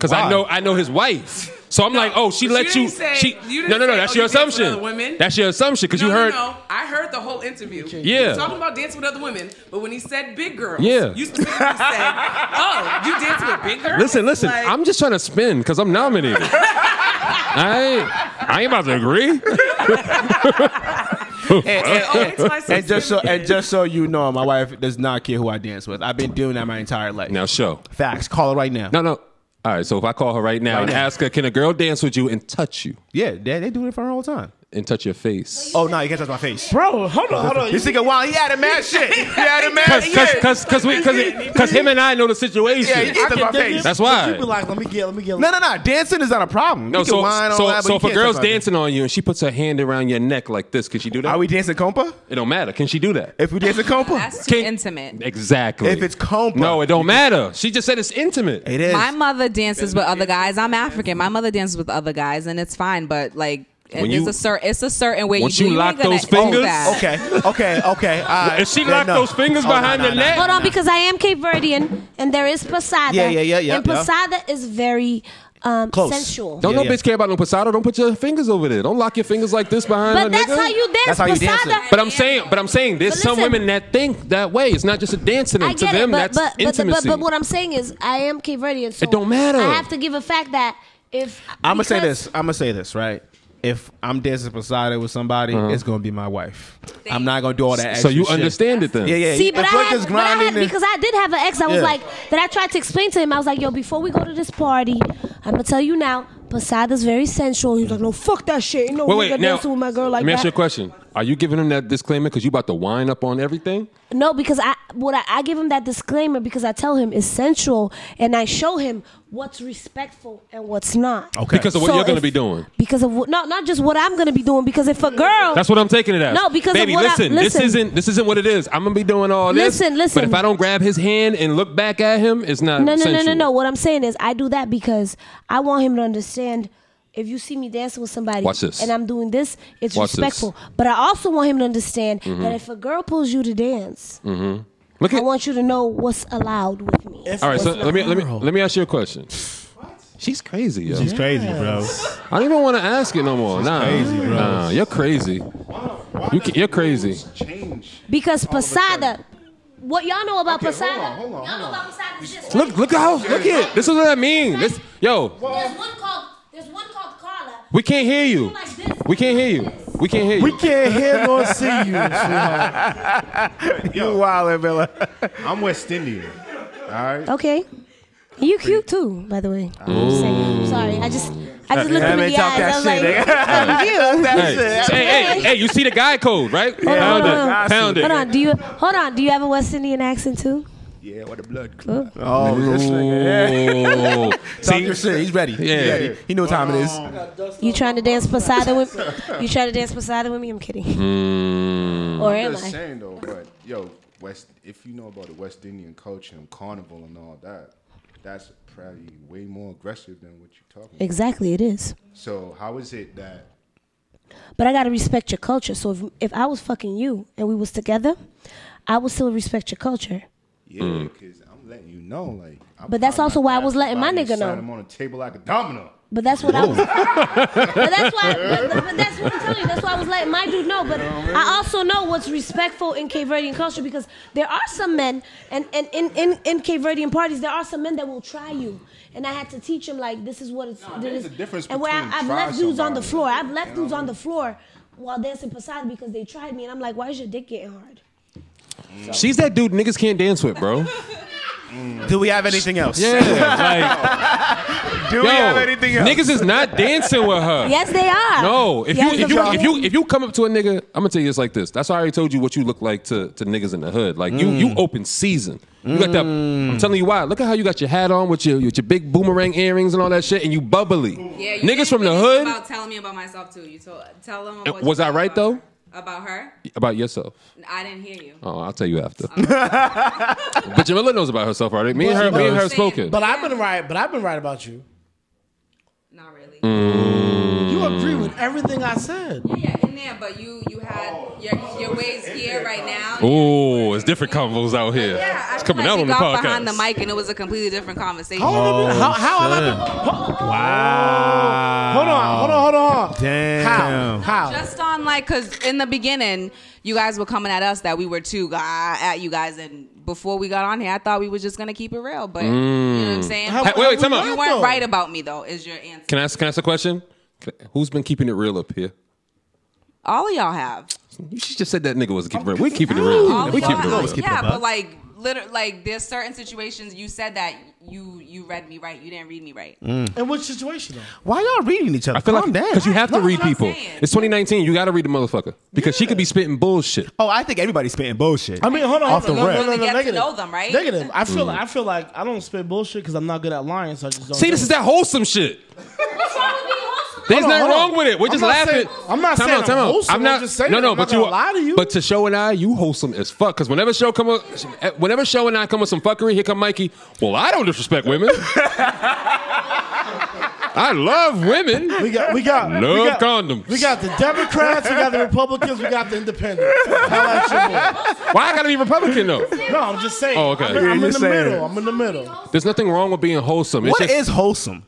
C: Cause I
A: Why?
C: know I know his wife. So I'm like, oh, she
I: but you
C: let you.
I: didn't say-
C: she
I: you didn't
C: no, no, no.
I: say,
C: That's
I: oh,
C: your
I: you danced with
C: assumption.
I: other women.
C: That's your assumption because
I: no,
C: you
I: no,
C: heard.
I: No, I heard the whole interview.
C: Yeah.
I: You were talking about dancing with other women, but when he said big girls,
C: Yeah.
I: you specifically said, "Oh, you dance with big girls."
C: Listen, listen.
I: Like,
C: I'm just trying to spin because I'm nominated. I ain't, I ain't about to agree.
A: and, and-
I: Oh, it's my
A: and just so
I: sister.
A: and just so you know, my wife does not care who I dance with. I've been doing that my entire life.
C: Now show.
A: Facts. Call her right now.
C: No, no. All right. So if I call her right now
A: Right
C: and
A: now.
C: ask her, can a girl dance with you and touch you?
A: Yeah, they, they do it for her all the time.
C: and touch your face.
A: Oh no, you can't touch my face,
H: bro. Hold on, hold on.
A: This nigga wild. He had a mad shit. He had a mad shit.
C: Because cause we cause, cause him and I know the situation.
A: Yeah, you can't touch my face.
C: That's
H: You
C: why.
H: be like, let me get, let me get.
A: No, no, no. Dancing is not a problem.
C: No,
A: you
C: so
A: can whine
C: so,
A: all that, but
C: so
A: you can't
C: if a
A: touch
C: girl's
A: my face.
C: dancing on you and she puts her hand around your neck like this, could she do that?
A: Are we dancing compa?
C: It don't matter. Can she do that?
A: If we dancing compa,
D: That's too intimate.
C: Exactly.
A: if it's compa,
C: no, it don't matter. She just said it's intimate.
A: It is.
D: My mother dances with other guys. I'm African. My mother dances with other guys, and it's fine. But like,
C: When
D: it's
C: you-
D: a certain it's a certain way.
C: once
D: you,
C: you
D: do.
C: lock
D: ain't gonna
C: those
D: do
C: fingers-
D: that.
A: Oh, okay, okay, okay. all right.
C: If she
A: Yeah,
C: locked
A: no.
C: those fingers
A: Oh, no,
C: behind
A: no,
C: the
A: no.
C: neck,
F: Hold on, because I am Cape Verdean and there is Posada.
A: Yeah, yeah, yeah, yeah,
F: And
A: yeah.
F: Posada is very um,
A: Close.
F: sensual.
C: don't
A: Yeah,
C: no
A: yeah.
C: bitch care about no posado. Don't put your fingers over there. Don't lock your fingers like this behind
F: But
C: her,
F: that's
C: nigga.
F: how you dance.
A: That's how you dance
F: Posada.
A: it.
C: But I'm saying, but I'm saying, there's
F: But
C: some
F: listen.
C: women that think that way. It's not just a dance to them.
F: I
C: to
F: get
C: them,
F: it, but,
C: that's
F: but, but,
C: intimacy.
F: but, but what I'm saying is, I am Cape Verdean, so
C: It don't matter.
F: I have to give a fact that if
A: I'm gonna say
F: because-
A: this. I'm gonna say this, right? If I'm dancing Posada with somebody, it's gonna be my wife. I'm not gonna do all that.
C: Uh-huh. so
A: extra
C: you
A: shit.
C: understand it then?
A: Yeah, yeah.
F: See, but I,
A: If we're
F: had,
A: just
F: but I had
A: grinding and-
F: because I did have an ex. I was
A: Yeah.
F: like that. I tried to explain to him. I was like, "Yo, before we go to this party, I'm gonna tell you now. Posada's very sensual." He's like, "No, fuck that shit. You know,
C: Wait,
F: nigga
C: wait. Now,
F: dancing with my girl like
C: let me ask
F: that."
C: you a question. Are you giving him that disclaimer because you about to wind up on everything?
F: No, because I what I, I give him that disclaimer because I tell him it's sensual and I show him what's respectful and what's not.
A: Okay.
C: Because of what
F: So
C: you're going to
F: if-
C: be doing.
F: Because of what, not not just what I'm gonna be doing. Because if a girl,
C: That's what I'm taking it as.
F: No, because of
C: baby,
F: what I-
C: listen,
F: listen.
C: this isn't this isn't what it is. I'm gonna be doing all this.
F: Listen, listen.
C: But if I don't grab his hand and look back at him, it's not.
F: no, no, no, no,
C: sensual.
F: no. What I'm saying is, I do that because I want him to understand. If you see me dancing with somebody
C: Watch this.
F: and I'm doing this, it's
C: Watch this. Mm-hmm.
F: respectful. But I also want him to understand that if a girl pulls you to dance,
C: Look
F: I
C: at.
F: want you to know what's allowed with me.
C: All right, so let me let me let me ask you a question. She's crazy, yo.
A: She's crazy, bro.
C: I don't even want to ask it no more. nah, nah, you're crazy. You ca- you're crazy.
J: Change.
F: Because Posada, what y'all know about Posada?
J: hold on,
F: y'all know about Posada is just
C: Look look at how look at this is what I mean. This yo,
F: There's one called There's one called Carla.
C: we can't hear you. We can't hear you. We can't hear you.
H: We can't hear nor see you. sweetheart.
A: You wild, Miller.
J: I'm West Indian. All right.
F: Okay. You cute too, by the way. I'm just saying. I'm sorry. I just I just looked
A: That
F: him
A: man
F: in the
A: talk
F: eyes.
A: that
F: I was
A: shit,
F: like,
C: Hey,
A: That shit.
C: hey, hey, hey, you see the guy code, right?
F: Hold on, hold
C: Pound
F: on.
C: it. Pound
F: Hold
C: it.
F: on, do you hold on? Do you have a West Indian accent too?
J: Yeah, with the blood.
F: Cool.
A: Oh, this nigga. Yeah.
C: Oh.
A: Talk your shit. He's ready. He's
C: Yeah.
A: ready. He know what time it is.
F: You trying to dance Posada with? You trying to dance Posada with me? I'm kidding.
C: Hmm.
F: Or
J: I'm
F: am
J: just
F: I?
J: saying though, but yo, West. If you know about the West Indian culture and carnival and all that, that's probably way more aggressive than what you're talking. about.
F: Exactly, it is.
J: So how is it that
F: But I gotta respect your culture. So if if I was fucking you and we was together, I would still respect your culture.
A: Hmm.
J: Yeah, because I'm letting you know, like. I'm
F: But that's
J: probably
F: also
J: not
F: why I was
J: passing
F: letting my
J: by your
F: nigga
J: side.
F: know.
J: I'm on a table like a domino.
F: But that's what I was.
J: Oh.
F: but that's why. But, but- but that's what I'm telling you. That's why I was letting my dude know. But I also know what's respectful in Cape Verdean culture because there are some men, and and in in in Cape Verdean parties, there are some men that will try you. And I had to teach him like this is what it's.
J: Nah,
F: this
J: there's
F: is-
J: a difference
F: And where I,
J: between
F: I've
J: try
F: left dudes on the
J: somebody,
F: floor. I've left
J: you
F: dudes
J: know?
F: on the floor while dancing Posada because they tried me, and I'm like, why is your dick getting hard?
C: She's that dude niggas can't dance with, bro.
A: Do we have anything else?
C: Yeah,
A: Do
C: like
A: we
C: yo,
A: have anything else?
C: niggas is not dancing with her.
F: Yes, they are.
C: No, if
F: Yes,
C: you if
F: of
C: you
F: course.
C: if you if you come up to a nigga, I'm gonna tell you this like this. That's why I already told you what you look like to, to niggas in the hood. Like you
A: Mm.
C: you open season. You got that. I'm telling you why. Look at how you got your hat on with your with your big boomerang earrings and all that shit, and you bubbly.
D: Yeah, you didn't
C: niggas from the
D: finish
C: hood
D: About telling me about myself too. You told tell them. About
C: was I
D: yourself
C: right,
D: about
C: though?
D: her. About her,
C: about yourself.
D: I didn't hear you.
C: Oh, I'll tell you after. but Jamila knows about herself already. Me and her, me and her have spoken.
H: But I've been right. But I've been right about you.
D: Not really.
C: Mm.
H: You agree with everything I said.
D: Yeah, in there, but you you had your your ways here right now.
C: Oh, it's different convos out here.
D: Yeah, I
C: it's
D: feel
C: coming
D: like
C: out
D: you
C: on the
D: got
C: podcast.
D: behind the mic and it was a completely different conversation.
H: How, have I been- how, how
D: Oh,
H: have I been?
A: Wow.
H: Hold on, hold on, hold on.
A: Damn.
H: How? How?
D: Just on like, cause in the beginning, you guys were coming at us that we were too guy at you guys, and before we got on here, I thought we was just gonna keep it real, but you know what I'm saying.
H: How-
C: Mm. Hey, wait, wait, time
D: you
C: out.
D: weren't
H: though.
D: right about me though. Is your answer?
C: Can I ask? Can I ask a question? Can I- who's been keeping it real up here?
D: All of y'all have.
C: You should just said that nigga was keeping it real. We keeping it real.
D: All
C: We
D: of y'all
C: keeping it
D: have. yeah,
C: real.
D: but like literally like there's certain situations you said that you you read me right. You didn't read me right.
H: In what situation?
A: Why y'all reading each other?
C: I feel
A: Calm
C: like
A: down.
C: because you have to
A: No,
C: read
A: I'm
C: people.
A: saying.
C: It's 2019. You got to read the motherfucker because she could be spitting bullshit.
A: Oh, I think everybody's spitting bullshit.
H: I mean, hold on.
A: Off
H: hold
A: the
H: on, no, no, no,
A: rip.
D: Really get to
H: negative.
D: know them, right?
H: Negative. I
C: Hmm.
H: feel.
D: Mm.
H: I feel like I don't spit bullshit because I'm not good at lying, so I just don't.
C: See, this is that wholesome shit.
M: What's wrong with being wholesome?
C: There's nothing wrong with it. We're
H: I'm
C: just
H: not
C: laughing.
H: saying- I'm not
C: Time
H: saying
C: out, time
H: I'm
C: out.
H: wholesome.
C: I'm not.
H: I'm just saying
C: no, no.
H: I'm
C: but
H: not gonna
C: you,
H: lie to you.
C: But to show and I, you wholesome as fuck. Because whenever show come up, whenever show and I come with some fuckery, here come Mikey. Well, I don't disrespect women. I love women.
H: We got. We got.
C: love
H: we got,
C: condoms.
H: We got the Democrats. we got the Republicans. We got the Independents. How about you, boy?
C: Why I gotta be Republican though?
H: No, I'm just saying.
C: Oh, okay.
H: I'm, in-
C: Yeah,
H: I'm
C: you're
H: in the
C: saying.
H: middle. I'm in the middle.
C: There's nothing wrong with being wholesome.
H: What is
A: wholesome?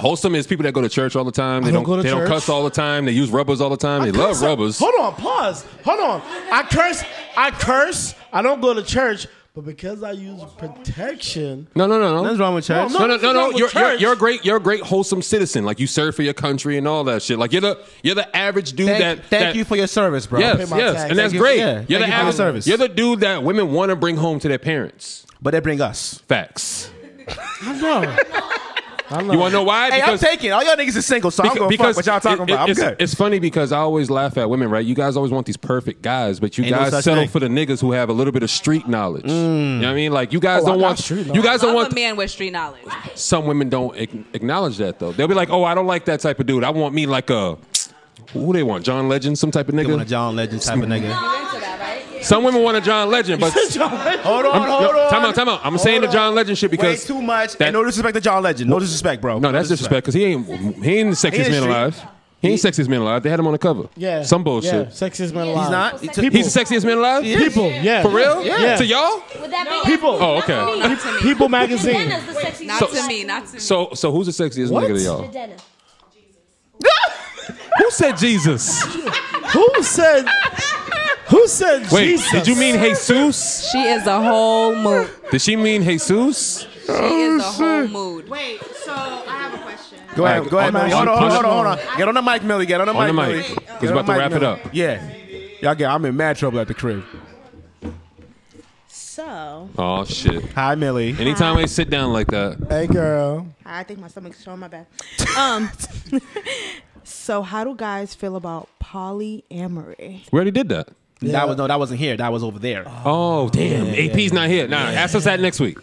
C: Wholesome is people that go to church all the time. They
H: don't
C: don't.
H: go to
C: they
H: church.
C: don't cuss all the time. They use rubbers all the time. They love
H: Cuss up.
C: rubbers.
H: Hold on, pause. Hold on. I curse. I curse. I don't go to church, but because I use protection.
C: No, no, no, no.
H: Nothing's wrong with church.
C: No, no, no, no.
H: Nothing's wrong
C: You're,
H: with
C: you're,
H: church.
C: you're a great. You're a great wholesome citizen. Like you serve for your country and all that shit. Like you're the you're the average dude
A: Thank,
C: that.
A: thank
C: that-
A: you for your service, bro.
C: Yes, yes, and that's
A: Thank you-
C: great.
A: yeah,
C: you're
A: thank
C: the
A: you for your
C: average
A: service.
C: You're the dude that women want to bring home to their parents.
A: But they bring us
C: facts.
H: I know.
C: You want to know why?
A: Hey, I'm taking. All y'all niggas is single, so I
C: Beca-
A: don't give a fuck what y'all talking
C: it- it-
A: about. I'm
C: it's,
A: good.
C: It's funny because I always laugh at women, right? You guys always want these perfect guys, but you
A: Ain't no
C: guys
A: such
C: settle
A: thing. Mm.
C: for the niggas who have a little bit of street knowledge. You know what I mean? Like you guys
D: Oh, I
C: don't
D: got
C: want
D: street
C: you guys don't
D: Love
C: want
D: a man with street knowledge.
C: some women don't ac- acknowledge that though. They'll be like, "Oh, I don't like that type of dude. I want me like a who they want? John Legend, some type of nigga.
A: want a John Legend type of nigga.
C: Some women want a John Legend, but
A: Hold on,
C: I'm- no,
A: hold on.
C: Time out, time out. I'm saying the John Legend shit because
A: Way too much. and no disrespect to John Legend. No disrespect, bro.
C: No, that's disrespect because he ain't he ain't
A: He
C: the sexiest
A: is
C: man
A: street.
C: alive. He ain't sexiest man alive. They had him on the cover.
H: Yeah.
C: some bullshit.
H: Yeah. Sexiest man alive.
A: He's not? He took-
C: He's the sexiest man alive.
H: He is. People, yeah.
C: for real.
H: Yeah. Yeah.
C: to y'all.
F: Would that be
H: People.
C: Oh, okay.
F: Not
H: Pe- People magazine.
F: Jenna's the sexiest.
D: Not to me, not to me.
C: So, so who's the sexiest nigga to y'all?
F: Jenna.
C: Who said Jesus?
H: Who said? Who said
C: Wait,
H: Jesus?
C: did you mean Jesus?
D: She is a whole mood.
C: Did she mean Jesus?
D: She
H: Oh,
D: is a whole mood.
O: Wait, so I have a question.
A: Go ahead, go ahead,
C: I'm-
A: Millie.
C: I'm
A: Hold on, hold on,
C: punching-
A: hold on. hold on. Get on the mic, Millie. Get on the
C: On the
A: mic,
C: mic.
A: Millie.
C: 'Cause
A: Get
C: we're
A: on the
C: about to
A: mic,
C: wrap it
A: Millie.
C: up.
A: Yeah. Y'all get. I'm in mad trouble at the crib.
O: So,
C: Oh shit.
A: Hi, Millie.
C: Anytime I sit down like that,
H: Hey, girl.
O: I think my stomach's showing my back. Um, so how do guys feel about polyamory?
C: we already did that.
A: That was no, that wasn't here. That was over there.
C: Oh damn, AP's not here. Nah, ask us that next week.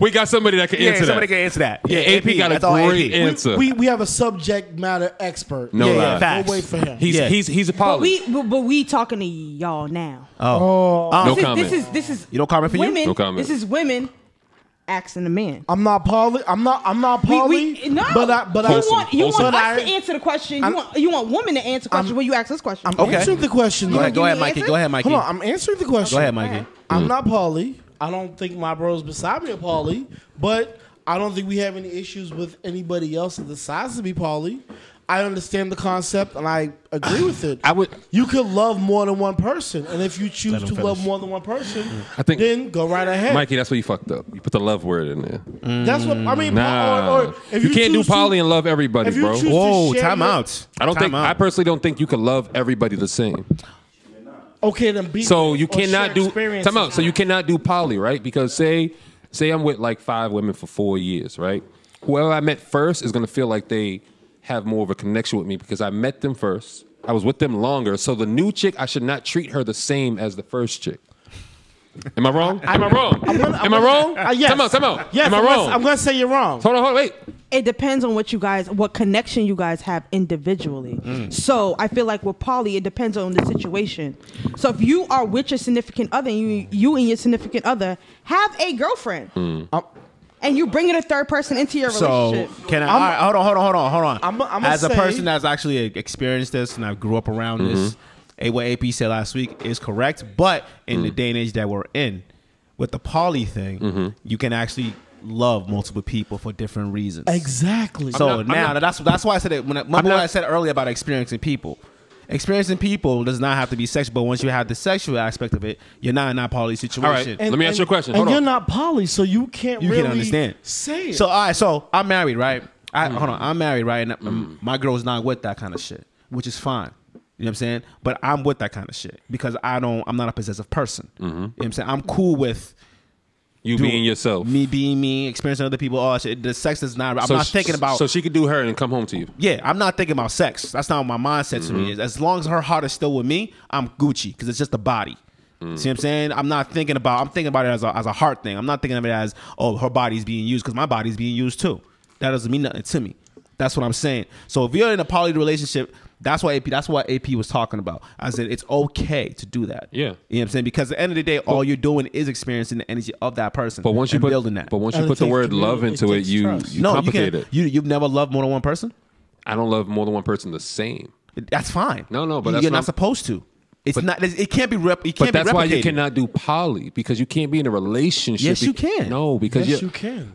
C: we got somebody that can
A: Yeah,
C: answer
A: somebody
C: that.
A: can answer that.
C: Yeah, AP, got a
A: That's all
C: great
A: AP.
C: answer.
H: We we have a subject matter expert.
C: no lie.
H: We'll wait for him.
C: He's he's he's a
O: But
C: poly.
O: we, but, but we talking to y'all now.
A: Oh,
C: No
O: this,
C: comment.
O: This is this is
A: You don't comment for you?
O: women.
A: No comment.
O: This is women asking the men.
H: I'm not poly. I'm not. I'm not
O: We,
H: poly.
O: we, no,
H: But I. But
O: you
H: I.
O: want you
H: but
O: want
H: I-
O: us to answer the question. You
H: I'm-
O: want you want women to answer questions when you ask this question.
H: I'm answering the question.
A: Go ahead,
H: though.
A: go ahead, Mikey. Go ahead, Mikey.
H: Hold on, I'm answering the question.
A: Go ahead, Mikey. Mm.
C: Mm.
H: I'm not poly. I don't think my bros beside me are poly, but I don't think we have any issues with anybody else that decides to be poly. I understand the concept and I agree with it.
C: I would.
H: You could love more than one person, and if you choose
C: Let
H: to
C: him
H: love
C: finish.
H: more than one person,
C: I think-
H: then go right ahead.
C: Mikey, that's where you fucked up. You put the love word in there.
H: That's what- I mean,
C: Nah.
H: or- or if
C: you,
H: you
C: can't do
H: choose to-
C: poly and love everybody,
H: if you
C: bro.
H: choose to Whoa, share time your-
A: out.
C: I don't
A: Time
C: think.
A: out.
C: I personally don't think you can love everybody the same.
H: Okay, then be
C: So you
H: or share
C: cannot do.
H: experiences.
C: Time out. So you cannot do poly, right? Because say, say I'm with like five women for four years, right? Whoever I met first is gonna feel like they have more of a connection with me because I met them first. I was with them longer. So the new chick, I should not treat her the same as the first chick. Am I wrong? Am I wrong? Am I wrong?
O: Uh, yes.
C: Time out. Time out.
O: Yes,
C: Am I
O: I'm
C: wrong?
O: gonna-
H: I'm gonna say you're wrong.
C: Hold on, hold on, wait.
O: It depends on what you guys, what connection you guys have individually.
C: Mm.
O: So I feel like with poly, it depends on the situation. So if you are with your significant other, and you you and your significant other have a girlfriend,
A: Mm.
O: and you bringing a third person into your
A: So
O: relationship.
A: can I? all right, hold on, hold on, hold on, hold on.
O: I'm- I'ma
A: As a
O: say-
A: person that's actually e-, experienced this and I grew up around this, eh, what AP said last week is correct. But in the day and age that we're in, with the poly thing, you can actually love multiple people for different reasons.
H: Exactly.
A: So now that's that's why I said it. When I, remember
H: not-
A: what I said earlier about experiencing people. Experiencing people does not have to be sexual, but once you have the sexual aspect of it, you're not in that poly situation.
H: And- and- And you're not poly, so you can't
A: you
H: really
A: can understand.
H: Say it.
A: So all right, so I'm
C: Mm.
A: married, right? I hold on, I'm married, right? And uh, my girl's not with that kind of shit, which is fine. You You know what I'm saying? But I'm with that kind of shit because I don't. I'm not a possessive person. You know what I'm saying? I'm cool with
C: Mm-hmm. You
A: doing-
C: being yourself.
A: me being me, experiencing other people. Oh, shit. The sex is not. I'm
C: So
A: not
C: sh-
A: thinking about.
C: So she could do her and come home to you.
A: yeah, I'm not thinking about sex. That's not what my mindset to
C: Mhm.
A: me is. As long as her heart is still with me, I'm Gucci because it's just a body.
C: Mm.
A: See what I'm saying? I'm not thinking about. I'm thinking about it as a, as a heart thing. I'm not thinking of it as oh her body's being used because my body's being used too. That doesn't mean nothing to me. That's what I'm saying. So if you're in a poly relationship, that's why AP. That's what AP was talking about. I said it's okay to do that.
C: Yeah.
A: You know what I'm saying? Because at the end of the day, all you're doing is experiencing the energy of that person.
C: But once you
A: and
C: put
A: building that.
C: but once you put the word love into it, you, you
A: no, you
C: complicate
A: can't.
C: it.
A: You you've never loved more than one person.
C: I don't love more than one person the same.
A: That's fine.
C: No, no, but
A: you're
C: that's
A: not
C: what I'm-
A: supposed to. It's not. It can't be rep. It can't
C: But that's
A: be replicated.
C: why you cannot do poly because you can't be in a relationship.
A: Yes,
C: be-
A: you can.
C: No, because
A: Yes,
C: you're-
A: you can.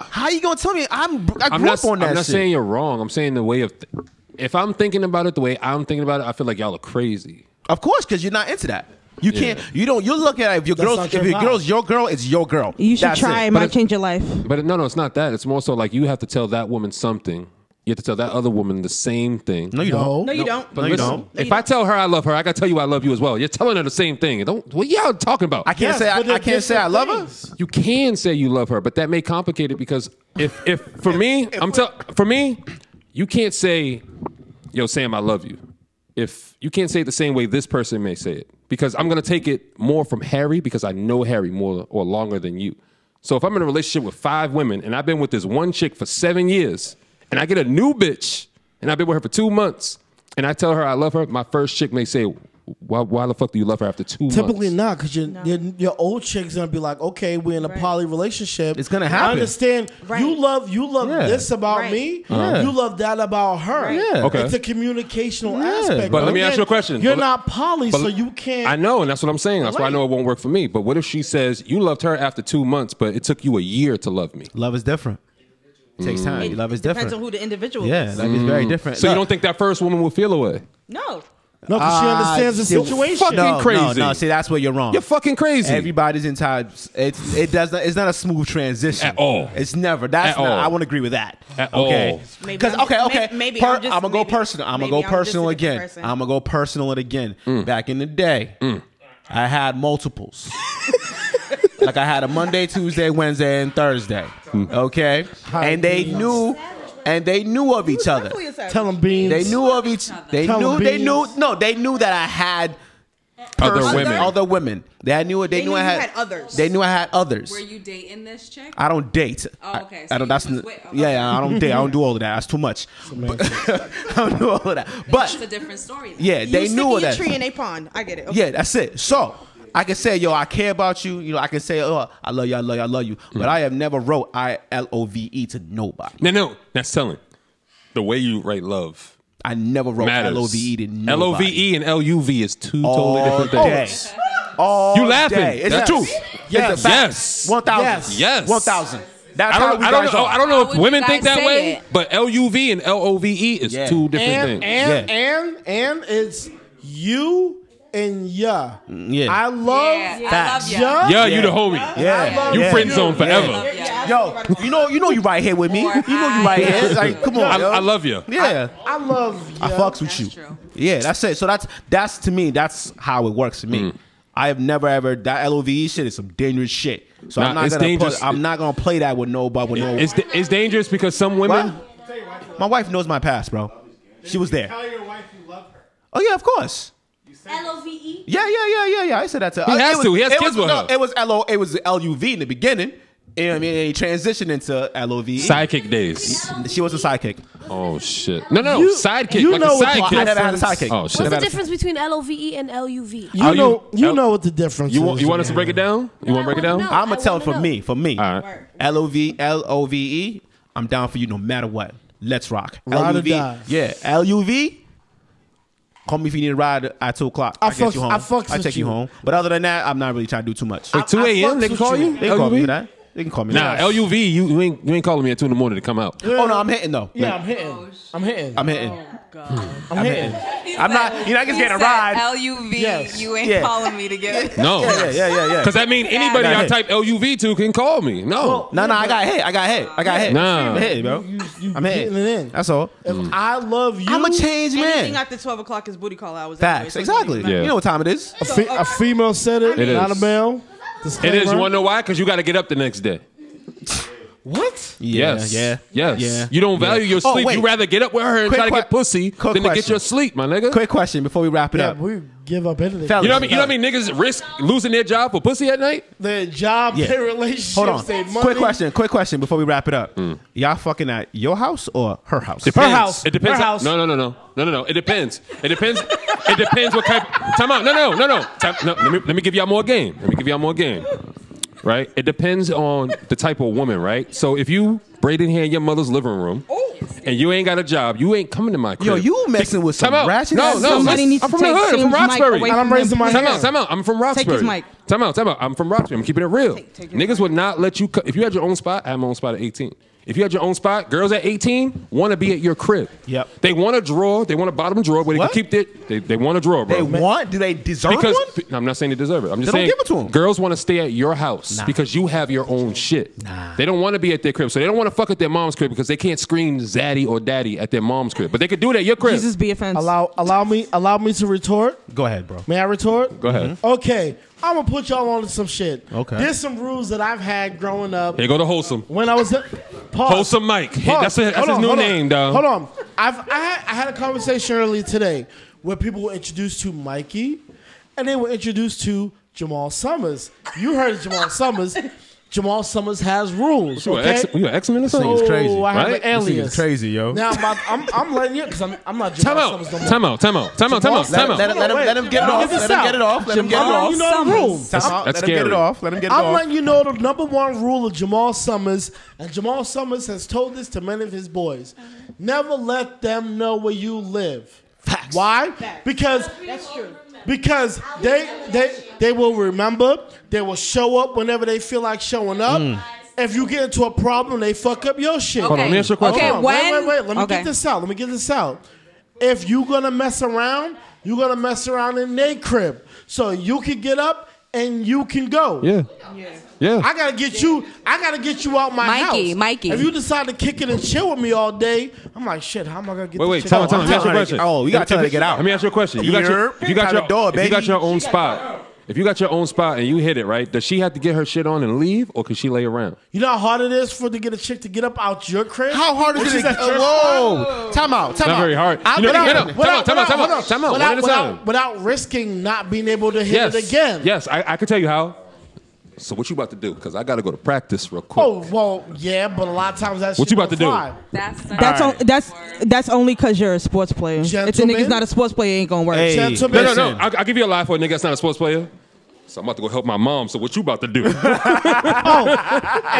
A: How you gonna tell me? I'm. I grew
C: I'm not,
A: up on that.
C: I'm not
A: shit.
C: saying you're wrong. I'm saying the way of. Th- if I'm thinking about it the way I'm thinking about it, I feel like y'all are crazy.
A: Of course, because you're not into that. You
C: Yeah.
A: can't. You don't. You're looking at it, if your
C: That's
A: girls.
C: not
A: If
C: your
A: your
C: vibe.
A: girls, your girl, it's your girl.
O: You should
A: That's
O: try. It,
A: It.
O: might change your life.
C: But no, no, it's not that. It's more so like you have to tell that woman something. You have to tell that other woman the same thing.
A: No, you don't.
O: No, you don't.
C: But
O: No, you
C: listen,
O: don't.
C: If I tell her I love her, I gotta tell you I love you as well. You're telling her the same thing. Don't what y'all talking about?
A: I can't Yes, say I- but they're I can't say I different love her?
C: her. You can say you love her, but that may complicate it because if if for me, I'm tell for me, you can't say, "Yo, Sam, I love you." If you can't say it the same way this person may say it, because I'm gonna take it more from Harry because I know Harry more or longer than you. So if I'm in a relationship with five women and I've been with this one chick for seven years, and I get a new bitch and I've been with her for two months, and I tell her I love her, my first chick may say, "Why, why the fuck do you love her after two months?"
H: Typically not, because your, your your old chick's gonna be like, okay, we're in a poly relationship. It's
A: gonna
H: I
A: happen.
H: understand. You love you love
A: Yeah.
H: this about
A: Right.
H: me.
C: Uh-huh.
H: You love that about her.
C: Yeah. Okay.
H: It's a communicational aspect.
C: But let me
H: Again,
C: ask you a question.
H: You're
C: But-
H: not poly,
C: but-
H: so you can't.
C: I know, and that's what I'm saying. That's why I know it won't work for me. But what if she says you loved her after two months, but it took you a year to love me?
A: Love is different. It takes time. Love is
O: Depends
A: different.
O: on who the individual
A: Yeah,
O: is.
A: love is very different.
C: Mm. So you
A: Look.
C: don't think that first woman will feel away?
O: No.
H: No,
O: 'cause she understands the
A: shit.
O: situation.
A: No,
C: Fucking crazy.
A: No, no, see, that's where you're wrong. You're
C: fucking crazy.
A: Everybody's entire it's it does not, it's not a smooth transition at
C: all.
A: It's never. That's
C: At
A: not,
C: all.
A: I won't agree with that.
C: At all.
A: okay.
O: Maybe
A: Because
O: I'm
A: okay,
O: just-
A: okay.
O: may- maybe
A: Per-
O: I'm just-
A: I'ma go personal. I'm gonna
O: maybe
A: go
O: I'm just a
A: personal
O: different
A: again.
O: person.
A: I'm gonna go personal it again.
H: Mm.
A: Back in the day, I had multiples. like I had a Monday, Tuesday, Wednesday, and Thursday.
H: Mm.
A: Okay, and they knew, and they knew of each other.
H: Tell them beans.
A: They knew of each. They
H: Tell 'em
A: knew. They
H: beans.
A: knew. No, they knew that I had
C: Other
A: persons-
C: women.
A: Other women. They knew. They,
D: They
A: knew,
D: knew
A: I
D: you
A: had,
D: had others.
A: They knew I had others.
D: Were you dating this chick?
A: I don't date.
D: Oh, okay.
A: I, I
D: So
A: don't.
D: you
A: That's
D: just
A: n-
D: wait- okay.
A: yeah, yeah. I don't date. I don't do all of that. That's too much. I don't do all of that. But
D: That's a different story. then.
A: yeah, they
O: you stick
A: knew of
O: in your
A: that.
O: tree in a pond. I get it. Okay.
A: Yeah, that's it. So I can say, yo, I care about you. You know, I can say, oh, I love you, I love you, I love you.
C: Mm.
A: But I have never wrote I L O V E to nobody.
C: No, no, that's telling. The way you write love.
A: I never wrote
C: matters.
A: L-O-V-E to nobody.
C: L O V E and L U V is two
A: All
C: totally different things.
A: day. All
C: You laughing.
A: day. It's
C: That's
A: a-
C: true.
A: It's a fact.
C: Yes.
A: One thousand.
C: Yes. Yes.
A: One thousand. That's
C: I
A: how
C: don't,
A: we
C: I don't
A: guys
C: know,
A: are.
C: I don't know if
D: you
C: women think
D: guys
C: that
D: say
C: way,
D: it?
C: but L U V and L O V E is two different
H: and,
C: things.
H: And and and it's you and ya.
A: Mm, Yeah.
H: I love
D: Yeah, I love
H: ya.
D: ya.
C: Yeah, you the homie.
A: Yeah.
H: I love
C: You
A: yeah.
C: friend zone
A: Yeah.
C: forever.
A: Yo, you know, you know, you right here with me. You know, you right here. Like, come on,
C: I,
A: yo.
C: I love you.
A: Yeah,
H: I love
A: I, fucks with you. Yeah, that's it. So that's that's to me. That's how it works for
C: Mm.
A: me. I have never ever that LOVE E shit is some dangerous shit. So
C: Nah,
A: I'm not
C: it's
A: gonna
C: dangerous.
A: put, I'm not gonna play that with nobody. With no,
C: It's, it's dangerous because some women.
A: What? my wife knows my past, bro. She was there.
H: your wife you love her.
A: Oh yeah, of course.
F: L O V E.
A: Yeah, yeah, yeah, yeah, yeah. I said that to.
C: He
A: uh,
C: has
A: it was,
C: to. He has
A: it
C: kids
A: was,
C: with
A: no,
C: her.
A: It was L O. It was L U V in the beginning. You know what I mean, and he transitioned into L O V E.
C: Sidekick days.
A: She was a sidekick.
C: Oh shit! No, no,
A: You-
C: sidekick.
A: you
C: like
A: know
C: a
A: what the
C: sidekick.
A: I never had a sidekick.
C: Oh
F: What's
C: shit!
F: the difference between L O V E and L U V?
H: You
C: Are you-
H: know, you
C: L-
H: know what the difference
C: You
H: is.
C: want you want us to break it down? You want to break it down?
A: I'm gonna tell it for me. For me.
C: All right.
A: L O V L O V E. I'm down for you no matter what. Let's rock.
H: Ride or
A: LUV.
H: die.
A: Yeah. L U V. Call me if you need a ride at two o'clock.
H: I
A: I, get
H: fucks-
A: you home.
H: I fucks
A: I
H: with
A: take you.
H: you.
A: home. But other than that, I'm not really trying to do too much.
C: At 2 a.m.
H: fucks
C: they can
H: with
C: call
H: you.
C: you.
A: They call me
C: LUV?
A: for that. They can call me.
C: Nah,
A: that.
C: LUV, you, you ain't you ain't calling me at two in the morning to come out.
A: Oh no, I'm hitting though.
H: Yeah, I'm hitting. I'm hitting.
A: I'm hitting.
H: I'm hitting.
A: I'm not. You're not just getting a ride.
D: LUV, Oh, you ain't
A: Yeah.
D: calling me to get
C: No.
A: Yeah, yeah, yeah, yeah.
C: Because that mean anybody
A: Yeah.
C: I type LUV to can call me. No.
A: No, no, I got hit. I got hit. I got hit.
C: Nah.
A: I'm hit, bro. I'm hit.
H: getting it in.
A: That's all.
H: I love you.
A: I'm a changed
O: Anything
A: man.
O: after twelve o'clock is booty call hours.
A: Facts. Exactly. You know what time it is.
H: A, fe- a female said it,
C: It
H: not
C: is.
H: a male.
C: It is. You
H: Disclaimer.
C: want to know why? Because you got to get up the next day.
H: What?
A: Yeah,
C: yes.
A: yeah,
C: Yes.
A: yeah.
C: You don't value
A: Yeah.
C: your
A: Oh,
C: sleep.
A: wait.
C: you rather get up with her and
A: Quick
C: try to
A: que-
C: get pussy
A: quick
C: than to get
A: question.
C: your sleep, my nigga.
A: Quick question before we wrap it
H: Yeah,
A: up.
H: we give up anything.
A: Fellas.
C: You know what I mean? You know what I mean? Niggas risk losing their job for pussy at night.
H: Their job,
A: Yeah.
H: their relationships,
A: Hold on.
H: their money.
A: Quick question. Quick question before we wrap it up. Y'all fucking at your house or her house?
C: Mm. Depends.
H: house.
C: It depends.
H: Her
C: on-
H: house.
C: No, no, no, no, no, no, no. It depends. It depends. it depends what type. Time out. No, no, no, no. Time, no let me let me give y'all more game. Let me give y'all more game. Right. It depends on the type of woman. Right. So if you braided hair in your mother's living room. And you ain't got a job. You ain't coming to my crib.
A: Yo, you messing with some
C: Time out.
A: ratchet
C: No,
A: ass
C: no.
A: somebody
C: listen,
O: needs
C: I'm
O: to
C: from the
O: take
C: hood. I'm from
O: James' mic
C: Roxbury.
O: away
H: And I'm
O: from
H: raising
O: him,
H: my
O: please.
C: Time
H: hand.
C: out, time out. I'm from Roxbury.
O: his mic.
C: Time out, time out. I'm from Roxbury. I'm keeping it real.
O: take his
C: Niggas would not let you. Co- if you had your own spot, I had my own spot at 18. If you had your own spot, girls at 18 want to be at your crib.
A: Yep.
C: They want a drawer. They want a bottom drawer where they
A: What?
C: can keep it. They, they want a drawer, bro.
A: They want? Do they deserve
C: because
A: one?
C: no, I'm not saying they deserve it. I'm just
A: They
C: saying
A: don't give it to 'em.
C: girls want to stay at your house
A: Nah.
C: because you have your own shit. They don't want to be at their crib, so they don't want to fuck at their mom's crib because they can't scream zaddy or daddy at their mom's crib. But they could do that at your crib.
O: Jesus be offense.
H: Allow, allow me, allow me to retort.
A: Go ahead, bro.
H: May I retort?
C: Go
A: Mm-hmm.
C: ahead.
H: Okay, I'm gonna put y'all on to some shit.
A: Okay.
H: There's some rules that I've had growing up.
C: Here go the wholesome.
H: When I was a, pause.
C: Wholesome Mike. Hey,
H: Pause.
C: that's his- that's
H: Hold
C: his
H: on,
C: new
H: hold on.
C: name, dog.
H: Hold on. I've I had, I had a conversation earlier today where people were introduced to Mikey, and they were introduced to Jamal Summers. You heard of Jamal Summers. Jamal Summers has rules.
C: You
H: Okay?
C: an X- you an X Men or something?
A: nigga's crazy,
H: Oh, I have
C: right?
H: an
A: This nigga's
H: alias.
A: crazy, yo.
H: Now I'm, I'm, I'm letting you because I'm, I'm not Jamal
C: Time out.
H: Summers no more.
C: Time out. Time out. Time out. Time out.
A: Let,
C: Time out.
A: let, let him, let him get it
H: Now
A: off.
H: this
A: Let him
H: out.
A: get it off. Let him get it
H: Jamal,
A: off.
H: You know the rules.
A: Time out.
C: That's
A: Let him get it
C: scary.
A: off. Let him get it
H: I'm
A: off.
H: letting you know the number one rule of Jamal Summers, and Jamal Summers has told this to many of his boys: never let them know where you live. Facts. Why? Because that's true. Because they they they will remember. They will show up whenever they feel like showing up. If you get into a problem, they fuck up your shit.
C: Mm. Hold on, let me ask you a question.
D: Okay,
H: Hold on, wait,
D: when-
H: wait, wait. Let me
D: Okay.
H: get this out. Let me get this out. If you gonna mess around, you gonna mess around in their crib. So you can get up and you can go.
C: Yeah. Yeah.
H: I gotta get you. I gotta get you out my
D: Mikey,
H: house.
D: Mikey.
H: If you decide to kick it and chill with me all day, I'm like, shit. How am I gonna get?
C: Wait,
H: this
C: wait,
H: shit
C: time
H: out?
C: out, time out. Let me ask you
A: trying
C: a
A: to
C: question.
A: get- oh, you gotta
C: Let me-
A: try to get out.
C: Let me ask you a question. You got your,
A: Yerp.
C: if you got
A: Out the
C: your,
A: door,
C: if you got
A: baby.
C: your own spot. If you got your own spot and you hit it right, does she have to get her shit on and leave, or could she lay around?
H: You know how hard it is for her to get a chick to get up out your crib.
A: How hard
H: When
A: is it?
H: she's at
A: to-
H: your
A: Whoa! Time out. Time
C: Not
A: out.
C: very hard.
A: I'm
C: You know-
A: gonna-
C: no, no,
H: Without-
C: Time out, time out,
H: without-
C: time out, time out,
H: Without,
C: one at a time.
H: without, without risking not being able to hit
C: Yes.
H: it again.
C: Yes, I, I could tell you how. So what you about to do? Because I got to go to practice real quick.
H: Oh well, yeah, but a lot of times that's
C: What you about to do?
D: That's not
O: That's on, that's that's only because you're a sports player. If the
H: Gentlemen.
O: nigga's not a sports player, it ain't gonna work.
A: Hey,
H: Gentlemen.
C: no, no, no.
A: listen.
C: I'll, I'll give you a lie for a nigga that's not a sports player. So I'm about to go help my mom. So what you about to do?
H: Oh.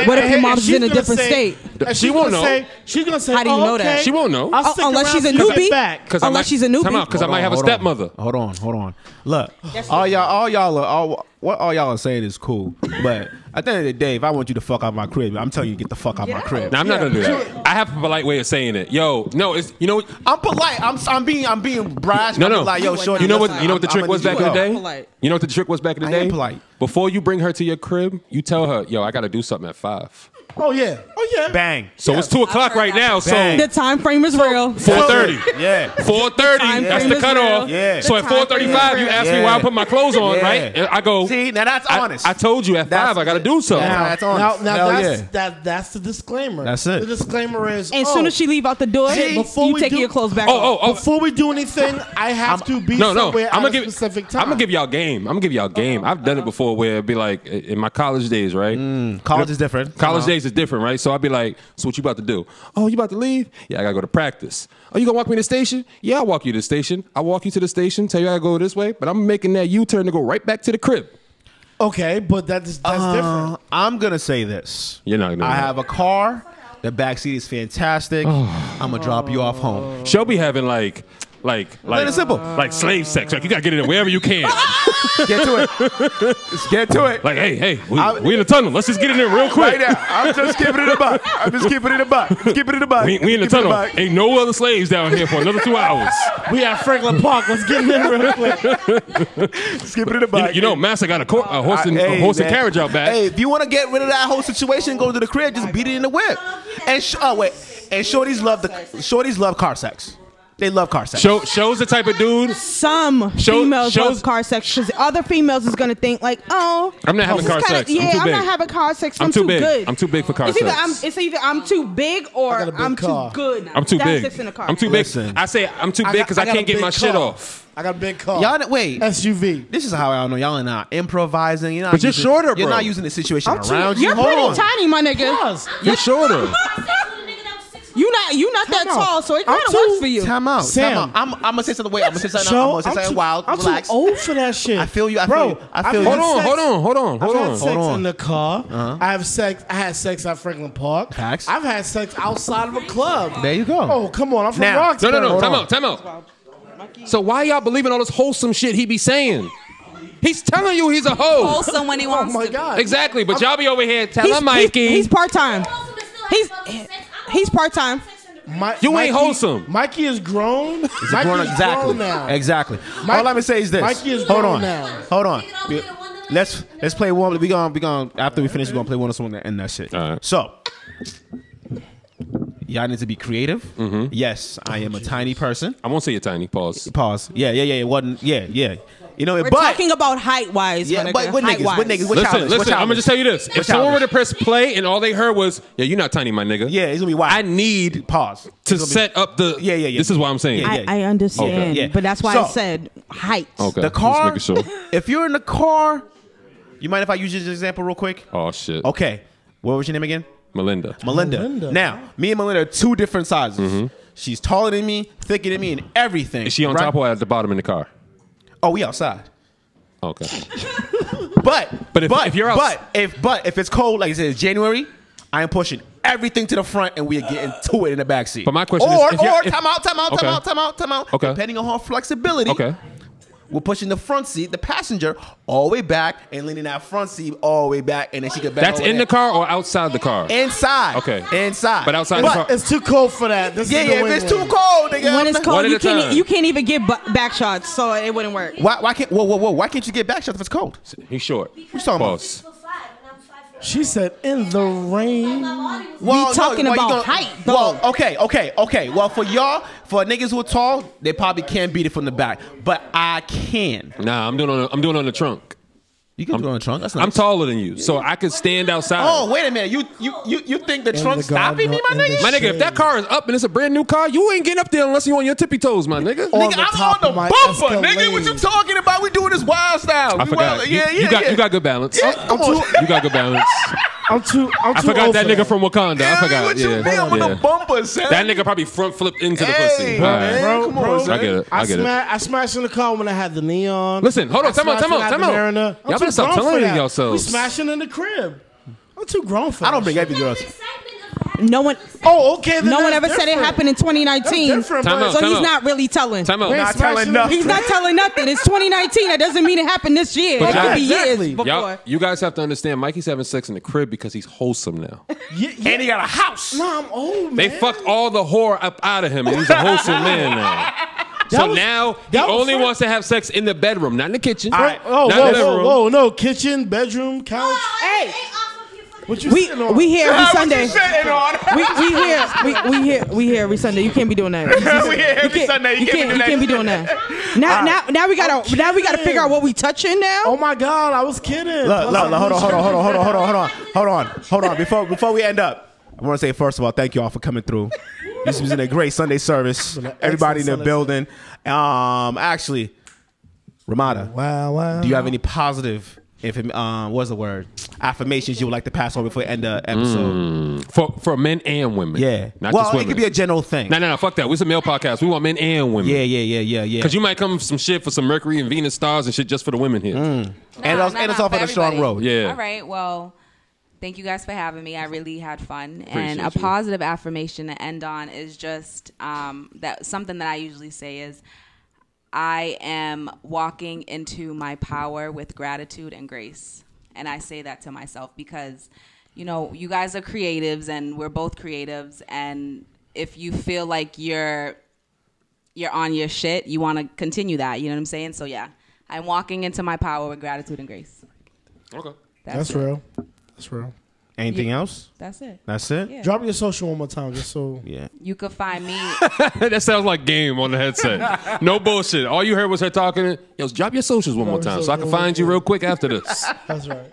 O: What if your mom's
H: she's
O: in a
H: gonna
O: different
H: say-
O: state?
H: and
C: She
H: she's
C: won't
H: gonna
C: know.
H: Say, she's gonna say,
O: How do you
H: "Oh,
O: know that?
H: okay,
C: She won't know.
H: I'll
O: Oh,
H: stick
O: unless
H: around
O: she's a
H: till you get
O: newbie.
H: back.
C: I
O: Unless
C: might-
O: she's a newbie.
C: Time out, because I
A: Hold
C: might
A: on,
C: have a
A: hold on.
C: stepmother.
A: Hold on, hold on. Look, all y'all, all y'all, are, all what all y'all are saying is cool, but at the end of the day, if I want you to fuck out my crib, I'm telling you, get the fuck out my crib.
C: Now I'm not gonna do that. I have a polite way of saying it. Yo, no, it's you know what?
A: I'm polite. I'm, I'm being, I'm being brash.
C: No,
A: I'm
C: no.
A: Like, yo, shorty,
C: you know what?
A: listen,
C: You know what the
A: I'm-
C: trick
A: I'ma
C: was
A: need you
C: back in the
A: up.
C: day.
O: Polite.
C: You know what the trick was back in the
A: I
C: day.
A: am polite.
C: Before you bring her to your crib, you tell her, "Yo, I got to do something at five.
H: Oh yeah, oh yeah.
A: Bang.
C: So it's two o'clock right now.
A: Bang.
C: So
O: The time frame is real.
C: four thirty.
A: Yeah.
C: Four thirty.
O: time
C: That's
O: frame
C: the
O: is
C: cutoff.
O: real.
A: Yeah.
C: So at
O: The
C: four
O: time
C: thirty-five,
O: frame
C: you
O: is
C: ask
A: real.
C: me why I put my clothes on,
A: Yeah.
C: right? And I go.
A: See, now that's
C: I-
A: honest.
C: I, told you at
A: That's-
C: five, I got to do something.
A: Now-
H: Now,
A: That's on
H: now,
A: us.
H: now
A: Hell
H: that's
A: yeah.
H: that. That's the disclaimer.
A: That's it.
H: The disclaimer is.
O: As
H: oh,
O: soon as she leave out the door,
H: Hey, before
O: you
H: we
O: take
H: do-
O: your clothes back. off.
C: Oh, oh, oh.
H: Before we do anything, I have to be
C: No, no.
H: somewhere
C: I'm
H: at
C: gonna
H: a
C: give
H: specific time.
C: I'm gonna give y'all game. I'm gonna give y'all game. I've done it before where it'd be like i- in my college days, right?
A: Mm, College is different.
C: College days is different, right? So I'd be like, "So what you about to do? Oh, you about to leave? Yeah, I gotta go to practice. Oh, you gonna walk me to the station? Yeah, I'll walk you to the station. I'll walk you to the station. Tell you I gotta go this way, but I'm making that U-turn to go right back to the crib.
H: Okay, but that's that's
A: Uh,
H: different.
A: I'm gonna say this.
C: You're not gonna.
A: I have a car. The backseat is fantastic. I'm gonna drop you off home.
C: She'll be Oh. having like Like, like,
A: and simple.
C: like slave sex. Like you gotta get in there wherever you can.
A: get to it. Let's get to it.
C: Like, hey, hey, we, we in the tunnel. Let's just get in there real quick.
A: Right now, I'm just giving it a buck. I'm just keeping it a buck. Just keeping it a buck.
C: We, we in
A: Keeping
C: the
A: it a
C: tunnel.
A: buck.
C: Ain't no other slaves down here for another two hours.
H: We at Franklin Park. Let's get in there real quick.
A: Skip it in the back.
C: You, know, Massa got a, cor- a horse and,
A: Hey,
C: a horse and
A: man.
C: carriage out back.
A: Hey, if you want to get rid of that whole situation, go to the crib, just beat it in the whip. And sh- oh wait, and shorties love the shorties love car sex. They love car sex.
C: Show, shows the type of dude.
O: Some
A: Show-
O: females
A: shows-
O: love car sex because other females is gonna think like, oh,
C: I'm not having
O: this
C: car
O: is kinda-
C: sex. I'm
O: Yeah,
C: too
O: I'm, not
C: big.
O: having car sex.
C: I'm
O: I'm,
C: too big.
O: good.
C: I'm too big for car
O: it's either
C: sex.
O: I'm, it's either I'm too big or I'm too good.
C: I'm too
O: That's
C: big.
O: Sex in the car.
C: I'm too big. I say I'm too
H: I
C: big
H: got-
C: because I,
H: I got
C: can't
H: a
C: get
H: big
C: my shit
H: car.
C: off.
H: I got a big car.
A: Y'all don't- wait.
H: SUV.
A: This is how I know y'all are not improvising. You're not
C: But you're
A: using-
C: shorter, bro.
A: You're not using the situation
O: I'm too-
A: around you.
O: You're
A: Hold
O: pretty
A: on.
O: tiny, my nigga.
C: You're shorter.
O: You not you not that
A: Time out.
O: tall, so it
A: I'm
O: kind of
A: too-
O: works for you.
A: Time out.
H: Sam.
A: Time out. I'm, I'm gonna say something. Wait, I'm gonna say something.
H: Joe,
A: I'm gonna say
H: I'm
A: something
H: too-
A: wild.
H: I'm
A: Relax.
H: too old for that shit.
A: I feel you. I
H: Bro,
A: feel you. I feel
H: I've
A: you.
H: had sex-
C: hold on, hold on, hold
H: I've
C: on.
H: had sex
A: Hold on.
H: in the car.
A: Uh-huh.
H: I have sex. I had sex at Franklin Park.
A: Facts.
H: I've had sex outside of a club.
A: There you go.
H: Oh come on, I'm from
A: Now-
C: No,
H: Roxbury.
C: no, no.
H: Hold
C: Time
H: on.
C: out. Time out. So why y'all believing all this wholesome shit he be saying? He's telling you he's a hoe.
D: Wholesome when he wants
H: Oh my
D: to.
H: God.
C: Exactly, but y'all be over here telling
O: He's,
C: Mikey.
O: he's, part time. He's eh, he's part time.
H: Mi-
C: You ain't
H: Mikey-
C: wholesome.
H: Mikey is grown. He's
A: Grown- exactly.
H: now.
A: Exactly.
H: Mike-
A: All I'm gonna say is this.
H: Mikey is
A: Hold
H: grown
A: on.
H: now.
A: Hold on. We- Let's let's play one. We gonna we gonna after we finish, we gonna play one or something and that shit.
C: All right.
A: So. Y'all need to be creative. Yes, I am a tiny person.
C: Mm-hmm. I won't say you're tiny. Pause.
A: Pause. Yeah, yeah, yeah. It wasn't. Yeah, yeah. You know,
O: We're
A: but
O: talking about height wise.
A: yeah, but what niggas? What niggas? What
C: Listen,
A: childish?
C: listen.
A: what
C: I'm gonna just tell you this: if someone were to press play and all they heard was, "Yeah, you're not tiny, my nigga,"
A: yeah, it's gonna be wild.
C: I need
A: Pause.
C: to
A: It's gonna be-
C: set up the.
A: Yeah, yeah, yeah.
C: This is what I'm saying.
A: Yeah, yeah.
O: I, I understand,
A: Okay. Yeah.
O: but that's why I
A: So-
O: said height.
C: Okay.
A: the
C: just
A: car.
C: making sure.
A: If you're in the car, you mind if I use this example real quick?
C: Oh shit.
A: Okay. What was your name again?
C: Melinda. Mm-hmm.
A: Melinda.
H: Melinda.
A: Now, me and Melinda are two different sizes. She's taller than me, thicker than me, and everything.
C: Is she on
A: right?
C: top or at the bottom in the car?
A: Oh, we outside.
C: Okay.
A: But
C: But
A: but
C: if-
A: if, but,
C: if you're outs-
A: but if but if it's cold, like I said, it's January. I am pushing everything to the front, and we are getting to it in the backseat.
C: But my question is,
A: or,
C: if you're-
A: or
C: if-
A: time out, time out,
C: Okay.
A: time out, time out, time out.
C: Okay.
A: Depending on her flexibility,
C: Okay.
A: we're pushing the front seat, the passenger, all the way back, and leaning that front seat all the way back, and then she could back.
C: That's
A: over
C: in the
A: there.
C: car or outside the car?
A: Inside.
C: Okay.
A: Inside.
C: But outside the car.
H: It's too cold for that. This
A: Yeah,
H: is
A: yeah.
H: the
A: If it's too
H: win-win.
A: cold, nigga.
O: When it's
A: I'm-
O: cold,
C: at
O: you
C: a
O: can't e-
C: time.
O: you can't even get bu- back shots, so it wouldn't work.
A: Why, why can't whoa whoa whoa why can't you get back shots if it's cold?
C: He's short.
A: Who's talking about?
C: Pause.
H: She said in the rain.
A: Well,
O: talking
A: well, you
O: about
A: gonna-
O: height, though.
A: Well, okay, okay, okay. Well, for y'all, for niggas who are tall, they probably can't beat it from the back, but I can.
C: Nah, I'm doing on. The, I'm doing on the trunk.
A: You can do it on the trunk. That's nice.
C: I'm taller than you, so I could stand outside.
A: Oh wait a minute! You you you, you think the trunk's
H: the garden,
A: stopping me, my
H: in the
A: nigga?
C: My nigga, if that car is up and it's a brand new car, you ain't getting up there unless you on your tippy toes, my nigga.
H: on
A: Nigga,
H: the
A: I'm
H: top
A: on the
H: of my
A: bumper, nigga.
H: Escalade.
A: What you talking about? We doing this wild style.
C: I
A: We
C: forgot.
A: wild-
C: You-
A: yeah,
C: you,
A: yeah,
C: got
A: yeah.
C: you got good balance.
A: Yeah, come on.
C: You got good balance.
H: I'm too. I'm too
C: I forgot
H: old
C: that
H: for
C: nigga from Wakanda. I
A: Yeah,
C: forgot.
A: What
C: yeah,
A: you mean? I'm on
C: yeah.
A: the bumper, son.
C: That nigga probably front flipped into the
A: Hey,
C: pussy. All right.
A: man.
H: Bro,
A: Come on,
H: bro,
A: son.
C: I get it. I,
H: I,
C: get it.
H: sma- I smashed in the car when I had the neon.
C: Listen, hold on,
H: I
C: time out,
H: smashed
C: time
H: when
C: out,
H: I had
C: time
H: the
C: out.
H: Mariner. I'm too
C: Y'all better stop
H: grown for
C: tolerating
H: that.
C: yourselves.
H: We smashing in the crib. I'm too grown for
A: I don't
H: that
A: bring
H: shit.
A: every girl.
O: No one,
H: Oh, okay. Then
O: no one
H: that's
O: ever said it
H: different.
O: happened in 2019.
H: That's different,
C: Time
H: but-
C: out,
O: So
C: time
O: he's
C: out.
O: not really telling.
C: Time out.
H: We're
A: Not
H: smashing
A: telling
H: in
A: nothing.
O: He's not telling nothing. It's 2019. That doesn't mean it happened this year.
C: But
O: it could be
C: y'all-
H: Exactly.
O: years before.
C: Y'all, you guys have to understand. Mikey's having sex in the crib because he's wholesome now.
H: Yeah, yeah.
A: And he got a house.
H: Nah, I'm old, man.
C: They fucked all the whore up out of him, and he's a wholesome man now. So
H: was-
C: now he
H: that was
C: only
H: first.
C: wants to have sex in the bedroom, not in the kitchen.
A: All right.
H: Oh,
C: not
H: whoa,
C: in the
H: whoa,
C: room.
H: whoa, no. Kitchen, bedroom, couch.
O: Hey,
H: What you
O: we
H: sitting on?
O: we here every
A: What you
O: Sunday.
A: sitting on?
O: We we here we we here we here every Sunday. You can't be doing that.
A: We here every
O: You can't-
A: Sunday. You
O: You can't
A: can't be
O: you can't be doing
A: doing
O: that. Now now now we gotta now we gotta figure out what we touching
H: Oh
O: now.
H: my God, I was kidding.
A: Look, look, look, hold on, hold on, hold on, hold on, hold on, hold on, hold on, hold on. Before before we end up, I want to say first of all, thank you all for coming through. This was in a great Sunday service. Everybody in the
H: Excellent
A: building. Um, actually, Ramada,
H: Wow, wow.
A: do you have any positive? If um, what's the word? Affirmations you would like to pass on before we end the episode?
C: For for men and women.
A: Yeah.
C: Mm. Not
A: well,
C: just
A: it
C: women.
A: could be a general thing.
C: no, no, no. Fuck that. We're a male podcast. We want men and women.
A: yeah, yeah, yeah, yeah, yeah.
C: Because you might come with some shit for some Mercury and Venus stars and shit just for the women here.
A: Mm. and, it's-
D: Nah,
A: and it's
D: nah,
A: off
D: for
A: on a strong
D: everybody.
A: road.
C: Yeah.
D: All right. Well, Thank you guys for having me. I really had fun. and a
P: Appreciate you.
D: positive affirmation to end on is just um, that something that I usually say is I am walking into my power with gratitude and grace. And I say that to myself because, you know, you guys are creatives and we're both creatives. And if you feel like you're you're on your shit, you want to continue that. You know what I'm saying? So yeah, I'm walking into my power with gratitude and grace.
C: Okay.
H: That's,
D: it.
H: real. That's real.
A: Anything
D: Yeah.
A: else?
D: That's it.
A: That's it.
D: Yeah.
H: Drop your social one more time, just so.
A: Yeah.
D: You could find me.
C: that sounds like game on the headset. No bullshit. All you heard was her talking. Yo, drop your socials one more time so I can find you real quick after this.
H: That's right.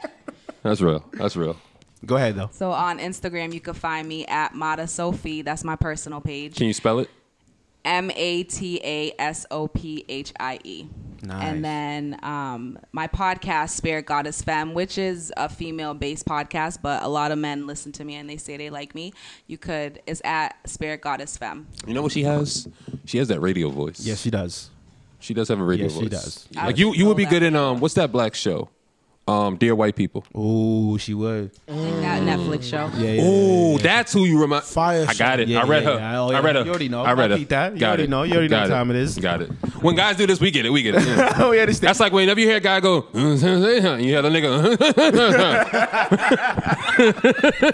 C: That's real. That's real.
A: Go ahead though.
D: So on Instagram, you could find me at Mata Sophie. That's my personal page.
C: Can you spell it?
D: M A T A S O P H I E.
C: Nice.
D: And then um, my podcast, Spirit Goddess Femme, which is a female based podcast, but a lot of men listen to me and they say they like me. You could, it's at Spirit Goddess Femme.
C: You know what she has? She has that radio voice. Yes, she
A: does.
C: She does have a radio
A: Yes, she
C: voice.
A: does.
C: Like you, you would be good in um, what's that black show? Um, Dear White People.
A: Oh, she would.
C: Mm-hmm.
D: That Netflix show.
A: Yeah, yeah,
C: oh, that's who you remind.
H: Fire.
C: I got it.
A: Yeah,
C: I read
A: yeah,
C: her.
A: yeah. Oh, yeah.
C: I read her.
A: You already know.
C: I read her.
A: Repeat that. You
C: Got
A: already
C: it.
A: know. You already know what
C: Got it.
A: time it is.
C: Got it. When guys do this, we get it. We get it. Yeah.
A: we understand.
C: That's like whenever you hear a guy go, "Uh, you hear the nigga. uh,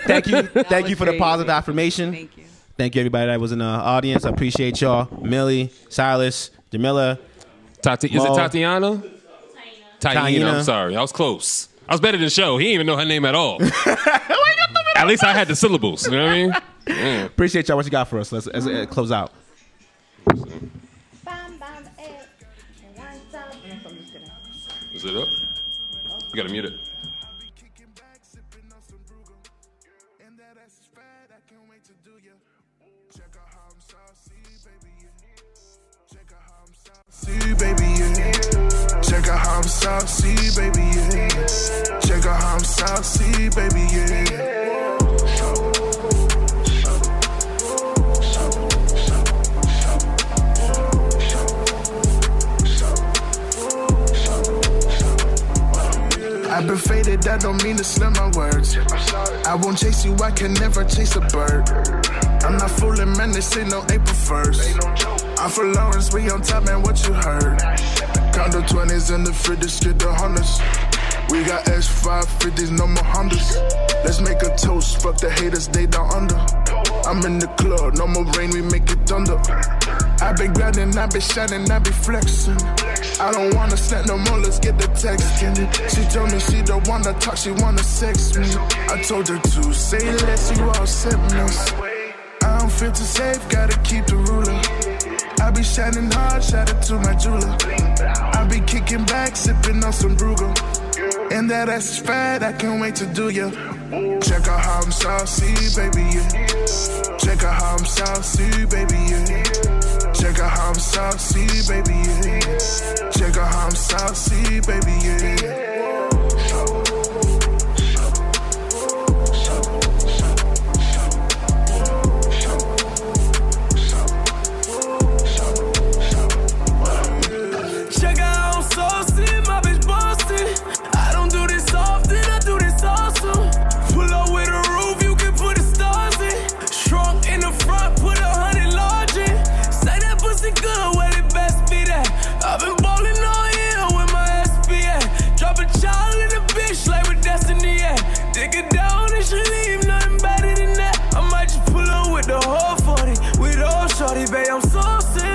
A: thank you. Thank you for the positive affirmation. Thank you. Thank you, everybody that was in the audience. I appreciate y'all. Millie, Silas, Jamila.
C: Tati, is it Tatiana? Taina.
A: Taina.
C: I'm sorry. I was close. I was better than show. He didn't even know her name at all. at least I had the syllables. You know what I mean? Yeah.
A: Appreciate y'all. What you got for us? Let's, let's, uh, close out.
C: Is it up? You gotta mute it.
Q: See, baby, yeah. Check out how I'm saucy, baby, yeah. Check out how I'm saucy, baby, yeah. I've been faded, that don't mean to slim my words. I won't chase you, I can never chase a bird. I'm not fooling, man, this ain't no April 1st. I'm from Lawrence, we on top, man, what you heard? Count the 20s in the fridge, just get the hundreds. We got S550s, no more Hondas. Let's make a toast, fuck the haters, they down under. I'm in the club, no more rain, we make it thunder. I been grinding, I been shining, I be flexing. I don't wanna snap no more, let's get the text in it. She told me she don't wanna talk, she wanna sex me. I told her to say less, you all sickness. I don't feel too safe, gotta keep the ruler. I be shining hard, shout out to my jeweler. I be kicking back, sipping on some Bruegel. And that ass is fat, I can't wait to do ya. Check out how I'm saucy, baby, yeah. Check out how I'm saucy, baby, yeah. Check out how I'm saucy, baby, yeah. Check out how I'm saucy, baby, yeah.
R: Check out I'm saucy, my bitch bossy. I don't do this often, I do this awesome. Pull up with a roof, you can put the stars in. Trunk in the front, put a hundred large in. Say that pussy good, well it best be that. I've been ballin' all year with my ass be at. Drop a child in a bitch like with destiny at. Dig it down and she leave, nothing better than that. I might just pull up with the whole 40, with all shorty, babe, I'm saucy.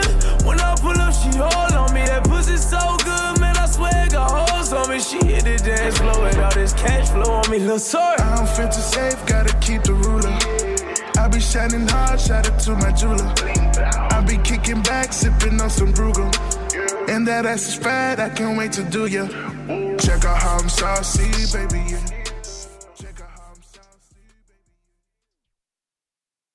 R: When I pull up, she all on me. That pussy so good, man. I swear it got hoes on me. She hit the dance floor with all this cash flow on me. Lil' sorry.
Q: I don't feel too safe, gotta keep the ruler. I be shining hard, shout out to my jeweler. I be kicking back, sipping on some Bruegel. And that ass is fat, I can't wait to do ya. Check out how I'm saucy, baby, yeah.